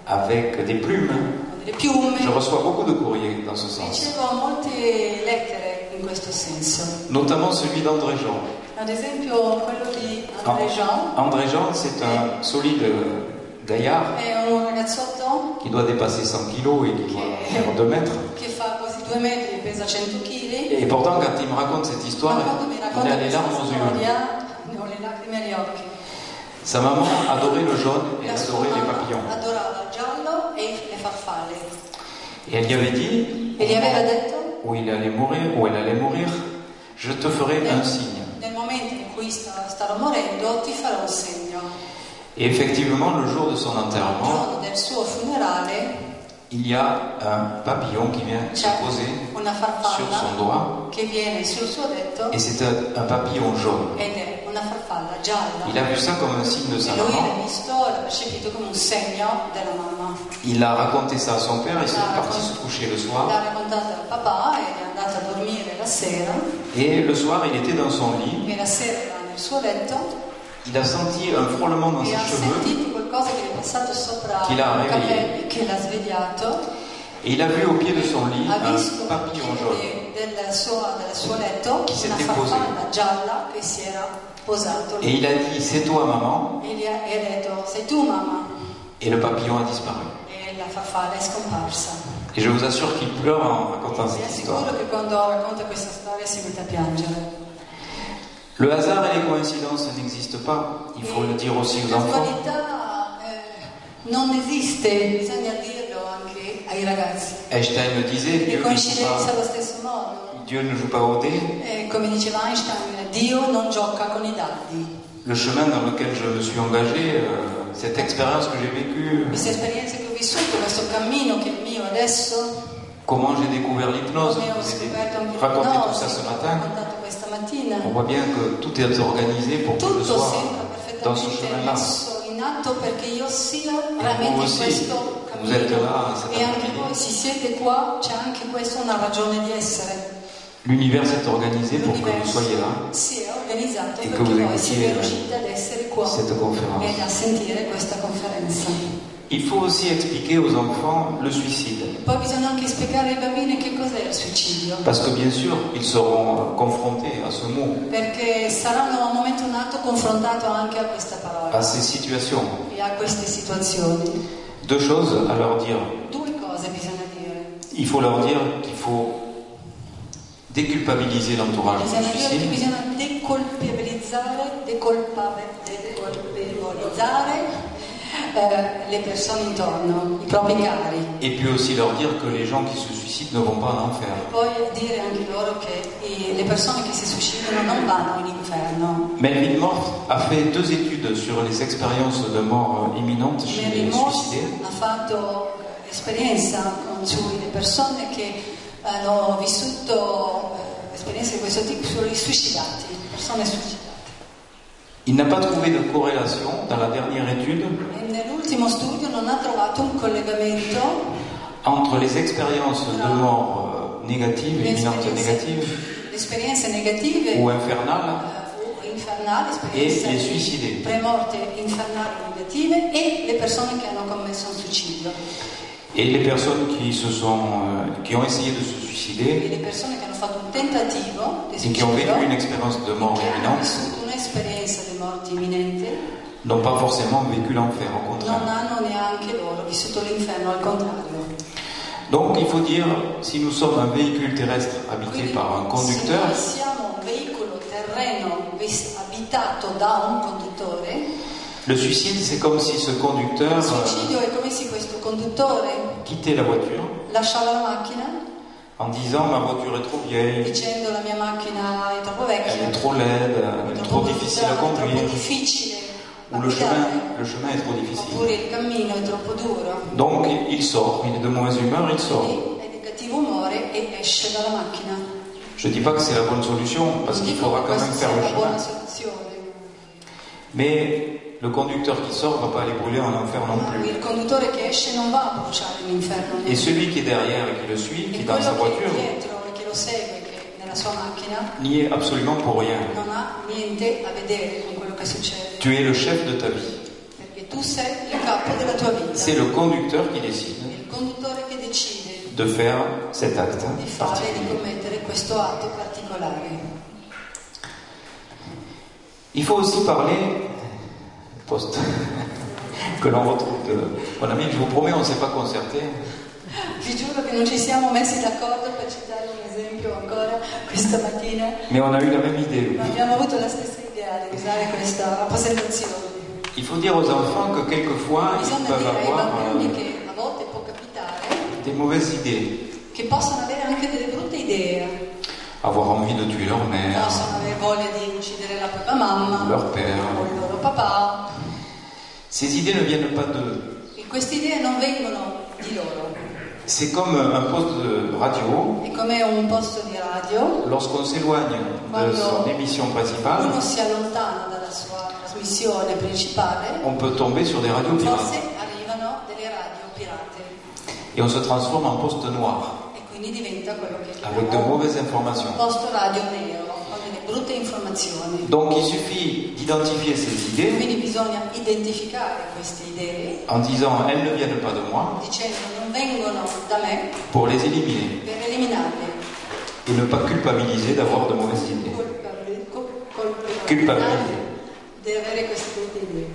avec des plumes. con delle piume. Je reçois beaucoup de courriers dans ce sens, Ricevo molte lettere in questo senso. notamment celui d'André Jean. Ad esempio quello di André Jean André Jean, c'est un solide euh, gaillard è un ragazzotto qui doit dépasser 100 kilos et qui doit faire 2 mètres. che fa quasi due metri, pesa 100 kg, Et pourtant, quand il me raconte cette ma histoire, quando mi il racconta a les questa larmes aux yeux. storia ho le lacrime agli occhi. Sa maman adorait le jaune et La sua adorait les mamma papillons. adorava il giallo e le farfalle Et elle lui avait dit, e gli aveva detto où il allait mourir, où elle allait mourir, je te ferai un signe. nel momento in cui sta- starò morendo ti farò un segno. Et effectivement, le jour de son Il enterrement, giorno del suo funerale il y a un papillon qui vient se c'è poser una sur son farfalla doigt, che viene sul suo letto et ed c'est un, un papillon jaune. è una farfalla gialla. Il a vu ça comme un signe de sa E lui l'ha maman, visto, l'ha percepito come un segno della mamma. il a raconté ça à son père, ils sont partis se coucher le soir, L'ha raccontata al papà ed è andata a dormire la sera et le soir, il était dans son lit, e la sera era nel suo letto il a senti un frôlement dans e ses ha cheveux, sentito qualcosa che è passato sopra Ah, Chi i l'ha eh, capelli, che l'ha svegliato, et il a vu au pied de son lit ha un visto al papillon jaune. piede del suo, del suo letto Chi ah, si è una deposé. farfalla gialla che si era posato Et lì il a dit, c'est toi maman, e gli ha, e ha detto sei tu mamma et le papillon a disparu. e la farfalla è scomparsa. Et je vous assure qu'il pleure en racontant Mi cette histoire. assicuro che quando racconta questa storia si mette a piangere. Le hasard et les coïncidences n'existent pas. Il faut le dire aussi aux La enfants. qualità eh, non esiste, bisogna dirlo anche ai ragazzi. Einstein le Le disait, Dieu ne, joue coincidenze pas, allo stesso modo. Dieu ne joue pas au dé. Eh, come diceva Einstein, Dio non gioca con i dadi. Le chemin dans lequel je me suis engagé, euh, cette expérience que j'ai vécue, Queste esperienze che ho vissuto, questo cammino che è il mio adesso, comment j'ai découvert l'hypnose, come ho vous avez scoperto anche raconté tout l'ipnosi, ça ce ho matin. raccontato questa mattina, On voit bien que tout est organisé pour que je tutto sois sembra dans ce perfettamente chemin-là. messo in atto perché io sia voi veramente in sì, questo vous êtes là, cammino. siete E anche partiti. voi, se siete qua, c'è anche questa una ragione di essere. L'univers est organisé pour que vous L'universo soyez là, Si è organizzato E perché come voi dire, siete riusciti ad essere qua cette conférence. e a sentire questa conferenza. Il faut aussi expliquer aux enfants le suicide. Poi bisogna anche spiegare ai bambini che cos'è il suicidio, Parce que bien sûr, ils seront confrontés à ce mot, perché saranno a un momento nato confrontato anche a questa parola à ces situations. e a queste situazioni. Deux choses à leur dire. Due cose bisogna dire. Il faut leur dire qu'il faut déculpabiliser l'entourage du Bisogna dire che suicide bisogna decolpevolizzare, decolpave- decolpevolizzare eh, le persone intorno, i propri cari. et puis aussi leur dire que les gens qui se suicident ne vont pas en enfer. Poi dire anche loro che i quindi le persone che si suicidano non vanno in inferno. Melvin Morse a fait deux études sur les expériences de mort imminente chez Mary les Morse suicidés. ha fatto esperienza con sulle persone che hanno vissuto eh, esperienze di questo tipo sui suicidati, persone suicidate. Il n'a pas trouvé de corrélation dans la dernière étude E nell'ultimo studio non ha trovato un collegamento entre les expériences de mort euh, négative, le imminente esperienze, négative le esperienze negative ou infernale eh, o infernali, et esperienze les suicidés. premorte infernali negative e le persone che hanno commesso un suicidio. Et les personnes qui, se sont, euh, qui ont essayé de se E suicider le persone che hanno fatto un tentativo di et qui ont vécu une suicidio expérience de che mort hanno imminente vissuto un'esperienza di morte imminente n'ont pas forcément vécu l'enfer, au non contraire. hanno neanche loro vissuto l'inferno, al contrario. Donc il faut dire, si nous sommes un véhicule terrestre habité Quindi, par un se conducteur, noi siamo un veicolo terreno vis- abitato da un conduttore, le suicide c'est comme si ce conducteur il euh, suicidio è come se questo conduttore quittait la voiture lasciava la macchina en disant ma voiture est trop vieille, dicendo la mia macchina Eh. è troppo elle vecchia, est trop laide, elle est trop brutta, difficile à è troppo conduire, difficile da ou le chemin, guidare, le chemin est trop difficile. oppure il cammino è troppo duro, Donc il sort, il est de mauvaise humeur, il sort. quindi è di cattivo umore e esce dalla macchina. Je dis pas que c'est la bonne solution, parce Non qu'il dico faudra che quand même questa faire sia le una buona chemin. soluzione. Mais le conducteur qui sort va pas aller brûler en enfer non Ma plus. Ah, Il conduttore che esce non va a bruciare l'inferno. Et celui qui est derrière et qui le suit, qui E est dans sa quello che è voiture, dietro e che lo segue, che è nella sua macchina, n'y est absolument pour rien. non ha niente a vedere con quello che succede. Tu es le chef de ta vie. Perché tu sei il capo della tua vita. C'est le conducteur qui décide È il conduttore che decide de faire cet acte di fare, di particulier. commettere questo atto particolare. Il faut aussi parler, poste, que l'on retrouve de mon ami, je vous promets, on ne s'est pas concerté. Vi giuro che non ci siamo messi d'accordo per citare un esempio ancora questa mattina. Mais on a eu la même idée. Ma abbiamo avuto la stessa idea di usare questa rappresentazione. Il faut dire aux enfants que quelquefois, ils Bisogna peuvent dire ai avoir bambini euh, che a volte può capitare des mauvaises idées. che possano avere anche delle brutte idee, Avoir envie de tuer leur mère, possono avere voglia di uccidere la propria ou mamma leur père. o il loro papà Ces idées ne viennent pas d'eux. e queste idee non vengono di loro. C'est comme un poste de radio. È come un posto di radio, Lorsqu'on s'éloigne de son émission principale, uno si allontana dalla sua trasmissione principale, on peut tomber sur des radios pirates. forse arrivano delle radio pirate Et on se transforme en poste noir, e quindi diventa quello che avec de chiamiamo mauvaises informations. un posto radio nero, con delle brutte informazioni. Donc il suffit d'identifier ces idées Quindi bisogna identificare queste idee en disant elles ne viennent pas de moi dicendo non vengono da me pour les éliminer per eliminarle. et ne pas culpabiliser d'avoir de mauvaises idées. Colpevole- col- colpevole- Culpabilità. di avere queste idee.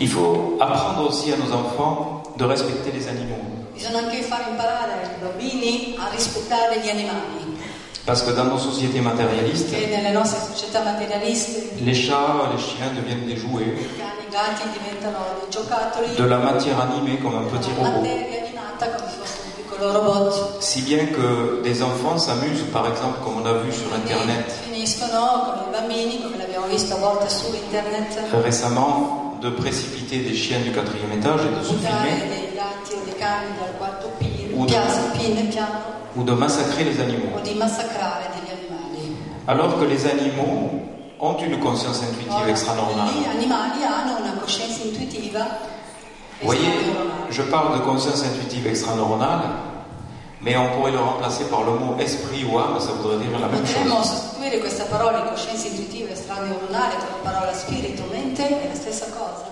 Il faut apprendre aussi à nos enfants de respecter les animaux. Bisogna anche far imparare ai bambini a rispettare gli animali, Parce que dans nos sociétés matérialistes, che nelle nostre società materialiste les chats, les chiens deviennent des jouets, i cani, i gatti diventano dei giocattoli de la matière animée comme un petit una robot. materia animata come se fosse un piccolo robot. Si bien que des enfants s'amusent, par exemple, comme on a vu sur E Internet finiscono come i bambini, come l'abbiamo visto a volte su internet, très récemment, de précipiter des chiens du quatrième étage et de se buttare filmer, dei gatti o dei cani dal quarto pin, Un- piazza, pin, piano, ou de massacrer les animaux. o di massacrare degli animali. Alors que les animaux ont une conscience intuitive Ora, Gli extra-normale. animali hanno una coscienza intuitiva Vous voyez, estranormale. je parle de conscience intuitive extra-normale, mais on pourrait le remplacer par le mot esprit ou âme, ça voudrait dire la même Potremmo chose. sostituire questa parola coscienza intuitiva estranormale con la parola spirito, mente, è la stessa cosa.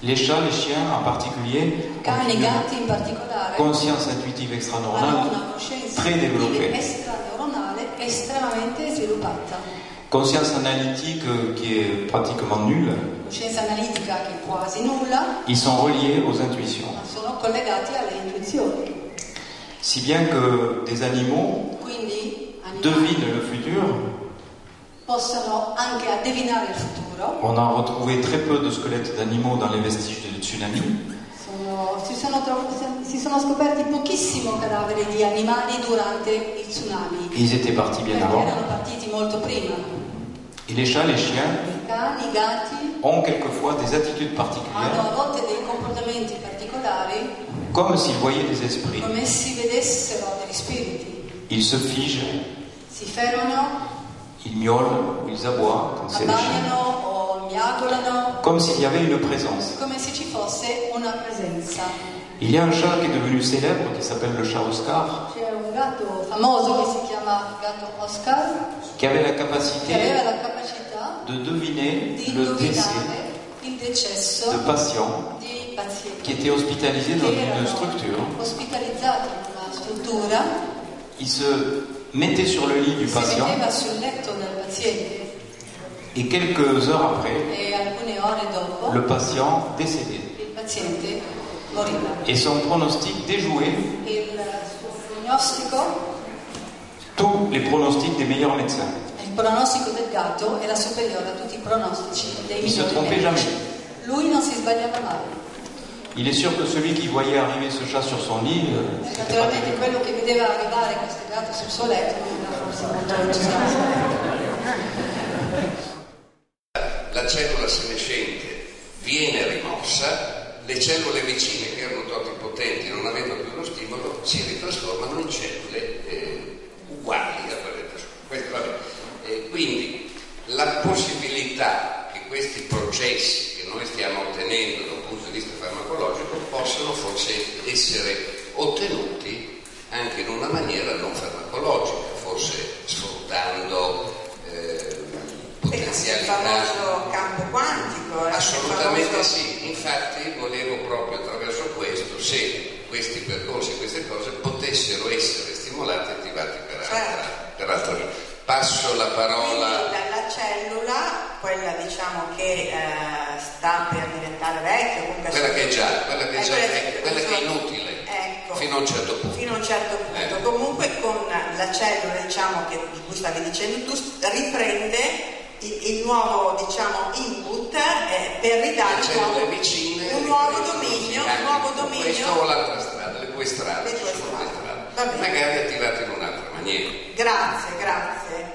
Les chats, les chiens en particulier, ont Cani e une gatti in particolare conscience intuitive hanno extra-normale, una coscienza très intuitiva développée. estraneuronale estremamente sviluppata. Conscience analytique euh, qui est pratiquement nulle. Coscienza analitica che è quasi nulla, Ils sont reliés aux intuitions. ma sono collegati alle intuizioni. Si bien que des animaux Quindi animali devinent le futur, possono anche adivinare il futuro. on a retrouvé très peu de squelettes d'animaux dans les vestiges de tsunami. Sono- si, sono tro- si sono scoperti pochissimo cadaveri di animali durante il tsunami. Ils étaient partis bien Perché avant. erano partiti molto prima. Et les chats, les chiens I cani, i gatti ont quelquefois des attitudes hanno particulières, a volte dei comportamenti particolari comme s'ils voyaient des esprits. come si vedessero degli spiriti. Ils se figent, Si fermano, ils miaulent ou ils aboient quand c'est les chiens. abbaiano o miagolano, Comme s'il y avait une présence. come se ci fosse una presenza. Il y a un chat qui est devenu célèbre qui s'appelle le chat Oscar, C'era un gatto famoso che si chiama gatto Oscar qui avait la che capacité aveva la capacità de deviner di le décès indovinare il decesso de patients di qui pazienti étaient hospitalisés dans che une structure. erano ospitalizzati in una struttura Il se mettait sur le lit du si patient metteva sul letto del paziente et quelques heures après, e alcune ore dopo le patient décédait. il paziente moriva. Et son pronostic déjouait Il suo pronostico, tous les pronostics des meilleurs médecins. il pronostico del gatto era superiore a tutti i pronostici dei Il se migliori trompait medici. jamais. Lui non si sbagliava mai. Il est sûr que celui qui voyait arriver ce chat sur son lit, euh, c'était pas Naturalmente quello che vedeva arrivare questo gatto sul suo letto non era forse molto entusiasta. la cellula senescente viene rimossa, le cellule vicine che erano totipotenti non avendo più lo stimolo si ritrasformano in cellule eh, uguali a quelle da sopra. Questo, vabbè. Eh, quindi la possibilità che questi processi che noi stiamo ottenendo da un punto di vista farmacologico possano forse essere ottenuti anche in una maniera non farmacologica, forse sfruttando eh, Il potenzialità famoso campo quantico. eh, il Assolutamente famoso- sì, infatti volevo proprio attraverso questo se questi percorsi, queste cose potessero essere stimolati e attivati per altra, Certo. per altra via. Passo la Quindi parola, dalla cellula, quella diciamo che eh, sta per diventare vecchia, comunque quella che è già, quella che è, Eh, già, è, quella che è insomma, inutile, Ecco. fino a un certo punto. fino a un certo punto. Eh. Comunque con la cellula diciamo che di cui stavi dicendo tu riprende il, il nuovo diciamo input eh, per ridare Le un cellule nuovo- Cioè, vicine, un nuovo riprendono dominio, anche un nuovo Questo o dominio. l'altra strada, le due strade, Le due ci sono due strade. strade. Va bene. magari attivate in un'altra maniera. Grazie, grazie.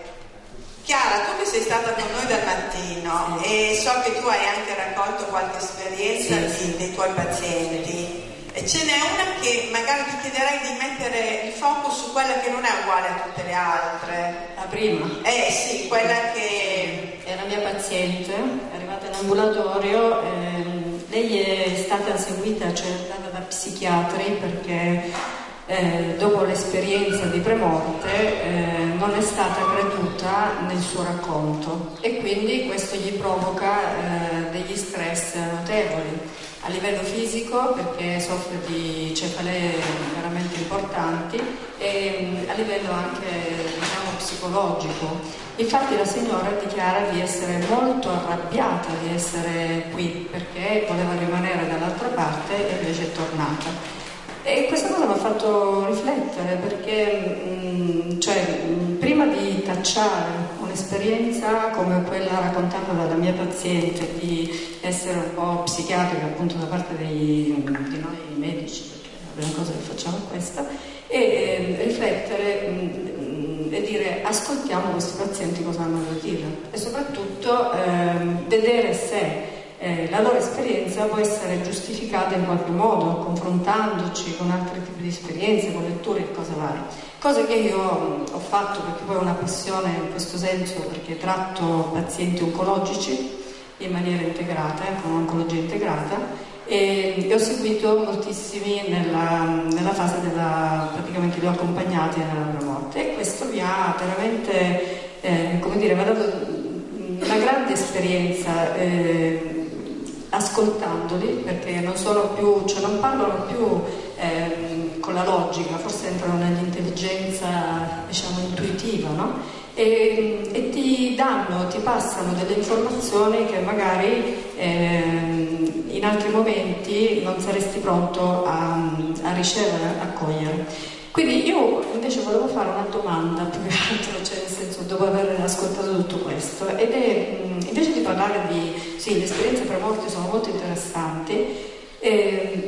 Chiara, tu che sei stata con noi dal mattino e so che tu hai anche raccolto qualche esperienza di- dei tuoi pazienti. E ce n'è una che magari ti chiederei di mettere il focus su quella che non è uguale a tutte le altre. La prima Eh sì, quella che... è una mia paziente, è arrivata in ambulatorio, ehm, lei è stata seguita, cioè è andata da psichiatri perché eh, dopo l'esperienza di Premonte eh, non è stata creduta nel suo racconto e quindi questo gli provoca eh, degli stress notevoli a livello fisico perché soffre di cefalee veramente importanti e mm, a livello anche diciamo, psicologico. Infatti la signora dichiara di essere molto arrabbiata di essere qui perché voleva rimanere dall'altra parte e invece è tornata. E questa cosa mi ha fatto riflettere perché mm, cioè, mm, prima di tacciare un'esperienza come quella raccontata dalla mia paziente di essere un po' psichiatrica appunto da parte dei- di noi medici, perché la prima cosa che facciamo è questa, e eh, riflettere mm, mm, e dire ascoltiamo questi pazienti cosa hanno da dire e soprattutto ehm, vedere se eh, la loro esperienza può essere giustificata in qualche modo, confrontandoci con altri tipi di esperienze, con letture e cose varie. Cosa che io mh, ho fatto perché poi ho una passione in questo senso, perché tratto pazienti oncologici in maniera integrata, eh, con oncologia integrata, e, e ho seguito moltissimi nella, nella fase della, praticamente li ho accompagnati nella loro morte e questo mi ha veramente, eh, come dire, mi ha dato una grande esperienza eh, ascoltandoli perché non sono più, cioè non parlano più ehm, con la logica, forse entrano nell'intelligenza diciamo intuitiva, no? E, e ti danno, ti passano delle informazioni che magari ehm, in altri momenti non saresti pronto a, a ricevere, a cogliere. Quindi io invece volevo fare una domanda più che altro, cioè nel senso dopo aver ascoltato tutto questo, ed è mh, invece di parlare di sì, le esperienze premorte sono molto interessanti, ehm,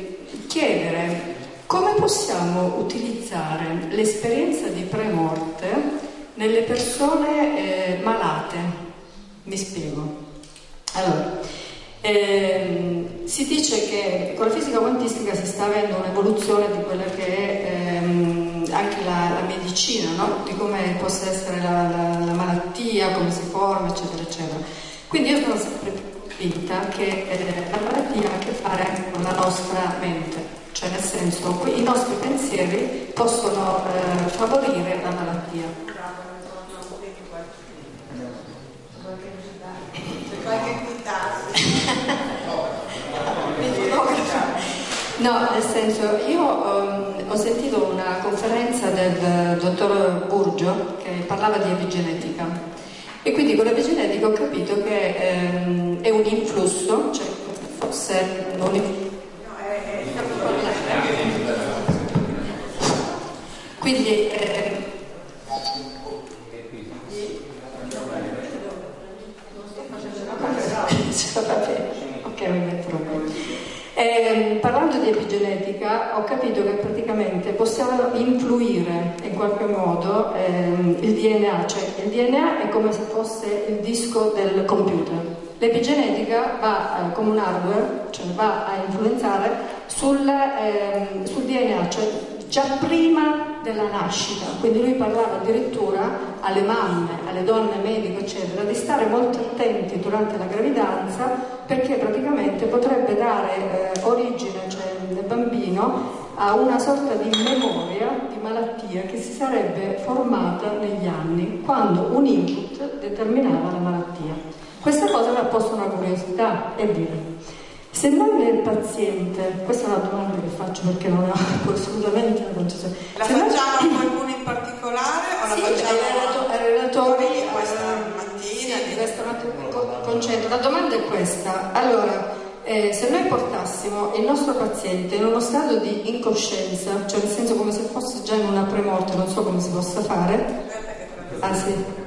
chiedere come possiamo utilizzare l'esperienza di premorte nelle persone eh, malate? Mi spiego. Allora, ehm, si dice che con la fisica quantistica si sta avendo un'evoluzione di quella che è ehm, anche la, la medicina, no? di come possa essere la, la- la malattia, come si forma, eccetera, eccetera. Quindi io sono sempre convinta che eh, la malattia ha a che fare anche con la nostra mente, cioè nel senso que- i nostri pensieri possono eh, favorire la malattia. Qualche puntata. No, nel senso, io ehm, ho sentito una conferenza del eh, dottor Burgio che parlava di epigenetica e quindi con l'epigenetica ho capito che ehm, è un influsso, cioè forse non Quindi ehm, Cioè, vabbè, ok, mi metto la mano. Ehm, parlando di epigenetica ho capito che praticamente possiamo influire in qualche modo ehm, il DNA, cioè il DNA è come se fosse il disco del computer. L'epigenetica va eh, come un hardware, cioè va a influenzare sul, ehm, sul DNA, cioè già prima della nascita. Quindi lui parlava addirittura alle mamme, alle donne medico, eccetera, di stare molto attenti durante la gravidanza perché praticamente potrebbe dare eh, origine, cioè nel bambino, a una sorta di memoria di malattia che si sarebbe formata negli anni quando un input determinava la malattia. Questa cosa mi ha posto una curiosità e dire. Se noi nel paziente, questa è una domanda che faccio perché non ho assolutamente la concessione. La Se noi- facciamo a qualcuno in particolare o la Sì, facciamo ai relato- ai relatori, di questa eh, mattina? Sì, di questa mattina mi co- concentro. La domanda è questa. Allora, eh, se noi portassimo il nostro paziente in uno stato di incoscienza, cioè nel senso come se fosse già in una premorte, non so come si possa fare. Ah sì.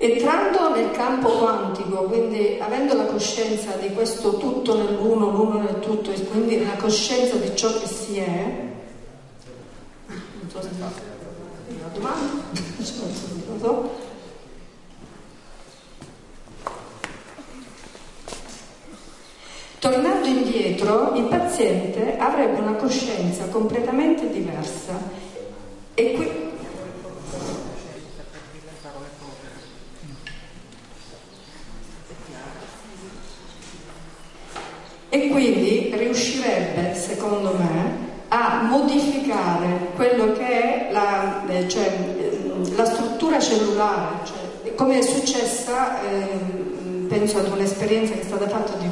Entrando nel campo quantico, quindi avendo la coscienza di questo tutto nell'uno, l'uno nel tutto, e quindi la coscienza di ciò che si è. Non so se una domanda. Non so. Tornando indietro, il paziente avrebbe una coscienza completamente diversa e qui e quindi riuscirebbe, secondo me, a modificare quello che è la, eh, cioè, ehm, la struttura cellulare, cioè, come è successa, ehm, penso ad un'esperienza che è stata fatta di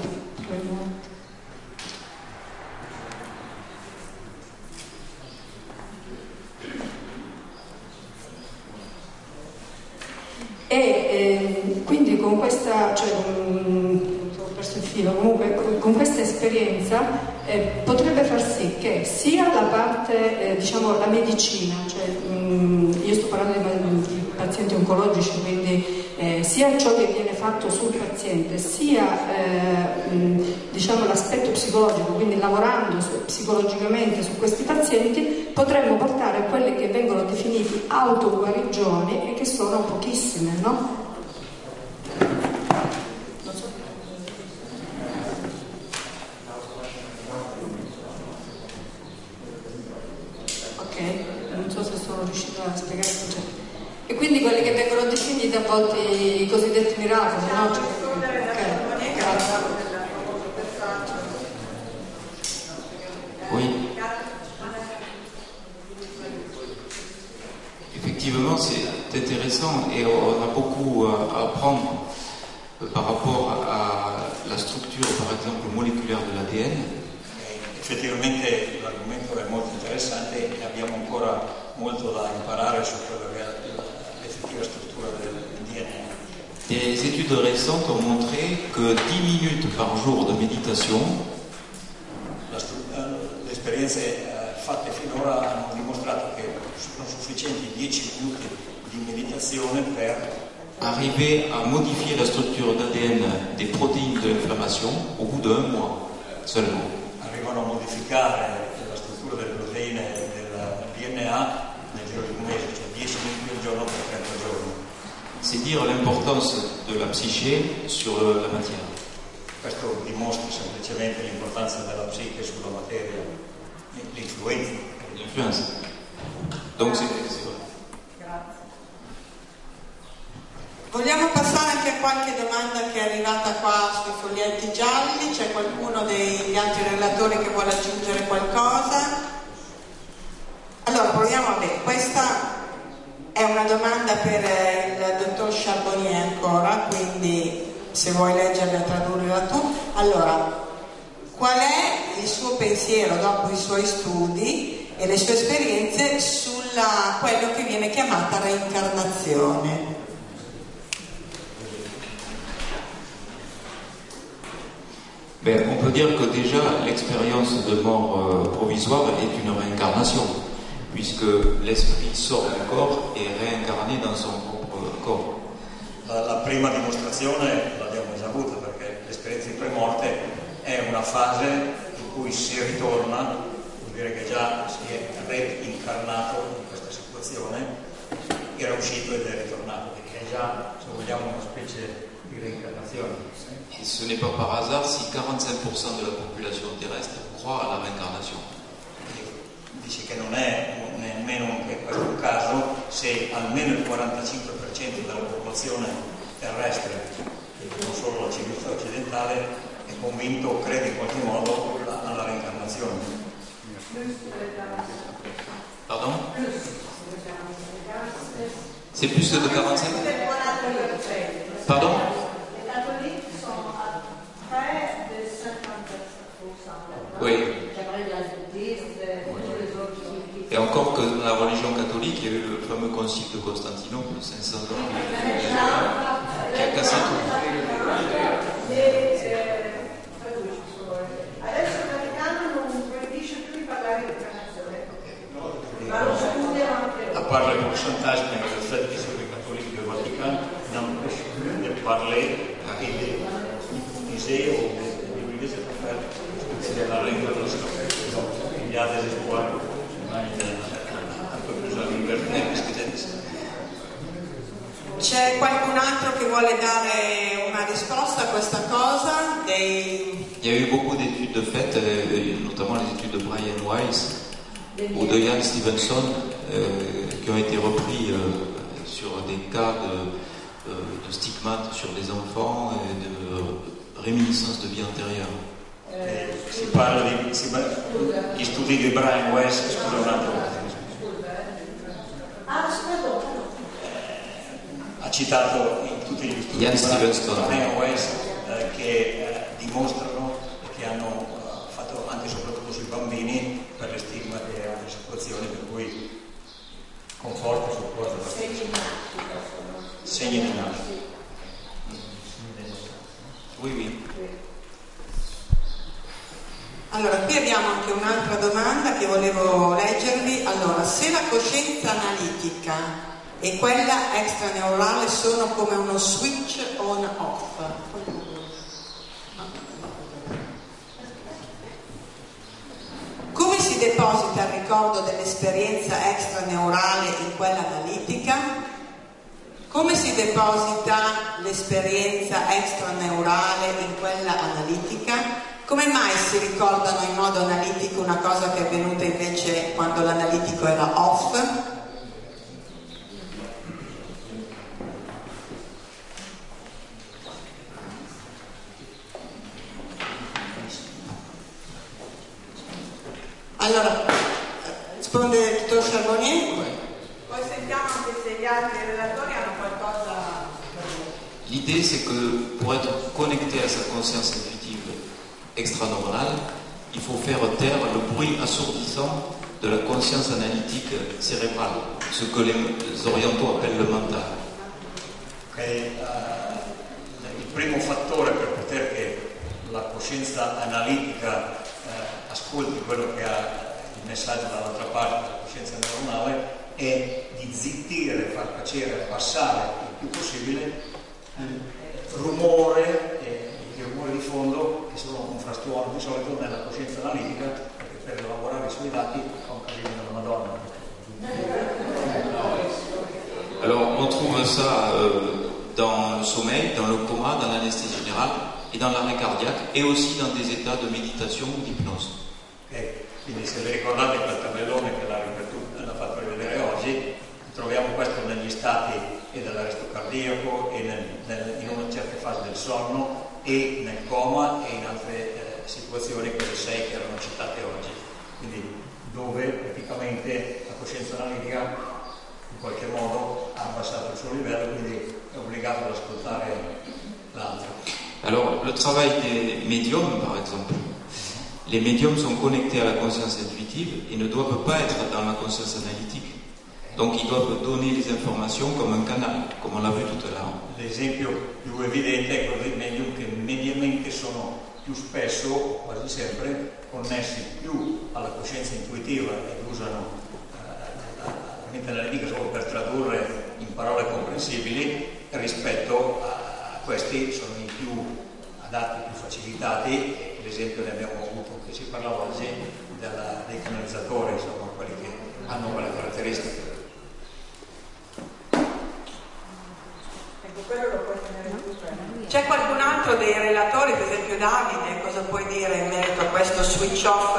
E ehm, quindi con questa, cioè, con, mm, ho perso il filo, comunque con, con questa esperienza eh, potrebbe far sì che sia la parte, eh, diciamo, la medicina, cioè, mh, io sto parlando di, ma- di pazienti oncologici, quindi eh, sia ciò che viene fatto sul paziente, sia eh, mh, diciamo, l'aspetto psicologico, quindi lavorando su- psicologicamente su questi pazienti, potremmo portare a quelli che vengono definiti autoguarigioni e che sono pochissime, no? Ok, non so se sono riuscita a spiegare il concetto. E quindi quelli che vengono definiti a volte i cosiddetti miracoli, no? Cioè, ok, grazie. Oui. Effectivement, c'est intéressant et on a beaucoup euh, à apprendre euh, par rapport à la structure, par exemple, moléculaire de l'ADN. Effettivamente l'argomento è molto interessante e abbiamo ancora molto da imparare su quella che è la- l'effettiva struttura del DNA. Des études récentes ont montré que 10 minutes par jour de méditation La stru- eh, le esperienze eh, fatte finora hanno dimostrato che sono sufficienti 10 minuti di meditazione per arriver à modifier la structure d'ADN des protéines de l'inflammation au bout d'un mois seulement. arrivano a modificare la struttura delle proteine del DNA nel giro di un mese, cioè 10 minuti al giorno per 30 giorni. C'est dire l'importance de la psyché sur euh, la matière. Questo dimostra semplicemente l'importanza della psiche sulla materia, e l'influenza. L'influence. Donc c'est c'est- Vogliamo passare anche a qualche domanda che è arrivata qua sui foglietti gialli, c'è qualcuno degli altri relatori che vuole aggiungere qualcosa? Allora proviamo a vedere, questa è una domanda per eh, il dottor Charbonnier ancora, quindi se vuoi leggerla e tradurla tu. Allora, qual è il suo pensiero dopo i suoi studi e le sue esperienze sulla quello che viene chiamata reincarnazione? Ben, on peut dire que déjà l'expérience de mort euh, provisoire est une réincarnation, puisque l'esprit sort du corps et est réincarné dans son propre euh, corps. La, la prima dimostrazione l'abbiamo già avuta perché l'esperienza di premorte è una fase in cui si ritorna, vuol dire che già si è reincarnato in questa situazione, era uscito ed è ritornato, quindi è già, se vogliamo, una specie di reincarnazione. Et ce n'est pas par hasard si 45% de la population terrestre croit à la réincarnation. Dice che non è un- nemmeno anche questo un caso se almeno il 45% della popolazione terrestre, e non solo la civiltà occidentale, è convinto o crede in qualche modo alla- alla reincarnazione. Pardon C'est plus de 45 Pardon Oui. Et encore que dans la religion catholique, il y a eu le fameux concile de Constantinople, 500 ans, qui a cassé tout. Adesso il Vaticano non proibisce più di parlare di carnazione, ma lo studiano anche À loro. part les pourcentages, mais le fait qu'ils soient catholiques du Vatican n'empêche plus de parler et de musées ou d'utiliser pour faire c'est la réincarnation. Donc, il y a des espoirs, mais il y a un peu plus de liberté, puisque c'est- C'è qualcun altro che vuole dare una risposta a questa cosa? Dei- Il y a eu beaucoup d'études de fait, euh, notamment les études de Brian Weiss ou de Ian Stevenson, euh, qui ont été repris euh, sur des cas de, euh, de stigmates sur des enfants et de réminiscences de vie antérieure. Eh, si parla di si par- gli studi di Brian West, scusa un attimo, Ah, sulla donna no. Eh, ha citato in tutti gli studi Ian di Brian- Stevenson. Brian West eh, che eh, dimostrano e che hanno eh, fatto anche e soprattutto sui bambini per le stigma che è una situazione per cui conforto su cosa segni di nascita. Mm. Oui, oui. Allora, qui abbiamo anche un'altra domanda che volevo leggervi. Allora, se la coscienza analitica e quella extraneurale sono come uno switch on-off, come si deposita il ricordo dell'esperienza extraneurale in quella analitica? Come si deposita l'esperienza extraneurale in quella analitica? Come mai si ricordano in modo analitico una cosa che è avvenuta invece quando l'analitico era off? Allora, risponde il dottor Charbonnier? Poi sentiamo anche se gli altri relatori hanno qualcosa. L'idée, c'est que pour être connecté à sa conscience intuitive extranormale, il faut faire taire le bruit assourdissant de la conscience analytique cérébrale, ce que les orientaux appellent le mental. che, eh, il primo fattore per poter che la coscienza analitica eh, ascolti quello che ha il messaggio dall'altra parte della coscienza normale è di zittire, far piacere, passare il più più possibile il rumore e i rumori di fondo che sono un frastuono di solito nella coscienza analitica perché per elaborare i suoi dati fa un casino della Madonna. Alors on trouve ça euh, dans le sommeil, dans le coma, dans l'anesthésie générale et dans l'arrêt cardiaque et aussi dans des états de méditation ou d'hypnose. E Eh, quindi se vi ricordate quel tabellone che l'ha ripetuto, l'ha fatto rivedere oggi, troviamo questo negli stati e dell'arresto cardiaco e nel- nel- in una certa fase del sonno e nel coma e in altre eh, situazioni, quelle sei che erano citate oggi. Quindi dove praticamente la coscienza analitica in qualche modo ha abbassato il suo livello, quindi è obbligato ad ascoltare l'altro. Alors, le travail des médiums, par exemple, les médiums sont connectés à la conscience intuitive et ne doivent pas être dans la conscience analytique. Donc, ils doivent donner les informations comme un canal, comme on l'a vu tout à l'heure. L'esempio più evidente è quello dei medium che mediamente sono più spesso, o quasi sempre, connessi più alla coscienza intuitiva ed usano eh, la la mente analitica solo per tradurre in parole comprensibili, rispetto a, a questi sono i più adatti, più facilitati. L'esempio ne abbiamo avuto che si parlava oggi della- dei canalizzatori, insomma, quelli che hanno quelle caratteristiche. Ecco, quello lo puoi tenere tu, eh. cioè, C'è qualcun altro dei relatori, per esempio Davide, cosa puoi dire in merito a questo switch off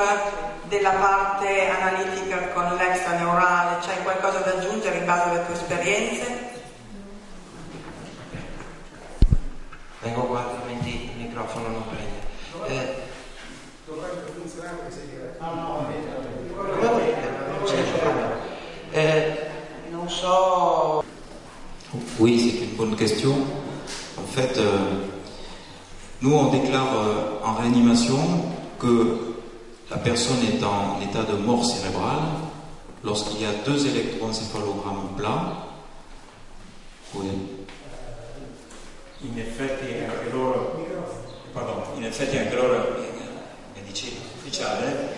della parte analitica con l'extra neurale? C'hai qualcosa da aggiungere in base alle tue esperienze? Vengo qua altrimenti il microfono non prende. Eh, Dovrebbe funzionare così. No, no, senza problema. Eh, non so Oui, c'est une bonne question. En fait, euh, nous, on déclare euh, en réanimation que la personne est en état de mort cérébrale lorsqu'il y a deux électroencéphalogrammes plats. Oui. In effetti anche loro, pardon, in effetti anche loro eh, in medicina ufficiale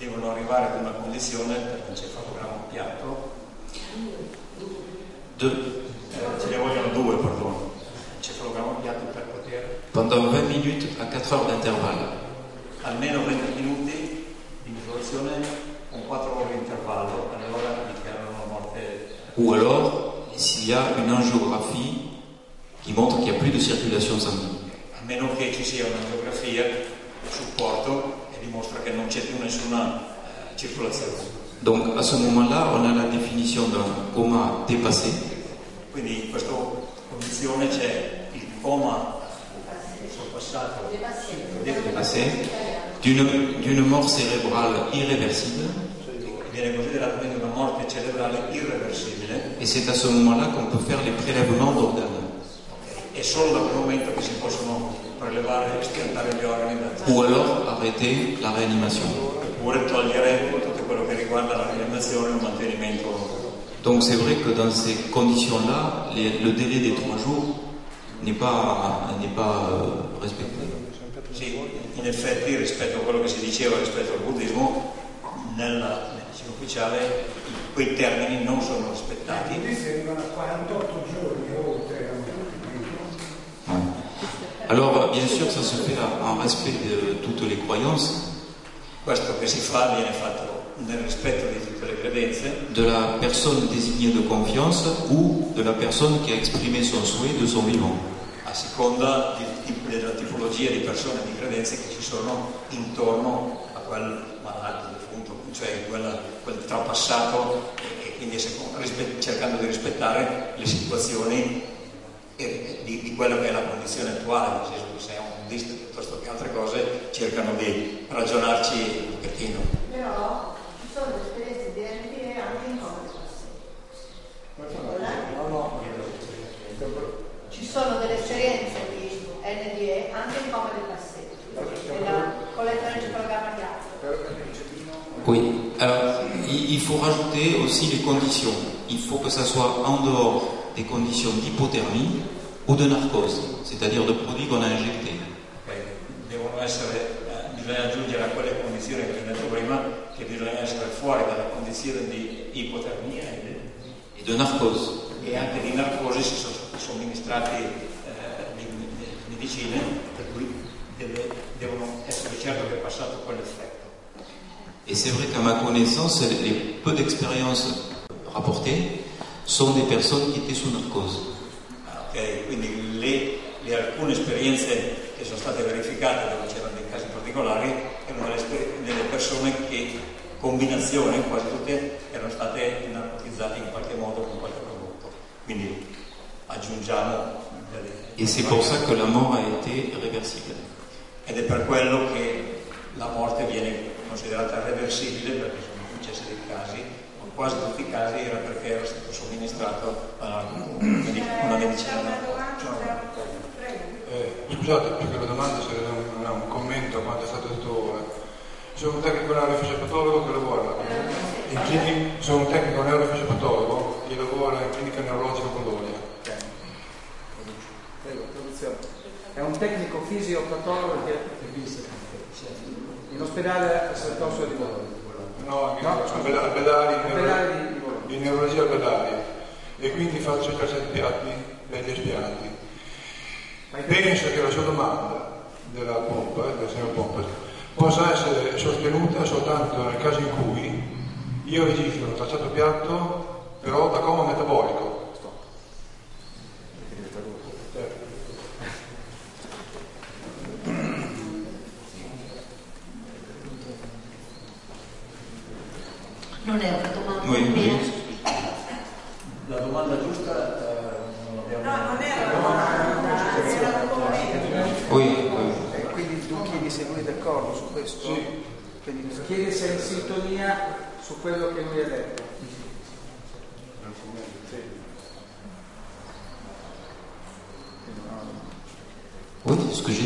eh, devono arrivare ad una condizione per un cefalogrammo piatto, Deux. eh, ce ne vogliono due, perdono, cefalogrammo piatto per poter Pendant 20 minutes à 4 heures d'intervalle. almeno 20 minuti di misurazione con 4 ore di intervallo, allora dichiarano una morte. Ou alors, s'il y a une angiographie qui montre qu'il n'y a plus de circulation sanguine. a meno che ci sia una geografia, un supporto che dimostra che non c'è più nessuna eh, circolazione. Donc, à ce moment-là, on a la définition d'un coma dépassé. Quindi in questa condizione c'è il coma sorpassato Dépassé. D'une d'une mort cérébrale irréversible. che viene considerato quindi una morte cerebrale irreversibile Et c'est à ce moment-là qu'on peut faire les prélèvements d'organes. e solo da quel momento che si possono prelevare e schiantare gli organi da- Ou alors arrêter la réanimation. oppure togliere tutto quello che riguarda la rianimazione o il mantenimento. Donc, c'est vrai que dans ces conditions-là, les- le délai des trois jours n'est pas, n'est pas euh, respecté. Sì, in effetti rispetto a quello che si diceva rispetto al buddismo, nella medicina ufficiale quei termini non sono rispettati. Ouais. Alors, bien sûr, ça se fait en respect de toutes les croyances Questo che si fa viene fatto nel rispetto di tutte le credenze de la personne désignée de confiance ou de la personne qui a exprimé son souhait de son vivant. a seconda di- di- della tipologia di persone e di credenze che ci sono intorno a quel malato, appunto, cioè quella- quel trapassato e, e quindi a seconda- rispe- cercando di rispettare le situazioni e- e di, di quella che è la condizione attuale, nel senso che se è un buddista piuttosto che altre cose cercano di ragionarci un pochettino. Però ci sono esperienze di NDA anche in cose Ci sono delle esperienze di NDA anche in coma dei passetti, nella- con l'elettroencefalogramma piatto. Oui. Alors, il il faut rajouter aussi les conditions. Il faut que ça soit en dehors des conditions d'hypothermie ou de narcose, c'est-à-dire de produits qu'on a injectés. Beh, devono essere, eh, bisogna aggiungere a quelle condizioni che vi ho detto prima che bisogna essere fuori dalla condizione di ipotermia e Et de narcose. e anche di narcosi si sono somministrati eh, di- di- medicine, per cui deve- devono essere certo che è passato quell'effetto. Et c'est vrai qu'à ma connaissance, les peu d'expériences rapportées sont des personnes qui étaient sous narcose. Ah, Ok, quindi le, le alcune esperienze che sono state verificate dove c'erano dei casi particolari erano delle, esper- delle persone che combinazione quasi tutte erano state narcotizzate in qualche modo con qualche prodotto. Quindi aggiungiamo delle- Et c'est pour ça que la mort a été réversible. ed è per quello che la morte viene considerata reversibile perché sono successi dei casi, ma quasi tutti i casi era perché era stato somministrato da una, una medicina. Eh, scusate, più che una domanda sarebbe un, una- un commento a quanto è stato detto ora. Sono un tecnico neurofisiopatologo che lavora in clinica, sono un tecnico neurofisiopatologo che lavora in clinica neurologica Bologna. Prego, introduzione. È un tecnico fisiopatologo che visse in ospedale a Sant'Orso di Bologna. No, No, a Bella- a Bellari, in neuro- Bellari di Bologna. in neurologia a Bellari e quindi faccio i trasporti degli espianti. Penso che la sua domanda della pompa, del signor Pompa, possa essere sostenuta soltanto nel caso in cui io registro un tracciato piatto però da coma metabolico. Non è una domanda Oui, oui. mia. La domanda giusta eh, non l'abbiamo. Oui, E eh, quindi tu chiedi se lui è d'accordo su questo? Quindi tu chiedi se è in sintonia su quello che lui ha detto. Oui, ce que j'ai